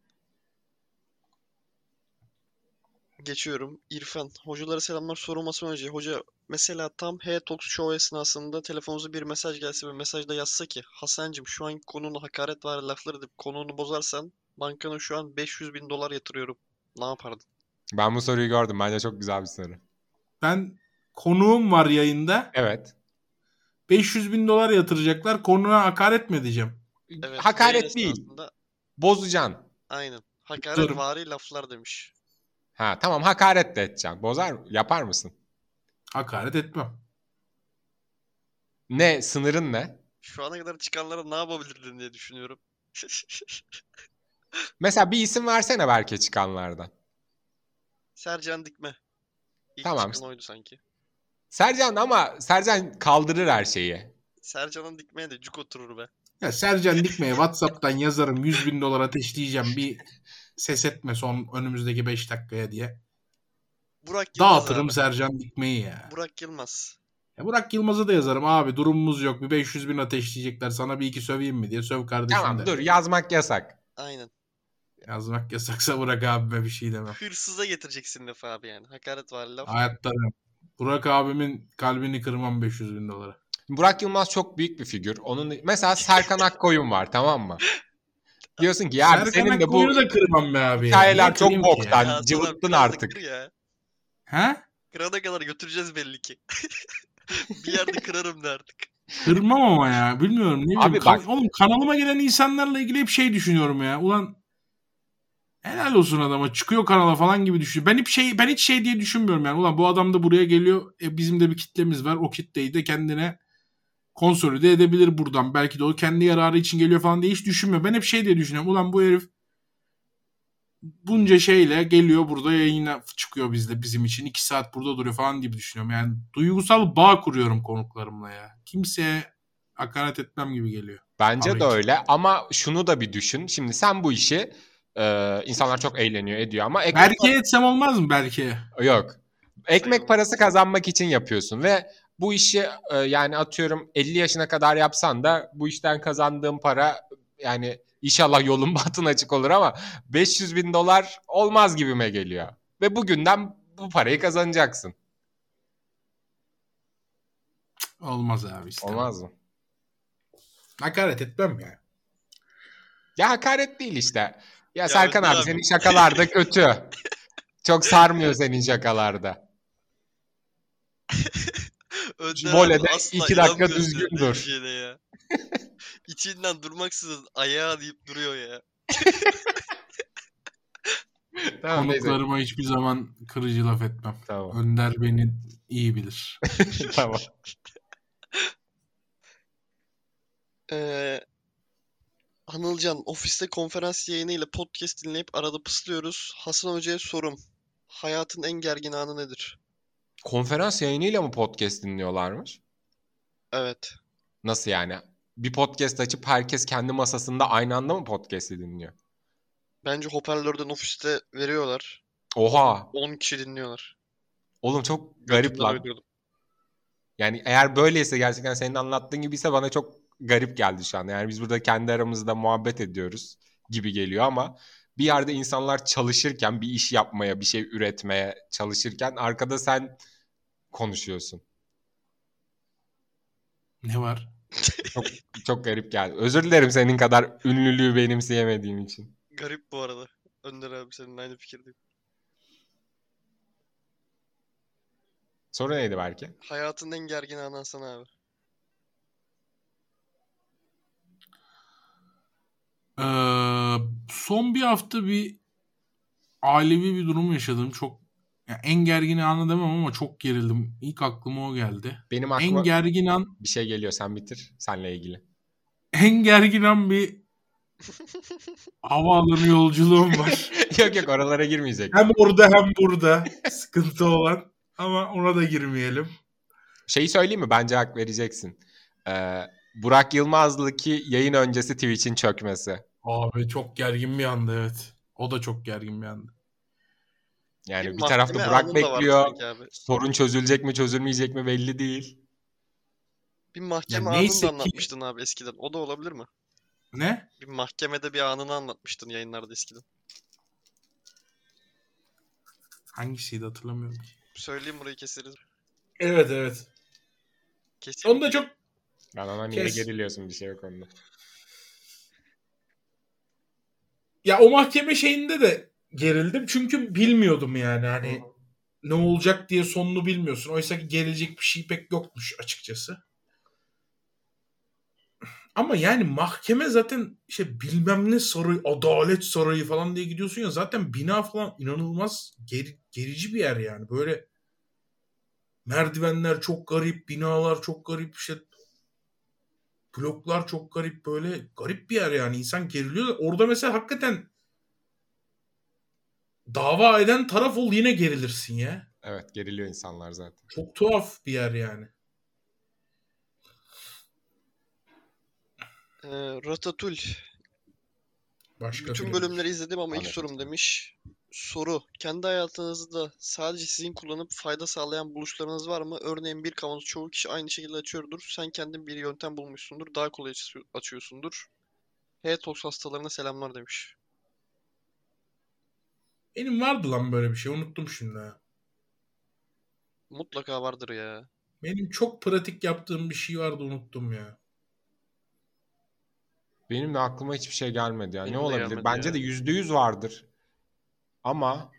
S2: Geçiyorum. İrfan. Hocalara selamlar. Sorulması önce. Hoca mesela tam H-Talks Show esnasında telefonunuza bir mesaj gelse ve mesajda yazsa ki Hasan'cığım şu an konuna hakaret var lafları deyip konuğunu bozarsan bankana şu an 500 bin dolar yatırıyorum. Ne yapardın?
S3: Ben bu soruyu gördüm. Bence çok güzel bir soru.
S4: Ben konuğum var yayında.
S3: Evet.
S4: 500 bin dolar yatıracaklar. Konuğa hakaret mi edeceğim?
S2: Evet,
S3: Hakaret
S2: yayın
S3: değil.
S2: esnasında-
S3: Bozacaksın.
S2: Aynen. Hakaret
S4: Dur.
S2: vari laflar demiş.
S3: Ha tamam hakaret de edeceksin. Bozar yapar mısın?
S4: Hakaret etmem.
S3: Ne sınırın ne?
S2: Şu ana kadar çıkanlara ne yapabilirdin diye düşünüyorum.
S3: Mesela bir isim versene belki çıkanlardan.
S2: Sercan Dikme. İlk
S3: Tamam.
S2: çıkan oydu sanki.
S3: Sercan ama Sercan kaldırır her şeyi.
S2: Sercan'ın dikmeye de cuk oturur be.
S4: Ya Sercan Dikme'ye Whatsapp'tan yazarım 100 bin dolar ateşleyeceğim bir ses etme son önümüzdeki 5 dakikaya diye.
S2: Burak Yılmaz
S4: Dağıtırım
S2: abi.
S4: Sercan Dikme'yi ya.
S2: Burak Yılmaz.
S4: ya. Burak Yılmaz'a da yazarım abi durumumuz yok bir 500 bin ateşleyecekler sana bir iki söveyim mi diye söv kardeşim
S3: Tamam
S4: de.
S3: dur yazmak yasak.
S2: Aynen.
S4: Yazmak yasaksa Burak abime bir şey demem.
S2: Hırsıza getireceksin lafı abi yani. Hakaret var laf.
S4: Hayatta demem. Burak abimin kalbini kırmam 500 bin dolara.
S3: Burak Yılmaz çok büyük bir figür. Onun mesela Serkan Akkoyun var tamam mı? Diyorsun ki ya
S4: Serkan
S3: senin de bu
S4: Akkoyun'u da kırmam be abi. ya.
S3: hikayeler
S4: Niye
S3: çok
S4: kırayım ki ya?
S3: boktan.
S2: Ya Salam,
S3: Cıvıttın
S2: kral da
S3: artık.
S2: kır ya.
S4: He?
S2: Kırana kadar götüreceğiz belli ki. bir yerde kırarım da artık.
S4: Kırmam ama ya. Bilmiyorum. Ne
S3: Abi
S4: bileyim. Kan-
S3: bak-
S4: Oğlum kanalıma gelen insanlarla ilgili hep şey düşünüyorum ya. Ulan helal olsun adama. Çıkıyor kanala falan gibi düşünüyorum. Ben hep şey ben hiç şey diye düşünmüyorum yani. Ulan bu adam da buraya geliyor. E, bizim de bir kitlemiz var. O kitleyi de kendine konsolide edebilir buradan. Belki de o kendi yararı için geliyor falan diye hiç düşünmüyorum. Ben hep şey diye düşünüyorum. Ulan bu herif bunca şeyle geliyor burada yayına çıkıyor bizde bizim için. iki saat burada duruyor falan gibi düşünüyorum. Yani duygusal bağ kuruyorum konuklarımla ya. Kimseye hakaret etmem gibi geliyor.
S3: Bence
S4: Abi
S3: de
S4: hiç-
S3: öyle ama şunu da bir düşün. Şimdi sen bu işi e, insanlar çok eğleniyor ediyor ama ekmek,
S4: Berke'ye etsem olmaz mı Berke'ye?
S3: yok. Ekmek
S2: Sayılmaz.
S3: parası kazanmak için yapıyorsun ve bu işi e, yani atıyorum 50 yaşına kadar yapsan da bu işten kazandığın para yani inşallah yolun batın açık olur ama 500 bin dolar olmaz gibime geliyor. Ve bugünden bu parayı kazanacaksın.
S4: Olmaz abi. istemem.
S3: Olmaz mı?
S4: Hakaret etmem ya.
S3: Ya hakaret değil işte. Ya, Serkan
S2: Önder
S3: abi
S2: abi.
S3: senin şakalarda kötü. Çok sarmıyor senin şakalarda.
S2: Önder
S3: Voleyde
S2: abi asla
S3: iki dakika
S2: inanmıyor
S3: düzgün
S2: senin
S3: dur.
S2: dediğine Ya. İçinden durmaksızın ayağa deyip duruyor ya.
S3: Tamam neyse.
S4: Konuklarıma hiçbir zaman kırıcı laf etmem.
S3: Tamam.
S4: Önder beni iyi bilir.
S3: tamam.
S2: Ee, Anılcan ofiste konferans yayını ile podcast dinleyip arada pıslıyoruz. Hasan Hoca'ya sorum. Hayatın en gergin anı nedir?
S3: Konferans yayınıyla mı podcast dinliyorlarmış?
S2: Evet.
S3: Nasıl yani? Bir podcast açıp herkes kendi masasında aynı anda mı podcast'i dinliyor?
S2: Bence hoparlörden ofiste veriyorlar.
S3: Oha!
S2: 10 kişi dinliyorlar.
S3: Oğlum çok garip
S2: Bundan
S3: lan.
S2: uydurdum.
S3: Yani eğer böyleyse gerçekten senin anlattığın gibiyse bana çok garip geldi şu an. Yani biz burada kendi aramızda muhabbet ediyoruz gibi geliyor ama bir yerde insanlar çalışırken, bir iş yapmaya, bir şey üretmeye çalışırken arkada sen konuşuyorsun.
S4: Ne var?
S3: Çok garip geldi. Özür dilerim senin kadar ünlülüğü benimseyemediğim için.
S2: Garip bu arada. Önder abi senin aynı fikirdeyim.
S3: Soru neydi belki?
S2: Hayatın en gergin anı Hasan abi.
S4: Ee, son bir hafta bir ailevi bir durum yaşadım. Çok ya en gergin anı demem ama çok gerildim. İlk aklıma o geldi.
S3: Benim
S4: En
S3: aklıma
S4: gergin an,
S3: bir şey geliyor. Sen bitir. Senle ilgili.
S4: en gergin an bir havaalanı yolculuğum var.
S3: yok yok oralara girmeyecek.
S4: Hem orada hem burada sıkıntı olan. Ama ona da girmeyelim.
S3: Şeyi söyleyeyim mi? Bence hak vereceksin. Ee, Burak Yılmaz'lıki yayın öncesi Twitch'in çökmesi.
S5: Abi çok gergin bir anda evet. O da çok gergin bir anda.
S3: Yani bir
S2: Mahkeme
S3: tarafta Burak
S2: anında vardı
S3: bekliyor.
S2: sanki abi.
S3: Sorun çözülecek mi çözülmeyecek mi belli değil.
S2: Bir mahkeme
S5: neyse
S2: anını
S5: ki-
S2: da anlatmıştın abi eskiden. O da olabilir mi?
S5: Ne?
S2: Bir mahkemede bir anını anlatmıştın yayınlarda eskiden.
S5: Hangisiydi hatırlamıyorum ki.
S2: Söyleyeyim burayı keseriz.
S4: Evet evet.
S2: Kesin.
S4: Onu da çok
S3: Ben hemen yine
S4: Kes.
S3: geriliyorsun bir şey yok onda.
S4: ya o mahkeme şeyinde de gerildim çünkü bilmiyordum yani hani ne olacak diye sonunu bilmiyorsun. Oysa ki gerilecek bir şey pek yokmuş açıkçası. Ama yani mahkeme zaten işte bilmem ne sarayı, adalet sarayı falan diye gidiyorsun ya zaten bina falan inanılmaz geri- gerici bir yer yani. Böyle merdivenler çok garip, binalar çok garip, işte bloklar çok garip böyle garip bir yer yani insan geriliyor. Orada mesela hakikaten dava eden taraf ol yine gerilirsin ya.
S3: Evet geriliyor insanlar zaten.
S4: Çok tuhaf bir yer yani.
S2: Ee, Ratatouille.
S4: Başka
S2: Bütün
S4: film.
S2: bölümleri izledim ama ilk
S3: Anladım.
S2: sorum demiş. Soru. Kendi hayatınızda sadece sizin kullanıp fayda sağlayan buluşlarınız var mı? Örneğin bir kavanoz çoğu kişi aynı şekilde açıyordur. Sen kendin bir yöntem bulmuşsundur. Daha kolay açı- açıyorsundur. H-Tox hastalarına selamlar demiş.
S4: Benim vardı lan böyle bir şey unuttum şimdi ha.
S2: Mutlaka vardır ya.
S4: Benim çok pratik yaptığım bir şey vardı unuttum ya.
S3: Benim de aklıma hiçbir şey gelmedi ya.
S2: Benim
S3: ne
S2: de
S3: olabilir?
S2: gelmedi
S3: Bence
S2: ya.
S3: de yüzde yüz vardır. Ama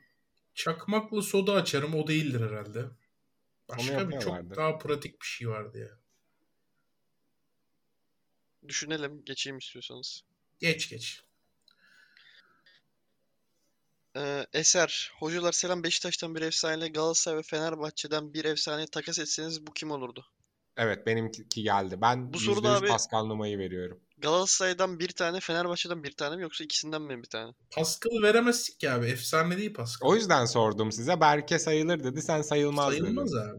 S4: Çakmaklı soda açarım o değildir herhalde. Başka bir çok
S3: yapıyorlardı.
S4: daha pratik bir şey vardı ya.
S2: Düşünelim. Geçeyim istiyorsanız.
S4: Geç geç.
S2: Ee, Eser. Hocalar selam. Beşiktaş'tan bir efsaneyle Galatasaray ve Fenerbahçe'den bir efsaneyi takas etseniz bu kim olurdu?
S3: evet benimki geldi. Ben
S2: Bu
S3: %100
S2: soruda abi-
S3: Pascal Numa'yı veriyorum.
S2: Galatasaray'dan bir tane, Fenerbahçe'den bir tane mi yoksa ikisinden mi bir tane?
S4: Pascal veremezdik ya abi. Efsane değil Pascal.
S3: O yüzden sordum size. Berke sayılır dedi. Sen sayılmaz,
S4: Sayılmaz
S3: dedin.
S4: abi.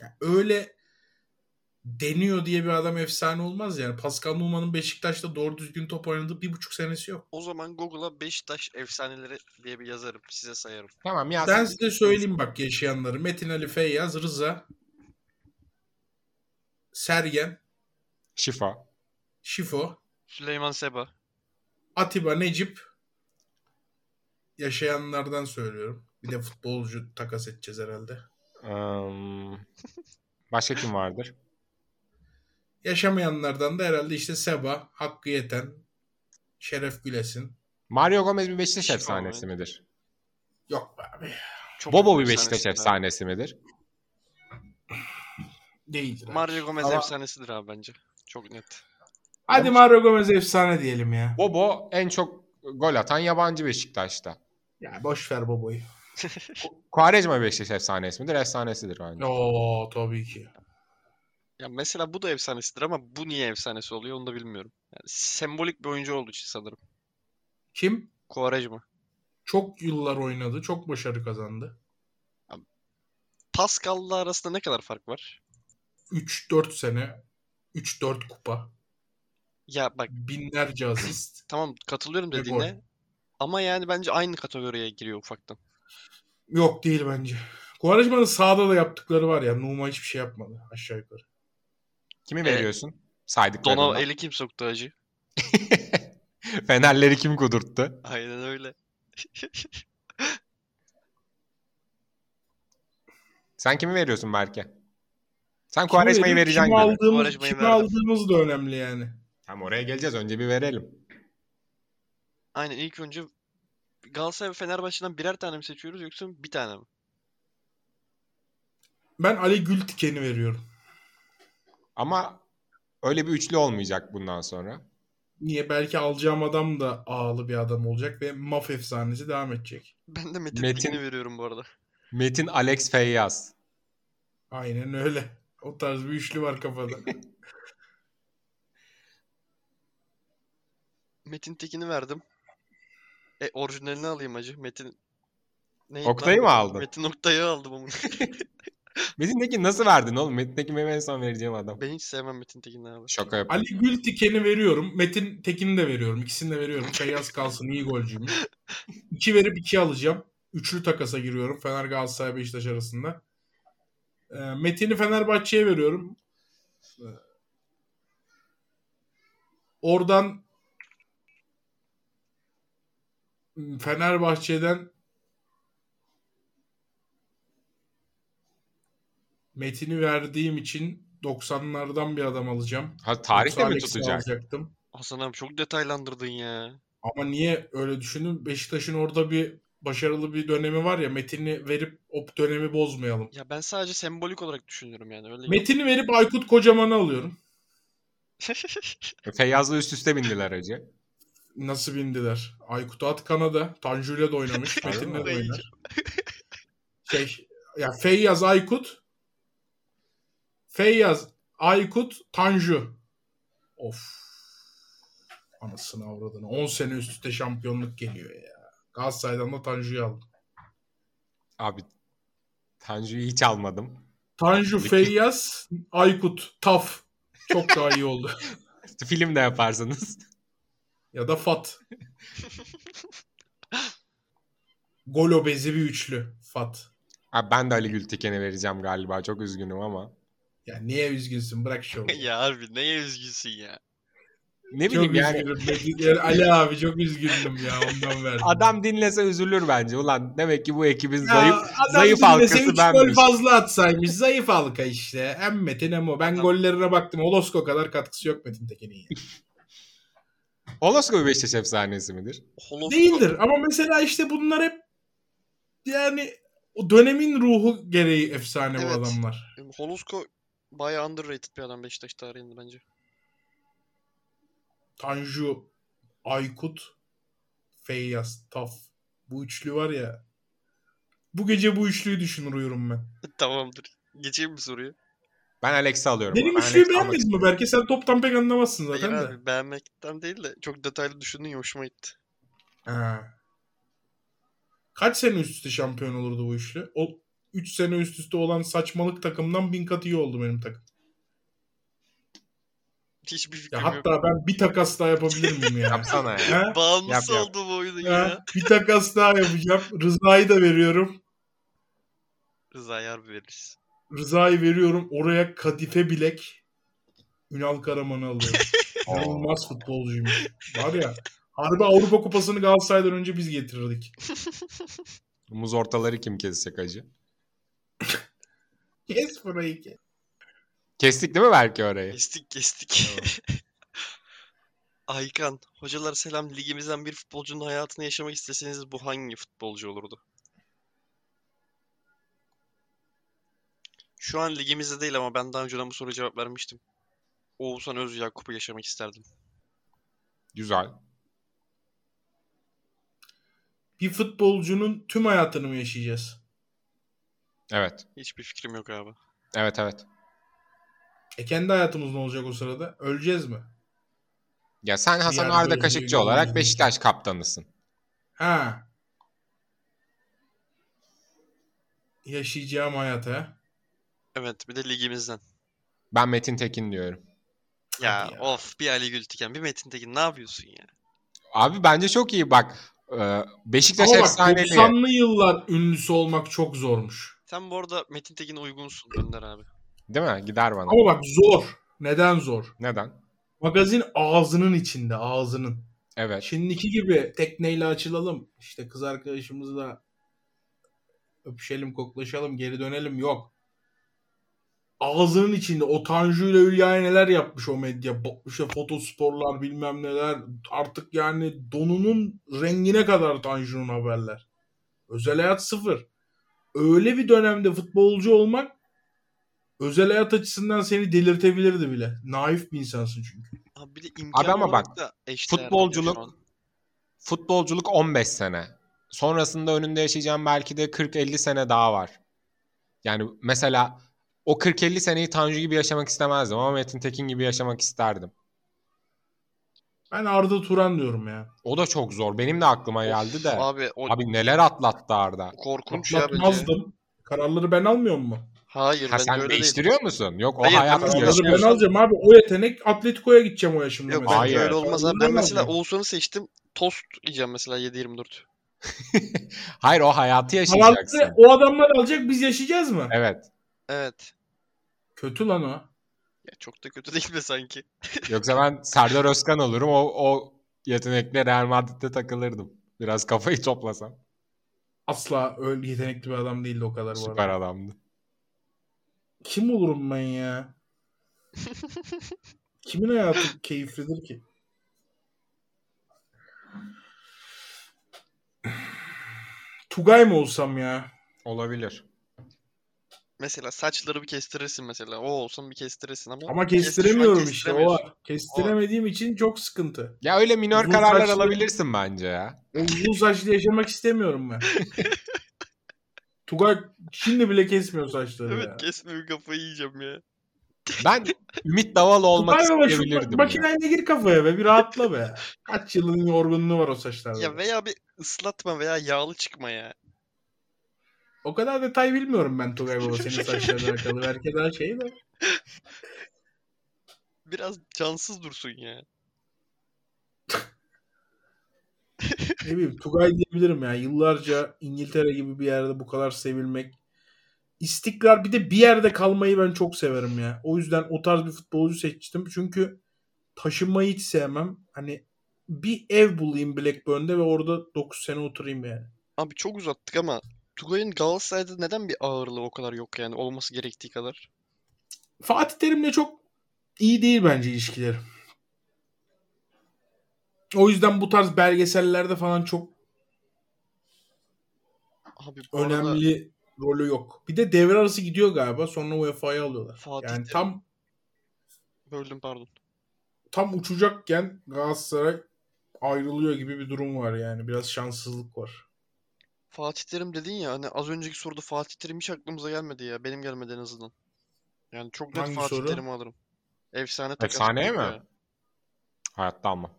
S4: Ya öyle deniyor diye bir adam efsane olmaz yani. Pascal Numa'nın Beşiktaş'ta doğru düzgün top oynadığı bir buçuk senesi yok.
S2: O zaman Google'a Beşiktaş efsaneleri diye bir yazarım. Size sayarım.
S3: Tamam ya.
S4: Ben size söyleyeyim bak yaşayanları. Metin Ali Feyyaz, Rıza, Sergen,
S3: Şifa.
S4: Şifo,
S2: Süleyman Seba.
S4: Atiba, Necip yaşayanlardan söylüyorum. Bir de futbolcu takas edeceğiz herhalde.
S3: Im, başka kim vardır?
S4: Yaşamayanlardan da herhalde işte Seba, Hakkı Yeten, Şeref Gülesin.
S3: Mario Gomez bir Beşiktaş
S2: Şifa
S3: efsanesi midir?
S4: Yok be abi.
S2: Çok
S3: Bobo
S2: büyük
S3: bir Beşiktaş
S2: efsanesidir abi.
S3: efsanesi midir?
S4: Değildir. abi.
S2: Mario Gomez
S4: Ama-
S2: efsanesidir abi bence. Çok net.
S4: Hadi Mario Gomez efsane diyelim ya.
S3: Bobo en çok gol atan yabancı Beşiktaş'ta.
S4: Ya boş ver babayı.
S3: Kuarejma Beşiktaş efsanesi midir? Efsanesidir bence.
S4: Oo tabii ki.
S2: Ya mesela bu da efsanesidir ama bu niye efsanesi oluyor onu da bilmiyorum. Yani sembolik bir oyuncu olduğu için sanırım.
S4: Kim?
S2: Quaresma.
S4: Çok yıllar oynadı. Çok başarı kazandı.
S2: Pascal'la arasında ne kadar fark var?
S4: 3-4 sene. 3-4 kupa.
S2: Ya bak
S4: Binlerce asist.
S2: tamam katılıyorum
S4: Ve
S2: dediğine. Ama yani bence aynı kategoriye giriyor ufaktan.
S4: Yok değil bence. Quaresma'nın sağda da yaptıkları var ya. Numa hiçbir şey yapmadı aşağı yukarı.
S3: Kimi
S2: E,
S3: veriyorsun? Saydıklarından.
S2: Dona eli kim soktu hacı?
S3: Fenerleri kim kudurttu?
S2: Aynen öyle.
S3: Sen kimi veriyorsun Berke? Sen
S4: Kimi
S3: Kuarejma'yı
S4: veriyor,
S3: vereceksin
S4: kimi
S3: gibi.
S4: aldığımız,
S2: Quaresma'yı
S4: kimi
S2: verdim.
S4: aldığımız da önemli yani.
S3: Tam oraya geleceğiz. Önce bir verelim.
S2: Aynen ilk önce Galatasaray ve Fenerbahçe'den birer tane mi seçiyoruz yoksa bir tane mi?
S4: Ben Ali Gültiken'i veriyorum.
S3: Ama öyle bir üçlü olmayacak bundan sonra.
S4: Niye? Belki alacağım adam da ağalı bir adam olacak ve maf efsanesi devam edecek.
S2: Ben de Metin,
S3: Metin-
S2: Tekin'i veriyorum bu arada.
S3: Metin Alex Feyyaz.
S4: Aynen öyle. O tarz bir üçlü var kafada.
S2: Metin Tekin'i verdim. E orijinalini alayım hacı. Metin neydi
S3: Oktay'ı
S2: lan?
S3: mı aldın?
S2: Metin Oktay'ı aldım ama.
S3: Metin Tekin nasıl verdin oğlum? Metin Tekin benim en son vereceğim adam.
S2: Ben hiç sevmem Metin Tekin'i abi.
S3: Şaka yapıyorum.
S4: Ali Gültiken'i veriyorum. Metin Tekin'i de veriyorum. İkisini de veriyorum. Feyyaz kalsın iyi golcüyüm. İki verip iki alacağım. Üçlü takasa giriyorum. Fener Galatasaray Beşiktaş arasında. Ee, Metin'i Fenerbahçe'ye veriyorum. Ee, Oradan Fenerbahçe'den Metin'i verdiğim için 90'lardan bir adam alacağım.
S3: Ha, tarihte
S4: Yoksa
S3: mi
S4: Alex'i
S3: tutacak?
S4: alacaktım.
S2: Hasan abi çok detaylandırdın ya.
S4: Ama niye öyle düşündüm? Beşiktaş'ın orada bir başarılı bir dönemi var ya. Metin'i verip o dönemi bozmayalım.
S2: Ya ben sadece sembolik olarak düşünüyorum yani. Öyle
S4: Metin'i verip Aykut Kocaman'ı alıyorum.
S3: Feyyaz'la üst üste bindiler hacı.
S4: Nasıl bindiler? Aykut at kanada. Tanju ile de oynamış.
S3: Harbi
S4: Metin'le de
S3: mi?
S4: oynar. Şey, ya Feyyaz Aykut. Feyyaz Aykut Tanju. Of. Anasını avradını. 10 sene üst üste şampiyonluk geliyor ya. Galatasaray'dan da Tanju'yu aldım.
S3: Abi Tanju'yu hiç almadım.
S4: Tanju
S3: Peki.
S4: Feyyaz, Aykut, Taf. Çok daha iyi oldu.
S3: Film de yaparsınız.
S4: ya da Fat. Gol obezi bir üçlü. Fat.
S3: Abi ben de Ali Gültekin'e vereceğim galiba. Çok üzgünüm ama.
S4: Ya niye üzgünsün? Bırak şu oyunu.
S2: ya harbi neye üzgünsün ya.
S3: Ne
S4: Çok
S3: bileyim yani.
S4: üzgünüm. Metin- yani Ali abi çok üzgündüm ya ondan verdim.
S3: Adam dinlese üzülür bence. Ulan demek ki bu ekibin
S4: Ya
S3: zayıf
S4: adam
S3: zayıf
S4: dinlese
S3: halkası
S4: üç gol
S3: benmiş.
S4: fazla atsaymış. Zayıf halka işte. Hem Metin hem o. Ben
S2: Tamam.
S4: gollerine baktım. Olosko kadar katkısı yok Metin Tekin'in. ya.
S3: Holosko bir Beşiktaş efsanesi midir?
S2: Holof-
S4: Değildir ama mesela işte bunlar hep yani o dönemin ruhu gereği efsane
S2: Evet.
S4: bu adamlar.
S2: Holosko bayağı underrated bir adam Beşiktaş tarihinde bence.
S4: Tanju, Aykut, Feyyaz, Taf. Bu üçlü var ya. Bu gece bu üçlüyü düşünür uyurum ben.
S2: Tamamdır. Geçeyim mi soruyu?
S3: Ben Alex'i alıyorum.
S4: Benim
S3: Ben
S4: üçlüyü
S3: Alex'i almak
S4: beğenmedin mi Berke? Sen toptan pek anlamazsın
S2: Hayır
S4: zaten de.
S2: abi beğenmekten değil de çok detaylı düşündün ya hoşuma gitti.
S4: Ha. Kaç sene üst üste şampiyon olurdu bu üçlü? O 3 sene üst üste olan saçmalık takımdan bin kat iyi oldu benim takım.
S2: Hiçbir fikrim
S4: Ya
S2: yok.
S4: hatta ben bir takas daha yapabilir miyim ya?
S3: Yapsana ya.
S4: Ha?
S2: Bağımlısı
S3: Yap, yap.
S2: oldu bu oyunun
S4: Ha,
S2: ya.
S4: bir takas daha yapacağım. Rıza'yı da veriyorum.
S2: Rıza'ya harbi veririz.
S4: Rıza'yı veriyorum. Oraya Kadife Bilek Ünal Karaman'ı alıyorum.
S3: Oo.
S4: İnanılmaz futbolcuymuş. Var ya. Harbi Avrupa Kupası'nı Galatasaray'dan önce biz getirirdik.
S3: Muz ortaları kim kesecek acı?
S4: Kes burayı kes.
S3: Kestik değil mi belki orayı?
S2: Kestik kestik. Aykan, hocalar selam. Ligimizden bir futbolcunun hayatını yaşamak isteseniz bu hangi futbolcu olurdu? Şu an ligimizde değil ama ben daha önceden bu soruya cevap vermiştim. Oğuzhan Öz Yakup'u yaşamak isterdim.
S3: Güzel.
S4: Bir futbolcunun tüm hayatını mı yaşayacağız?
S3: Evet.
S2: Hiçbir fikrim yok abi.
S3: Evet evet.
S4: E kendi hayatımız ne olacak o sırada? Öleceğiz mi?
S3: Ya sen Hasan
S4: yerde
S3: Arda
S4: böyle
S3: Kaşıkçı
S4: bir-
S3: olarak Beşiktaş kaptanısın.
S4: Ha. Yaşayacağım hayata.
S2: Evet, bir de ligimizden.
S3: Ben Metin Tekin diyorum.
S2: Ya,
S4: ya.
S2: of bir Ali Gültiken, bir Metin Tekin ne yapıyorsun ya?
S3: Abi bence çok iyi bak. e, Beşiktaş
S4: Ama bak
S3: efsaneli.
S4: 90'lı yıllar ünlüsü olmak çok zormuş.
S2: Sen bu arada Metin Tekin'e uygunsun Önder abi.
S3: Değil mi? Gider bana.
S4: Ama bak zor. Neden zor?
S3: Neden?
S4: Magazin ağzının içinde ağzının.
S3: Evet.
S4: Şimdiki gibi tekneyle açılalım. İşte kız arkadaşımızla öpüşelim, koklaşalım, geri dönelim. Yok. Ağzının içinde o Tanju ile Hülya'ya neler yapmış o medya. Bu- İşte fotosporlar bilmem neler. Artık yani donunun rengine kadar Tanju'nun haberler. Özel hayat sıfır. Öyle bir dönemde futbolcu olmak özel hayat açısından seni delirtebilirdi bile. Naif bir insansın çünkü.
S2: Abi bir de imkan
S3: ama bak,
S2: olarak da eşdeğer bence şu
S3: futbolculuk-
S2: an.
S3: Futbolculuk 15 sene. Sonrasında önünde yaşayacağım belki de 40-50 sene daha var. Yani mesela o 40-50 seneyi Tanju gibi yaşamak istemezdim ama Metin Tekin gibi yaşamak isterdim.
S4: Ben Arda Turan diyorum ya.
S3: O da çok zor. Benim de aklıma geldi de. Abi,
S2: Abi o
S3: neler atlattı Arda.
S2: korkunç ya bence.
S4: Atlatmazdım. Kararları ben almıyor mu?
S2: Hayır
S3: Ha,
S2: bence
S3: sen
S2: öyle değil.
S3: değiştiriyor musun? Yok o
S2: Hayır, ben
S3: hayatını
S2: öyle
S4: Anladım, ben
S3: yaşıyorsun.
S4: alacağım abi. O yetenek Atletico'ya gideceğim o yaşımda.
S2: Yok
S4: mesela.
S2: bence
S3: Hayır.
S2: öyle olmaz abi.
S4: Ondan
S2: Ben mesela
S4: alacağım.
S2: Oğuzhan'ı seçtim. Tost yiyeceğim mesela 7-24.
S3: Hayır o hayatı yaşayacaksın.
S4: Havaları o adamlar alacak biz yaşayacağız mı?
S3: Evet.
S2: Evet.
S4: Kötü lan o.
S2: Ya çok da kötü değil mi sanki?
S3: Yoksa ben Serdar Özkan olurum. O, o yetenekle Real Madrid'de takılırdım. Biraz kafayı toplasam.
S4: Asla öyle yetenekli bir adam değildi o kadar bu
S3: Süper
S4: arada.
S3: adamdı.
S4: Kim olurum ben ya? Kimin hayatı keyiflidir ki? Tugay mı olsam ya?
S3: Olabilir.
S2: Mesela saçları bir kestirirsin mesela. O olsun bir kestirirsin ama.
S4: Ama
S2: kestir- şu an
S4: kestiremiyorum işte o
S2: kestiremiyorsun.
S4: var. Kestiremediğim için çok sıkıntı.
S3: Ya öyle minör
S4: Uzun
S3: kararlar
S4: saçlı-
S3: alabilirsin bence ya.
S4: O Uzun saçlı yaşamak istemiyorum ben. Tugay şimdi bile kesmiyor saçları ya.
S2: Evet kesmiyorum kafayı yiyeceğim ya.
S3: Ben Ümit Davalı olmak
S4: Tugay baba şu
S3: isteyebilirdim. ya.
S4: makineyle gir kafaya be bir rahatla be. Kaç yılın yorgunluğu var o saçlarda.
S2: Ya veya bir ıslatma veya yağlı çıkma ya.
S4: O kadar detay bilmiyorum ben Tugay Baba senin saçlarına alakalı. Belki daha şey de.
S2: Biraz cansız dursun ya.
S4: Ne bileyim Tugay diyebilirim ya. Yıllarca İngiltere gibi bir yerde bu kadar sevilmek. İstikrar bir de bir yerde kalmayı ben çok severim ya. O yüzden o tarz bir futbolcu seçtim. Çünkü taşınmayı hiç sevmem. Hani bir ev bulayım Blackburn'de ve orada 9 sene oturayım yani.
S2: Abi çok uzattık ama Tugay'ın Galatasaray'da neden bir ağırlığı o kadar yok yani olması gerektiği kadar?
S4: Fatih Terim'le çok iyi değil bence ilişkileri. O yüzden bu tarz belgesellerde falan çok
S2: Abi bu arada
S4: önemli rolü yok. Bir de devre arası gidiyor galiba. Sonra UEFA'ya alıyorlar.
S2: Fatih
S4: yani
S2: Terim.
S4: tam
S2: böldüm pardon.
S4: tam uçacakken Galatasaray ayrılıyor gibi bir durum var yani. Biraz şanssızlık var.
S2: Fatih Terim dedin ya hani az önceki soruda Fatih Terim hiç aklımıza gelmedi ya. Benim gelmedi en azından. Yani çok net
S4: Hangi
S2: Fatih
S4: soru?
S2: Terim'i alırım. Efsane takas
S3: Efsaneye
S2: yapıyor
S3: mi?
S2: ya.
S3: Hayatta ama.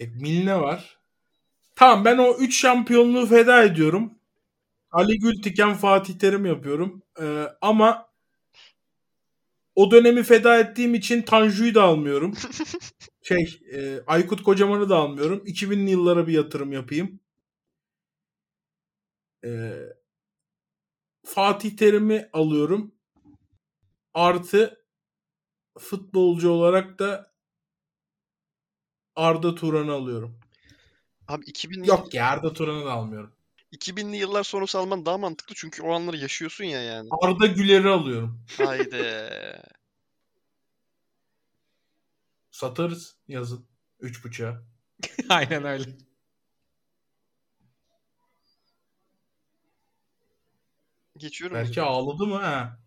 S4: E, Milne var. Tamam ben o 3 şampiyonluğu feda ediyorum. Ali Gültiken Fatih Terim yapıyorum. E, ama o dönemi feda ettiğim için Tanju'yu da almıyorum. şey e, Aykut Kocaman'ı da almıyorum. 2000'li yıllara bir yatırım yapayım. E, Fatih Terim'i alıyorum. Artı futbolcu olarak da Arda Turan'ı alıyorum.
S2: Abi 2000'li
S4: Yok ya Arda Turan'ı da almıyorum.
S2: 2000'li yıllar sonrası alman daha mantıklı çünkü o anları yaşıyorsun ya yani.
S4: Arda Güler'i alıyorum.
S2: Haydi.
S4: Satarız yazın. Üç buçuğa.
S3: Aynen öyle.
S2: Geçiyorum. mu?
S4: Belki ağladı mı ha?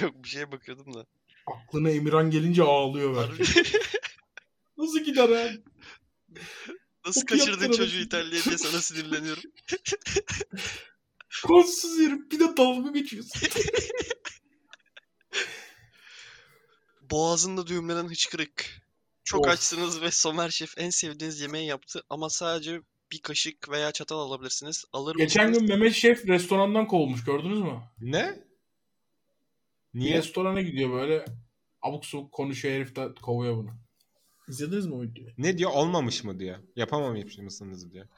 S2: Yok bir şeye bakıyordum da.
S4: Aklına Emirhan gelince ağlıyor belki. Nasıl gider ha?
S2: Nasıl
S4: Topu
S2: kaçırdın
S4: yaptılar
S2: çocuğu
S4: adam.
S2: İtalya'ya diye sana sinirleniyorum.
S4: Kolsuz herif bir de dalga geçiyorsun.
S2: Boğazında düğümlenen hıçkırık. Çok
S4: Of.
S2: açsınız ve Somer Şef en sevdiğiniz yemeği yaptı ama sadece bir kaşık veya çatal alabilirsiniz. Alır
S4: Geçen
S2: mısınız?
S4: gün Mehmet Şef restorandan kovulmuş gördünüz mü?
S3: Ne?
S4: Bir
S3: Niye?
S4: restorana gidiyor böyle abuk subuk konuşuyor herif de kovuyor bunu. İzlediniz mi o videoyu?
S3: Ne diyor? Olmamış mı diyor. Yapamamış mısınız diyor.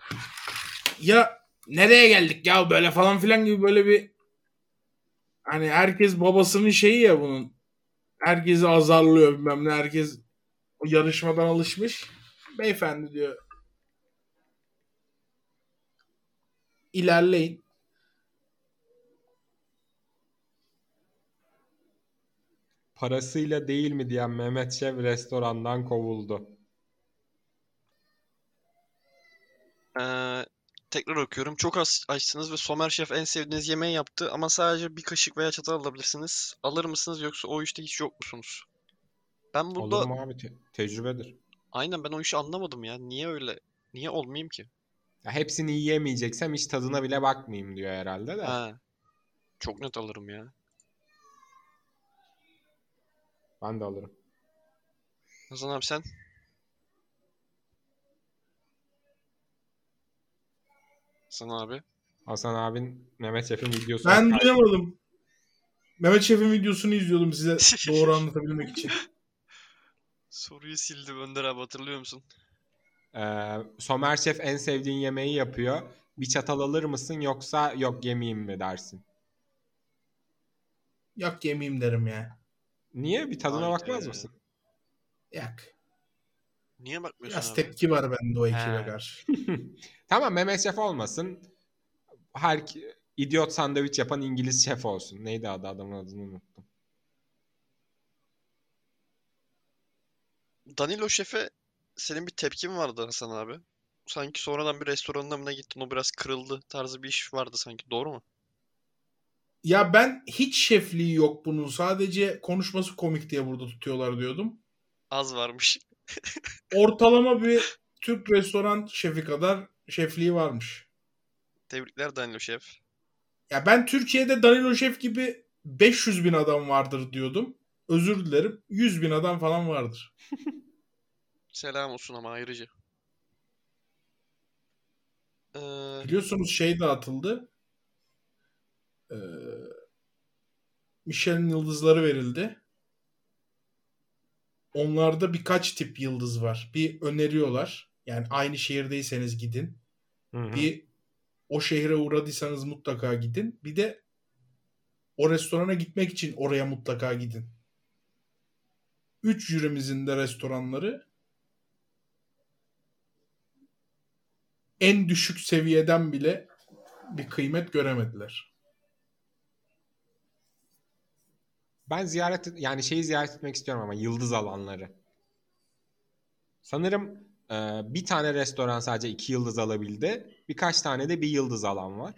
S4: Ya nereye geldik ya böyle falan filan gibi böyle bir hani herkes babasının şeyi ya bunun. Herkesi azarlıyor bilmem ne. Herkes o yarışmadan alışmış. Beyefendi diyor. İlerleyin.
S3: Parasıyla değil mi diyen Mehmet Şef restorandan kovuldu.
S2: Ee, tekrar okuyorum. Çok az açsınız ve Somer Şef en sevdiğiniz yemeği yaptı ama sadece bir kaşık veya çatal alabilirsiniz. Alır mısınız yoksa o işte hiç yok musunuz? Ben burada
S3: Olur mu abi? Te- tecrübedir.
S2: aynen ben o işi anlamadım ya. Niye öyle? Niye olmayayım ki?
S3: Ya hepsini yiyemeyeceksem hiç tadına bile bakmayayım diyor herhalde de.
S2: Ha. Çok net alırım ya.
S3: Ben de alırım.
S2: Hasan abi sen Hasan abi.
S3: Hasan abin Mehmet Şef'in videosu.
S4: Ben duyamadım. Mehmet Şef'in videosunu izliyordum size doğru anlatabilmek için.
S2: Soruyu sildim Önder abi hatırlıyor musun?
S3: Ee, Somer Şef en sevdiğin yemeği yapıyor. Bir çatal alır mısın yoksa yok yemeyeyim mi dersin?
S4: Yak yemeyeyim derim ya.
S3: Niye? Bir tadına
S2: Haydi.
S3: bakmaz mısın?
S4: Yak.
S2: Niye bakmıyorsun
S4: Biraz
S2: abi?
S4: tepki var bende o
S3: He.
S4: ekibe karşı.
S3: Tamam Mehmet Şef olmasın. Her idiot sandviç yapan İngiliz şef olsun. Neydi adı adamın adını unuttum.
S2: Danilo Şef'e senin bir tepkin vardı Hasan abi. Sanki sonradan bir restoranına mı ne gittin o biraz kırıldı tarzı bir iş vardı sanki doğru mu?
S4: Ya ben hiç şefliği yok bunun. Sadece konuşması komik diye burada tutuyorlar diyordum.
S2: Az varmış.
S4: Ortalama bir Türk restoran şefi kadar şefliği varmış.
S2: Tebrikler Danilo Şef.
S4: Ya ben Türkiye'de Danilo Şef gibi 500 bin adam vardır diyordum. Özür dilerim 100 bin adam falan vardır.
S2: Selam olsun ama ayrıca. Ee,
S4: Biliyorsunuz şey dağıtıldı. Ee, Michelin yıldızları verildi. Onlarda birkaç tip yıldız var. Bir öneriyorlar. Yani aynı şehirdeyseniz gidin. Bir o şehre uğradıysanız mutlaka gidin. Bir de o restorana gitmek için oraya mutlaka gidin. Üç jürimizin de restoranları en düşük seviyeden bile bir kıymet göremediler.
S3: Ben ziyaret yani şeyi ziyaret etmek istiyorum ama yıldız alanları. Sanırım e, bir tane restoran sadece iki yıldız alabildi. Birkaç tane de bir yıldız alan var.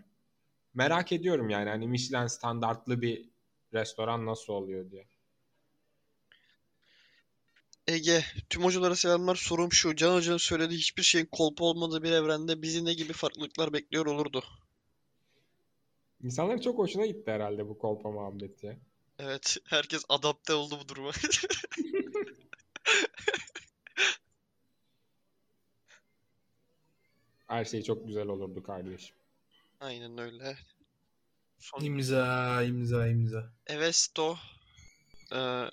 S3: Merak ediyorum yani hani Michelin standartlı bir restoran nasıl oluyor diye.
S2: Ege, tüm hocalara selamlar. Sorum şu. Can Hoca'nın söylediği hiçbir şeyin kolpa olmadığı bir evrende bizi ne gibi farklılıklar bekliyor olurdu?
S3: İnsanların çok hoşuna gitti herhalde bu kolpa muhabbeti.
S2: Evet, herkes adapte oldu bu duruma.
S3: Her şey çok güzel olurdu kardeşim.
S2: Aynen öyle. Son
S4: İmza, imza, imza.
S2: Evesto. Ee,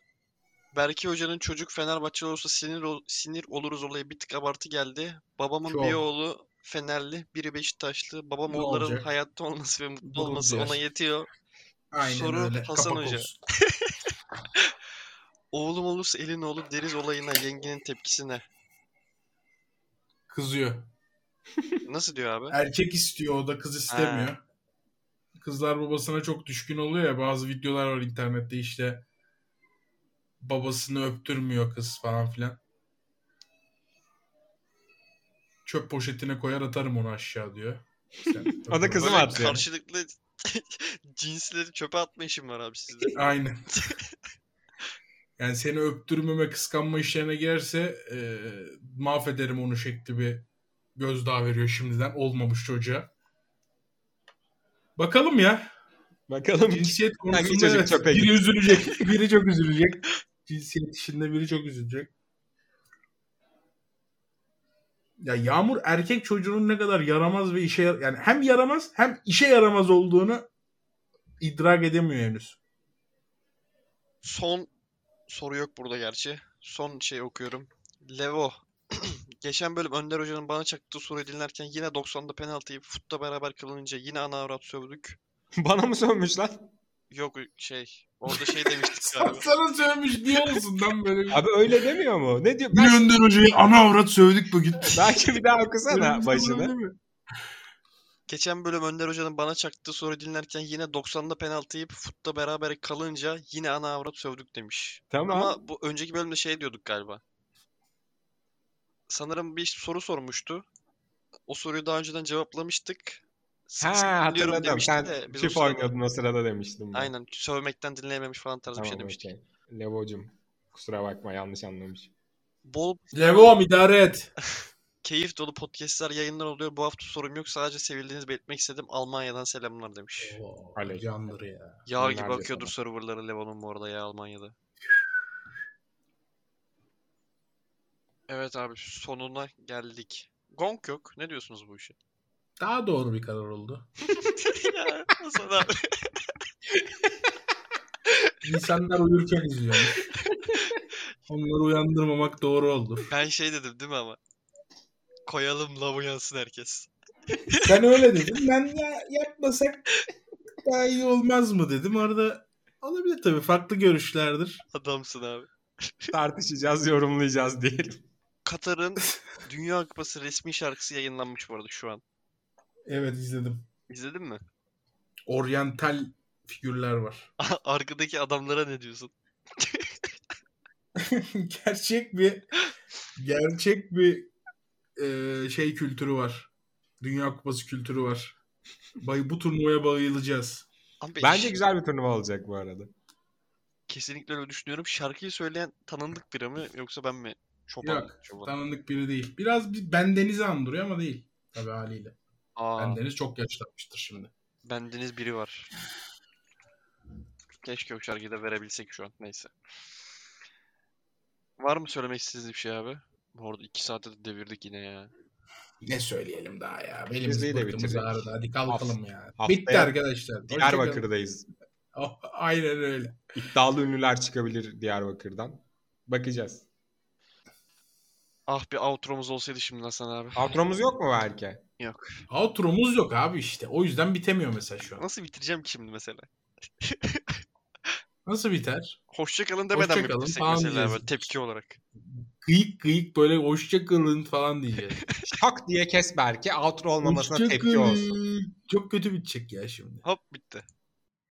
S2: Berke Hoca'nın çocuk Fenerbahçeli olursa sinir ol- sinir oluruz olayı bir tık abartı geldi. Babamın
S4: Çok.
S2: bir oğlu Fenerli, biri Beşiktaşlı. Babam
S4: Ne
S2: oğulların
S4: olacak?
S2: hayatta olması ve mutlu
S4: Gurur
S2: olması ona
S4: duyar.
S2: yetiyor.
S4: Aynen
S2: Soru
S4: öyle.
S2: Hasan
S4: Kapak
S2: Hoca.
S4: olsun.
S2: Oğlum olursa elin oğlu deriz olayına, yengenin tepkisine.
S4: Kızıyor.
S2: Nasıl diyor abi?
S4: Erkek istiyor o da kız istemiyor. Kızlar babasına çok düşkün oluyor ya bazı videolar var internette işte babasını öptürmüyor kız falan filan. Çöp poşetine koyar atarım onu aşağı diyor. Sen-
S3: O da kızı mı
S2: Böyle
S3: atıyor?
S2: karşılıklı cinsleri çöpe atma işim var abi sizde.
S4: Aynen. Yani seni öptürmeme kıskanma işlerine girerse e, mahvederim onu şekli bir gözdağı veriyor şimdiden olmamış çocuğa. Bakalım ya.
S3: Bakalım
S4: Cinsiyet
S3: Hangi
S4: konusunda
S3: çocuk
S4: evet,
S3: çöpe
S4: biri
S3: gitti?
S4: üzülecek. Biri çok üzülecek. Cinsiyet işinde biri çok üzülecek. Ya Yağmur erkek çocuğunun ne kadar yaramaz ve işe yar- yani hem yaramaz hem işe yaramaz olduğunu idrak edemiyor henüz.
S2: Son soru yok burada gerçi. Son şey okuyorum. Levo. Geçen bölüm Önder Hoca'nın bana çaktığı soruyu dinlerken yine 90'da penaltıyı futla beraber kılınınca yine ana avrat sövdük.
S3: bana mı sövmüş lan?
S2: Yok şey. Orada şey demiştik galiba.
S4: Sana sövmüş niye olsun lan böyle bir
S3: Abi öyle demiyor mu? Ne diyor?
S5: Bir Önder Hoca'yı ana avrat sövdük bugün.
S3: Belki bir daha
S4: Böyle bir
S3: okusana
S4: şey
S3: başını.
S4: olabilir mi?
S2: Geçen bölüm Önder Hoca'nın bana çaktığı soruyu dinlerken yine 90'da penaltıyı futla beraber kalınca yine ana avrat sövdük demiş.
S3: Tamam.
S2: Ama bu önceki bölümde şey diyorduk galiba. Sanırım bir soru sormuştu. O soruyu daha önceden cevaplamıştık. Sık sık
S3: Ha
S2: dinliyorum
S3: hatırladım.
S2: demişti
S3: Sen
S2: de biz o
S3: çift
S2: sırada-
S3: oynadın o sırada demiştim. ben.
S2: Aynen sövmekten dinleyememiş falan tarzı bir şey
S3: Tamam,
S2: demiştik.
S3: okey. Levocum kusura bakma yanlış anlamış.
S2: Bol
S4: Levom idare et.
S2: keyif dolu podcastler yayınlar oluyor. Bu hafta sorum yok. Sadece sevildiğinizi belirtmek istedim. Almanya'dan selamlar demiş.
S3: Aleyküm.
S4: Candır ya.
S2: Yağ gibi
S3: Bunlar da
S2: akıyordur serverları Levon'un bu arada ya Almanya'da. Evet abi sonuna geldik. Gong yok. Ne diyorsunuz bu işe?
S4: Daha doğru bir karar oldu.
S2: Ya, Hasan abi.
S4: İnsanlar uyurken izliyormuş. Onları uyandırmamak doğru olur.
S2: Ben şey dedim değil mi ama? Koyalım lav uyansın herkes.
S4: Sen öyle dedin. Ben ya yapmasak daha iyi olmaz mı dedim. Arada olabilir tabii. Farklı görüşlerdir.
S2: Adamsın abi.
S3: Tartışacağız, yorumlayacağız diyelim.
S2: Katar'ın Dünya Kupası resmi şarkısı yayınlanmış bu arada şu an.
S4: Evet izledim.
S2: İzledin mi?
S4: Oryantal figürler var.
S2: Arkadaki adamlara ne diyorsun?
S4: gerçek bir gerçek bir e, şey kültürü var. Dünya Kupası kültürü var. Bay bu turnuvaya bayılacağız.
S2: Abi
S3: Bence
S2: ş-
S3: güzel bir turnuva olacak bu arada.
S2: Kesinlikle öyle düşünüyorum. Şarkıyı söyleyen tanındık biri mi yoksa ben mi? Şopan.
S4: Yok.
S2: Şopan.
S4: Tanındık biri değil. Biraz bir Bendeniz'i andırıyor ama değil. Tabii haliyle.
S2: Aa,
S4: Bendeniz çok yaşlanmıştır şimdi.
S2: bendeniz biri var. Keşke o şarkıyı da verebilsek şu an. Neyse. Var mı söylemek istediğiniz bir şey abi? Bu arada iki saate de devirdik yine ya.
S4: Ne söyleyelim daha ya.
S3: Bizi
S4: Belimiz
S3: de
S4: bıktığımız
S3: bitirdik.
S4: ağrıdı. Hadi kalkalım ya.
S3: haftaya
S4: Bitti arkadaşlar. Hoşçakalın.
S3: Diyarbakır'dayız.
S4: Oh, aynen öyle.
S3: İddialı ünlüler çıkabilir Diyarbakır'dan. Bakacağız.
S2: Ah bir outro'muz olsaydı şimdi Hasan abi.
S3: Outro'muz yok mu belki?
S4: Outro'muz yok abi işte. O yüzden bitemiyor mesela şu an.
S2: Nasıl bitireceğim ki şimdi mesela?
S4: Nasıl biter?
S2: Hoşçakalın demeden mi
S4: Hoşçakalın
S2: bitirsek
S4: falan
S2: mesela
S4: diyeceğiz.
S2: böyle tepki olarak?
S4: Kıyık kıyık böyle hoşçakalın falan diyeceğiz.
S3: Şak diye kes belki. Outro olmamasına
S4: Hoşça
S3: tepki olsun.
S4: kalın. Çok kötü bitecek ya şimdi.
S2: Hop bitti.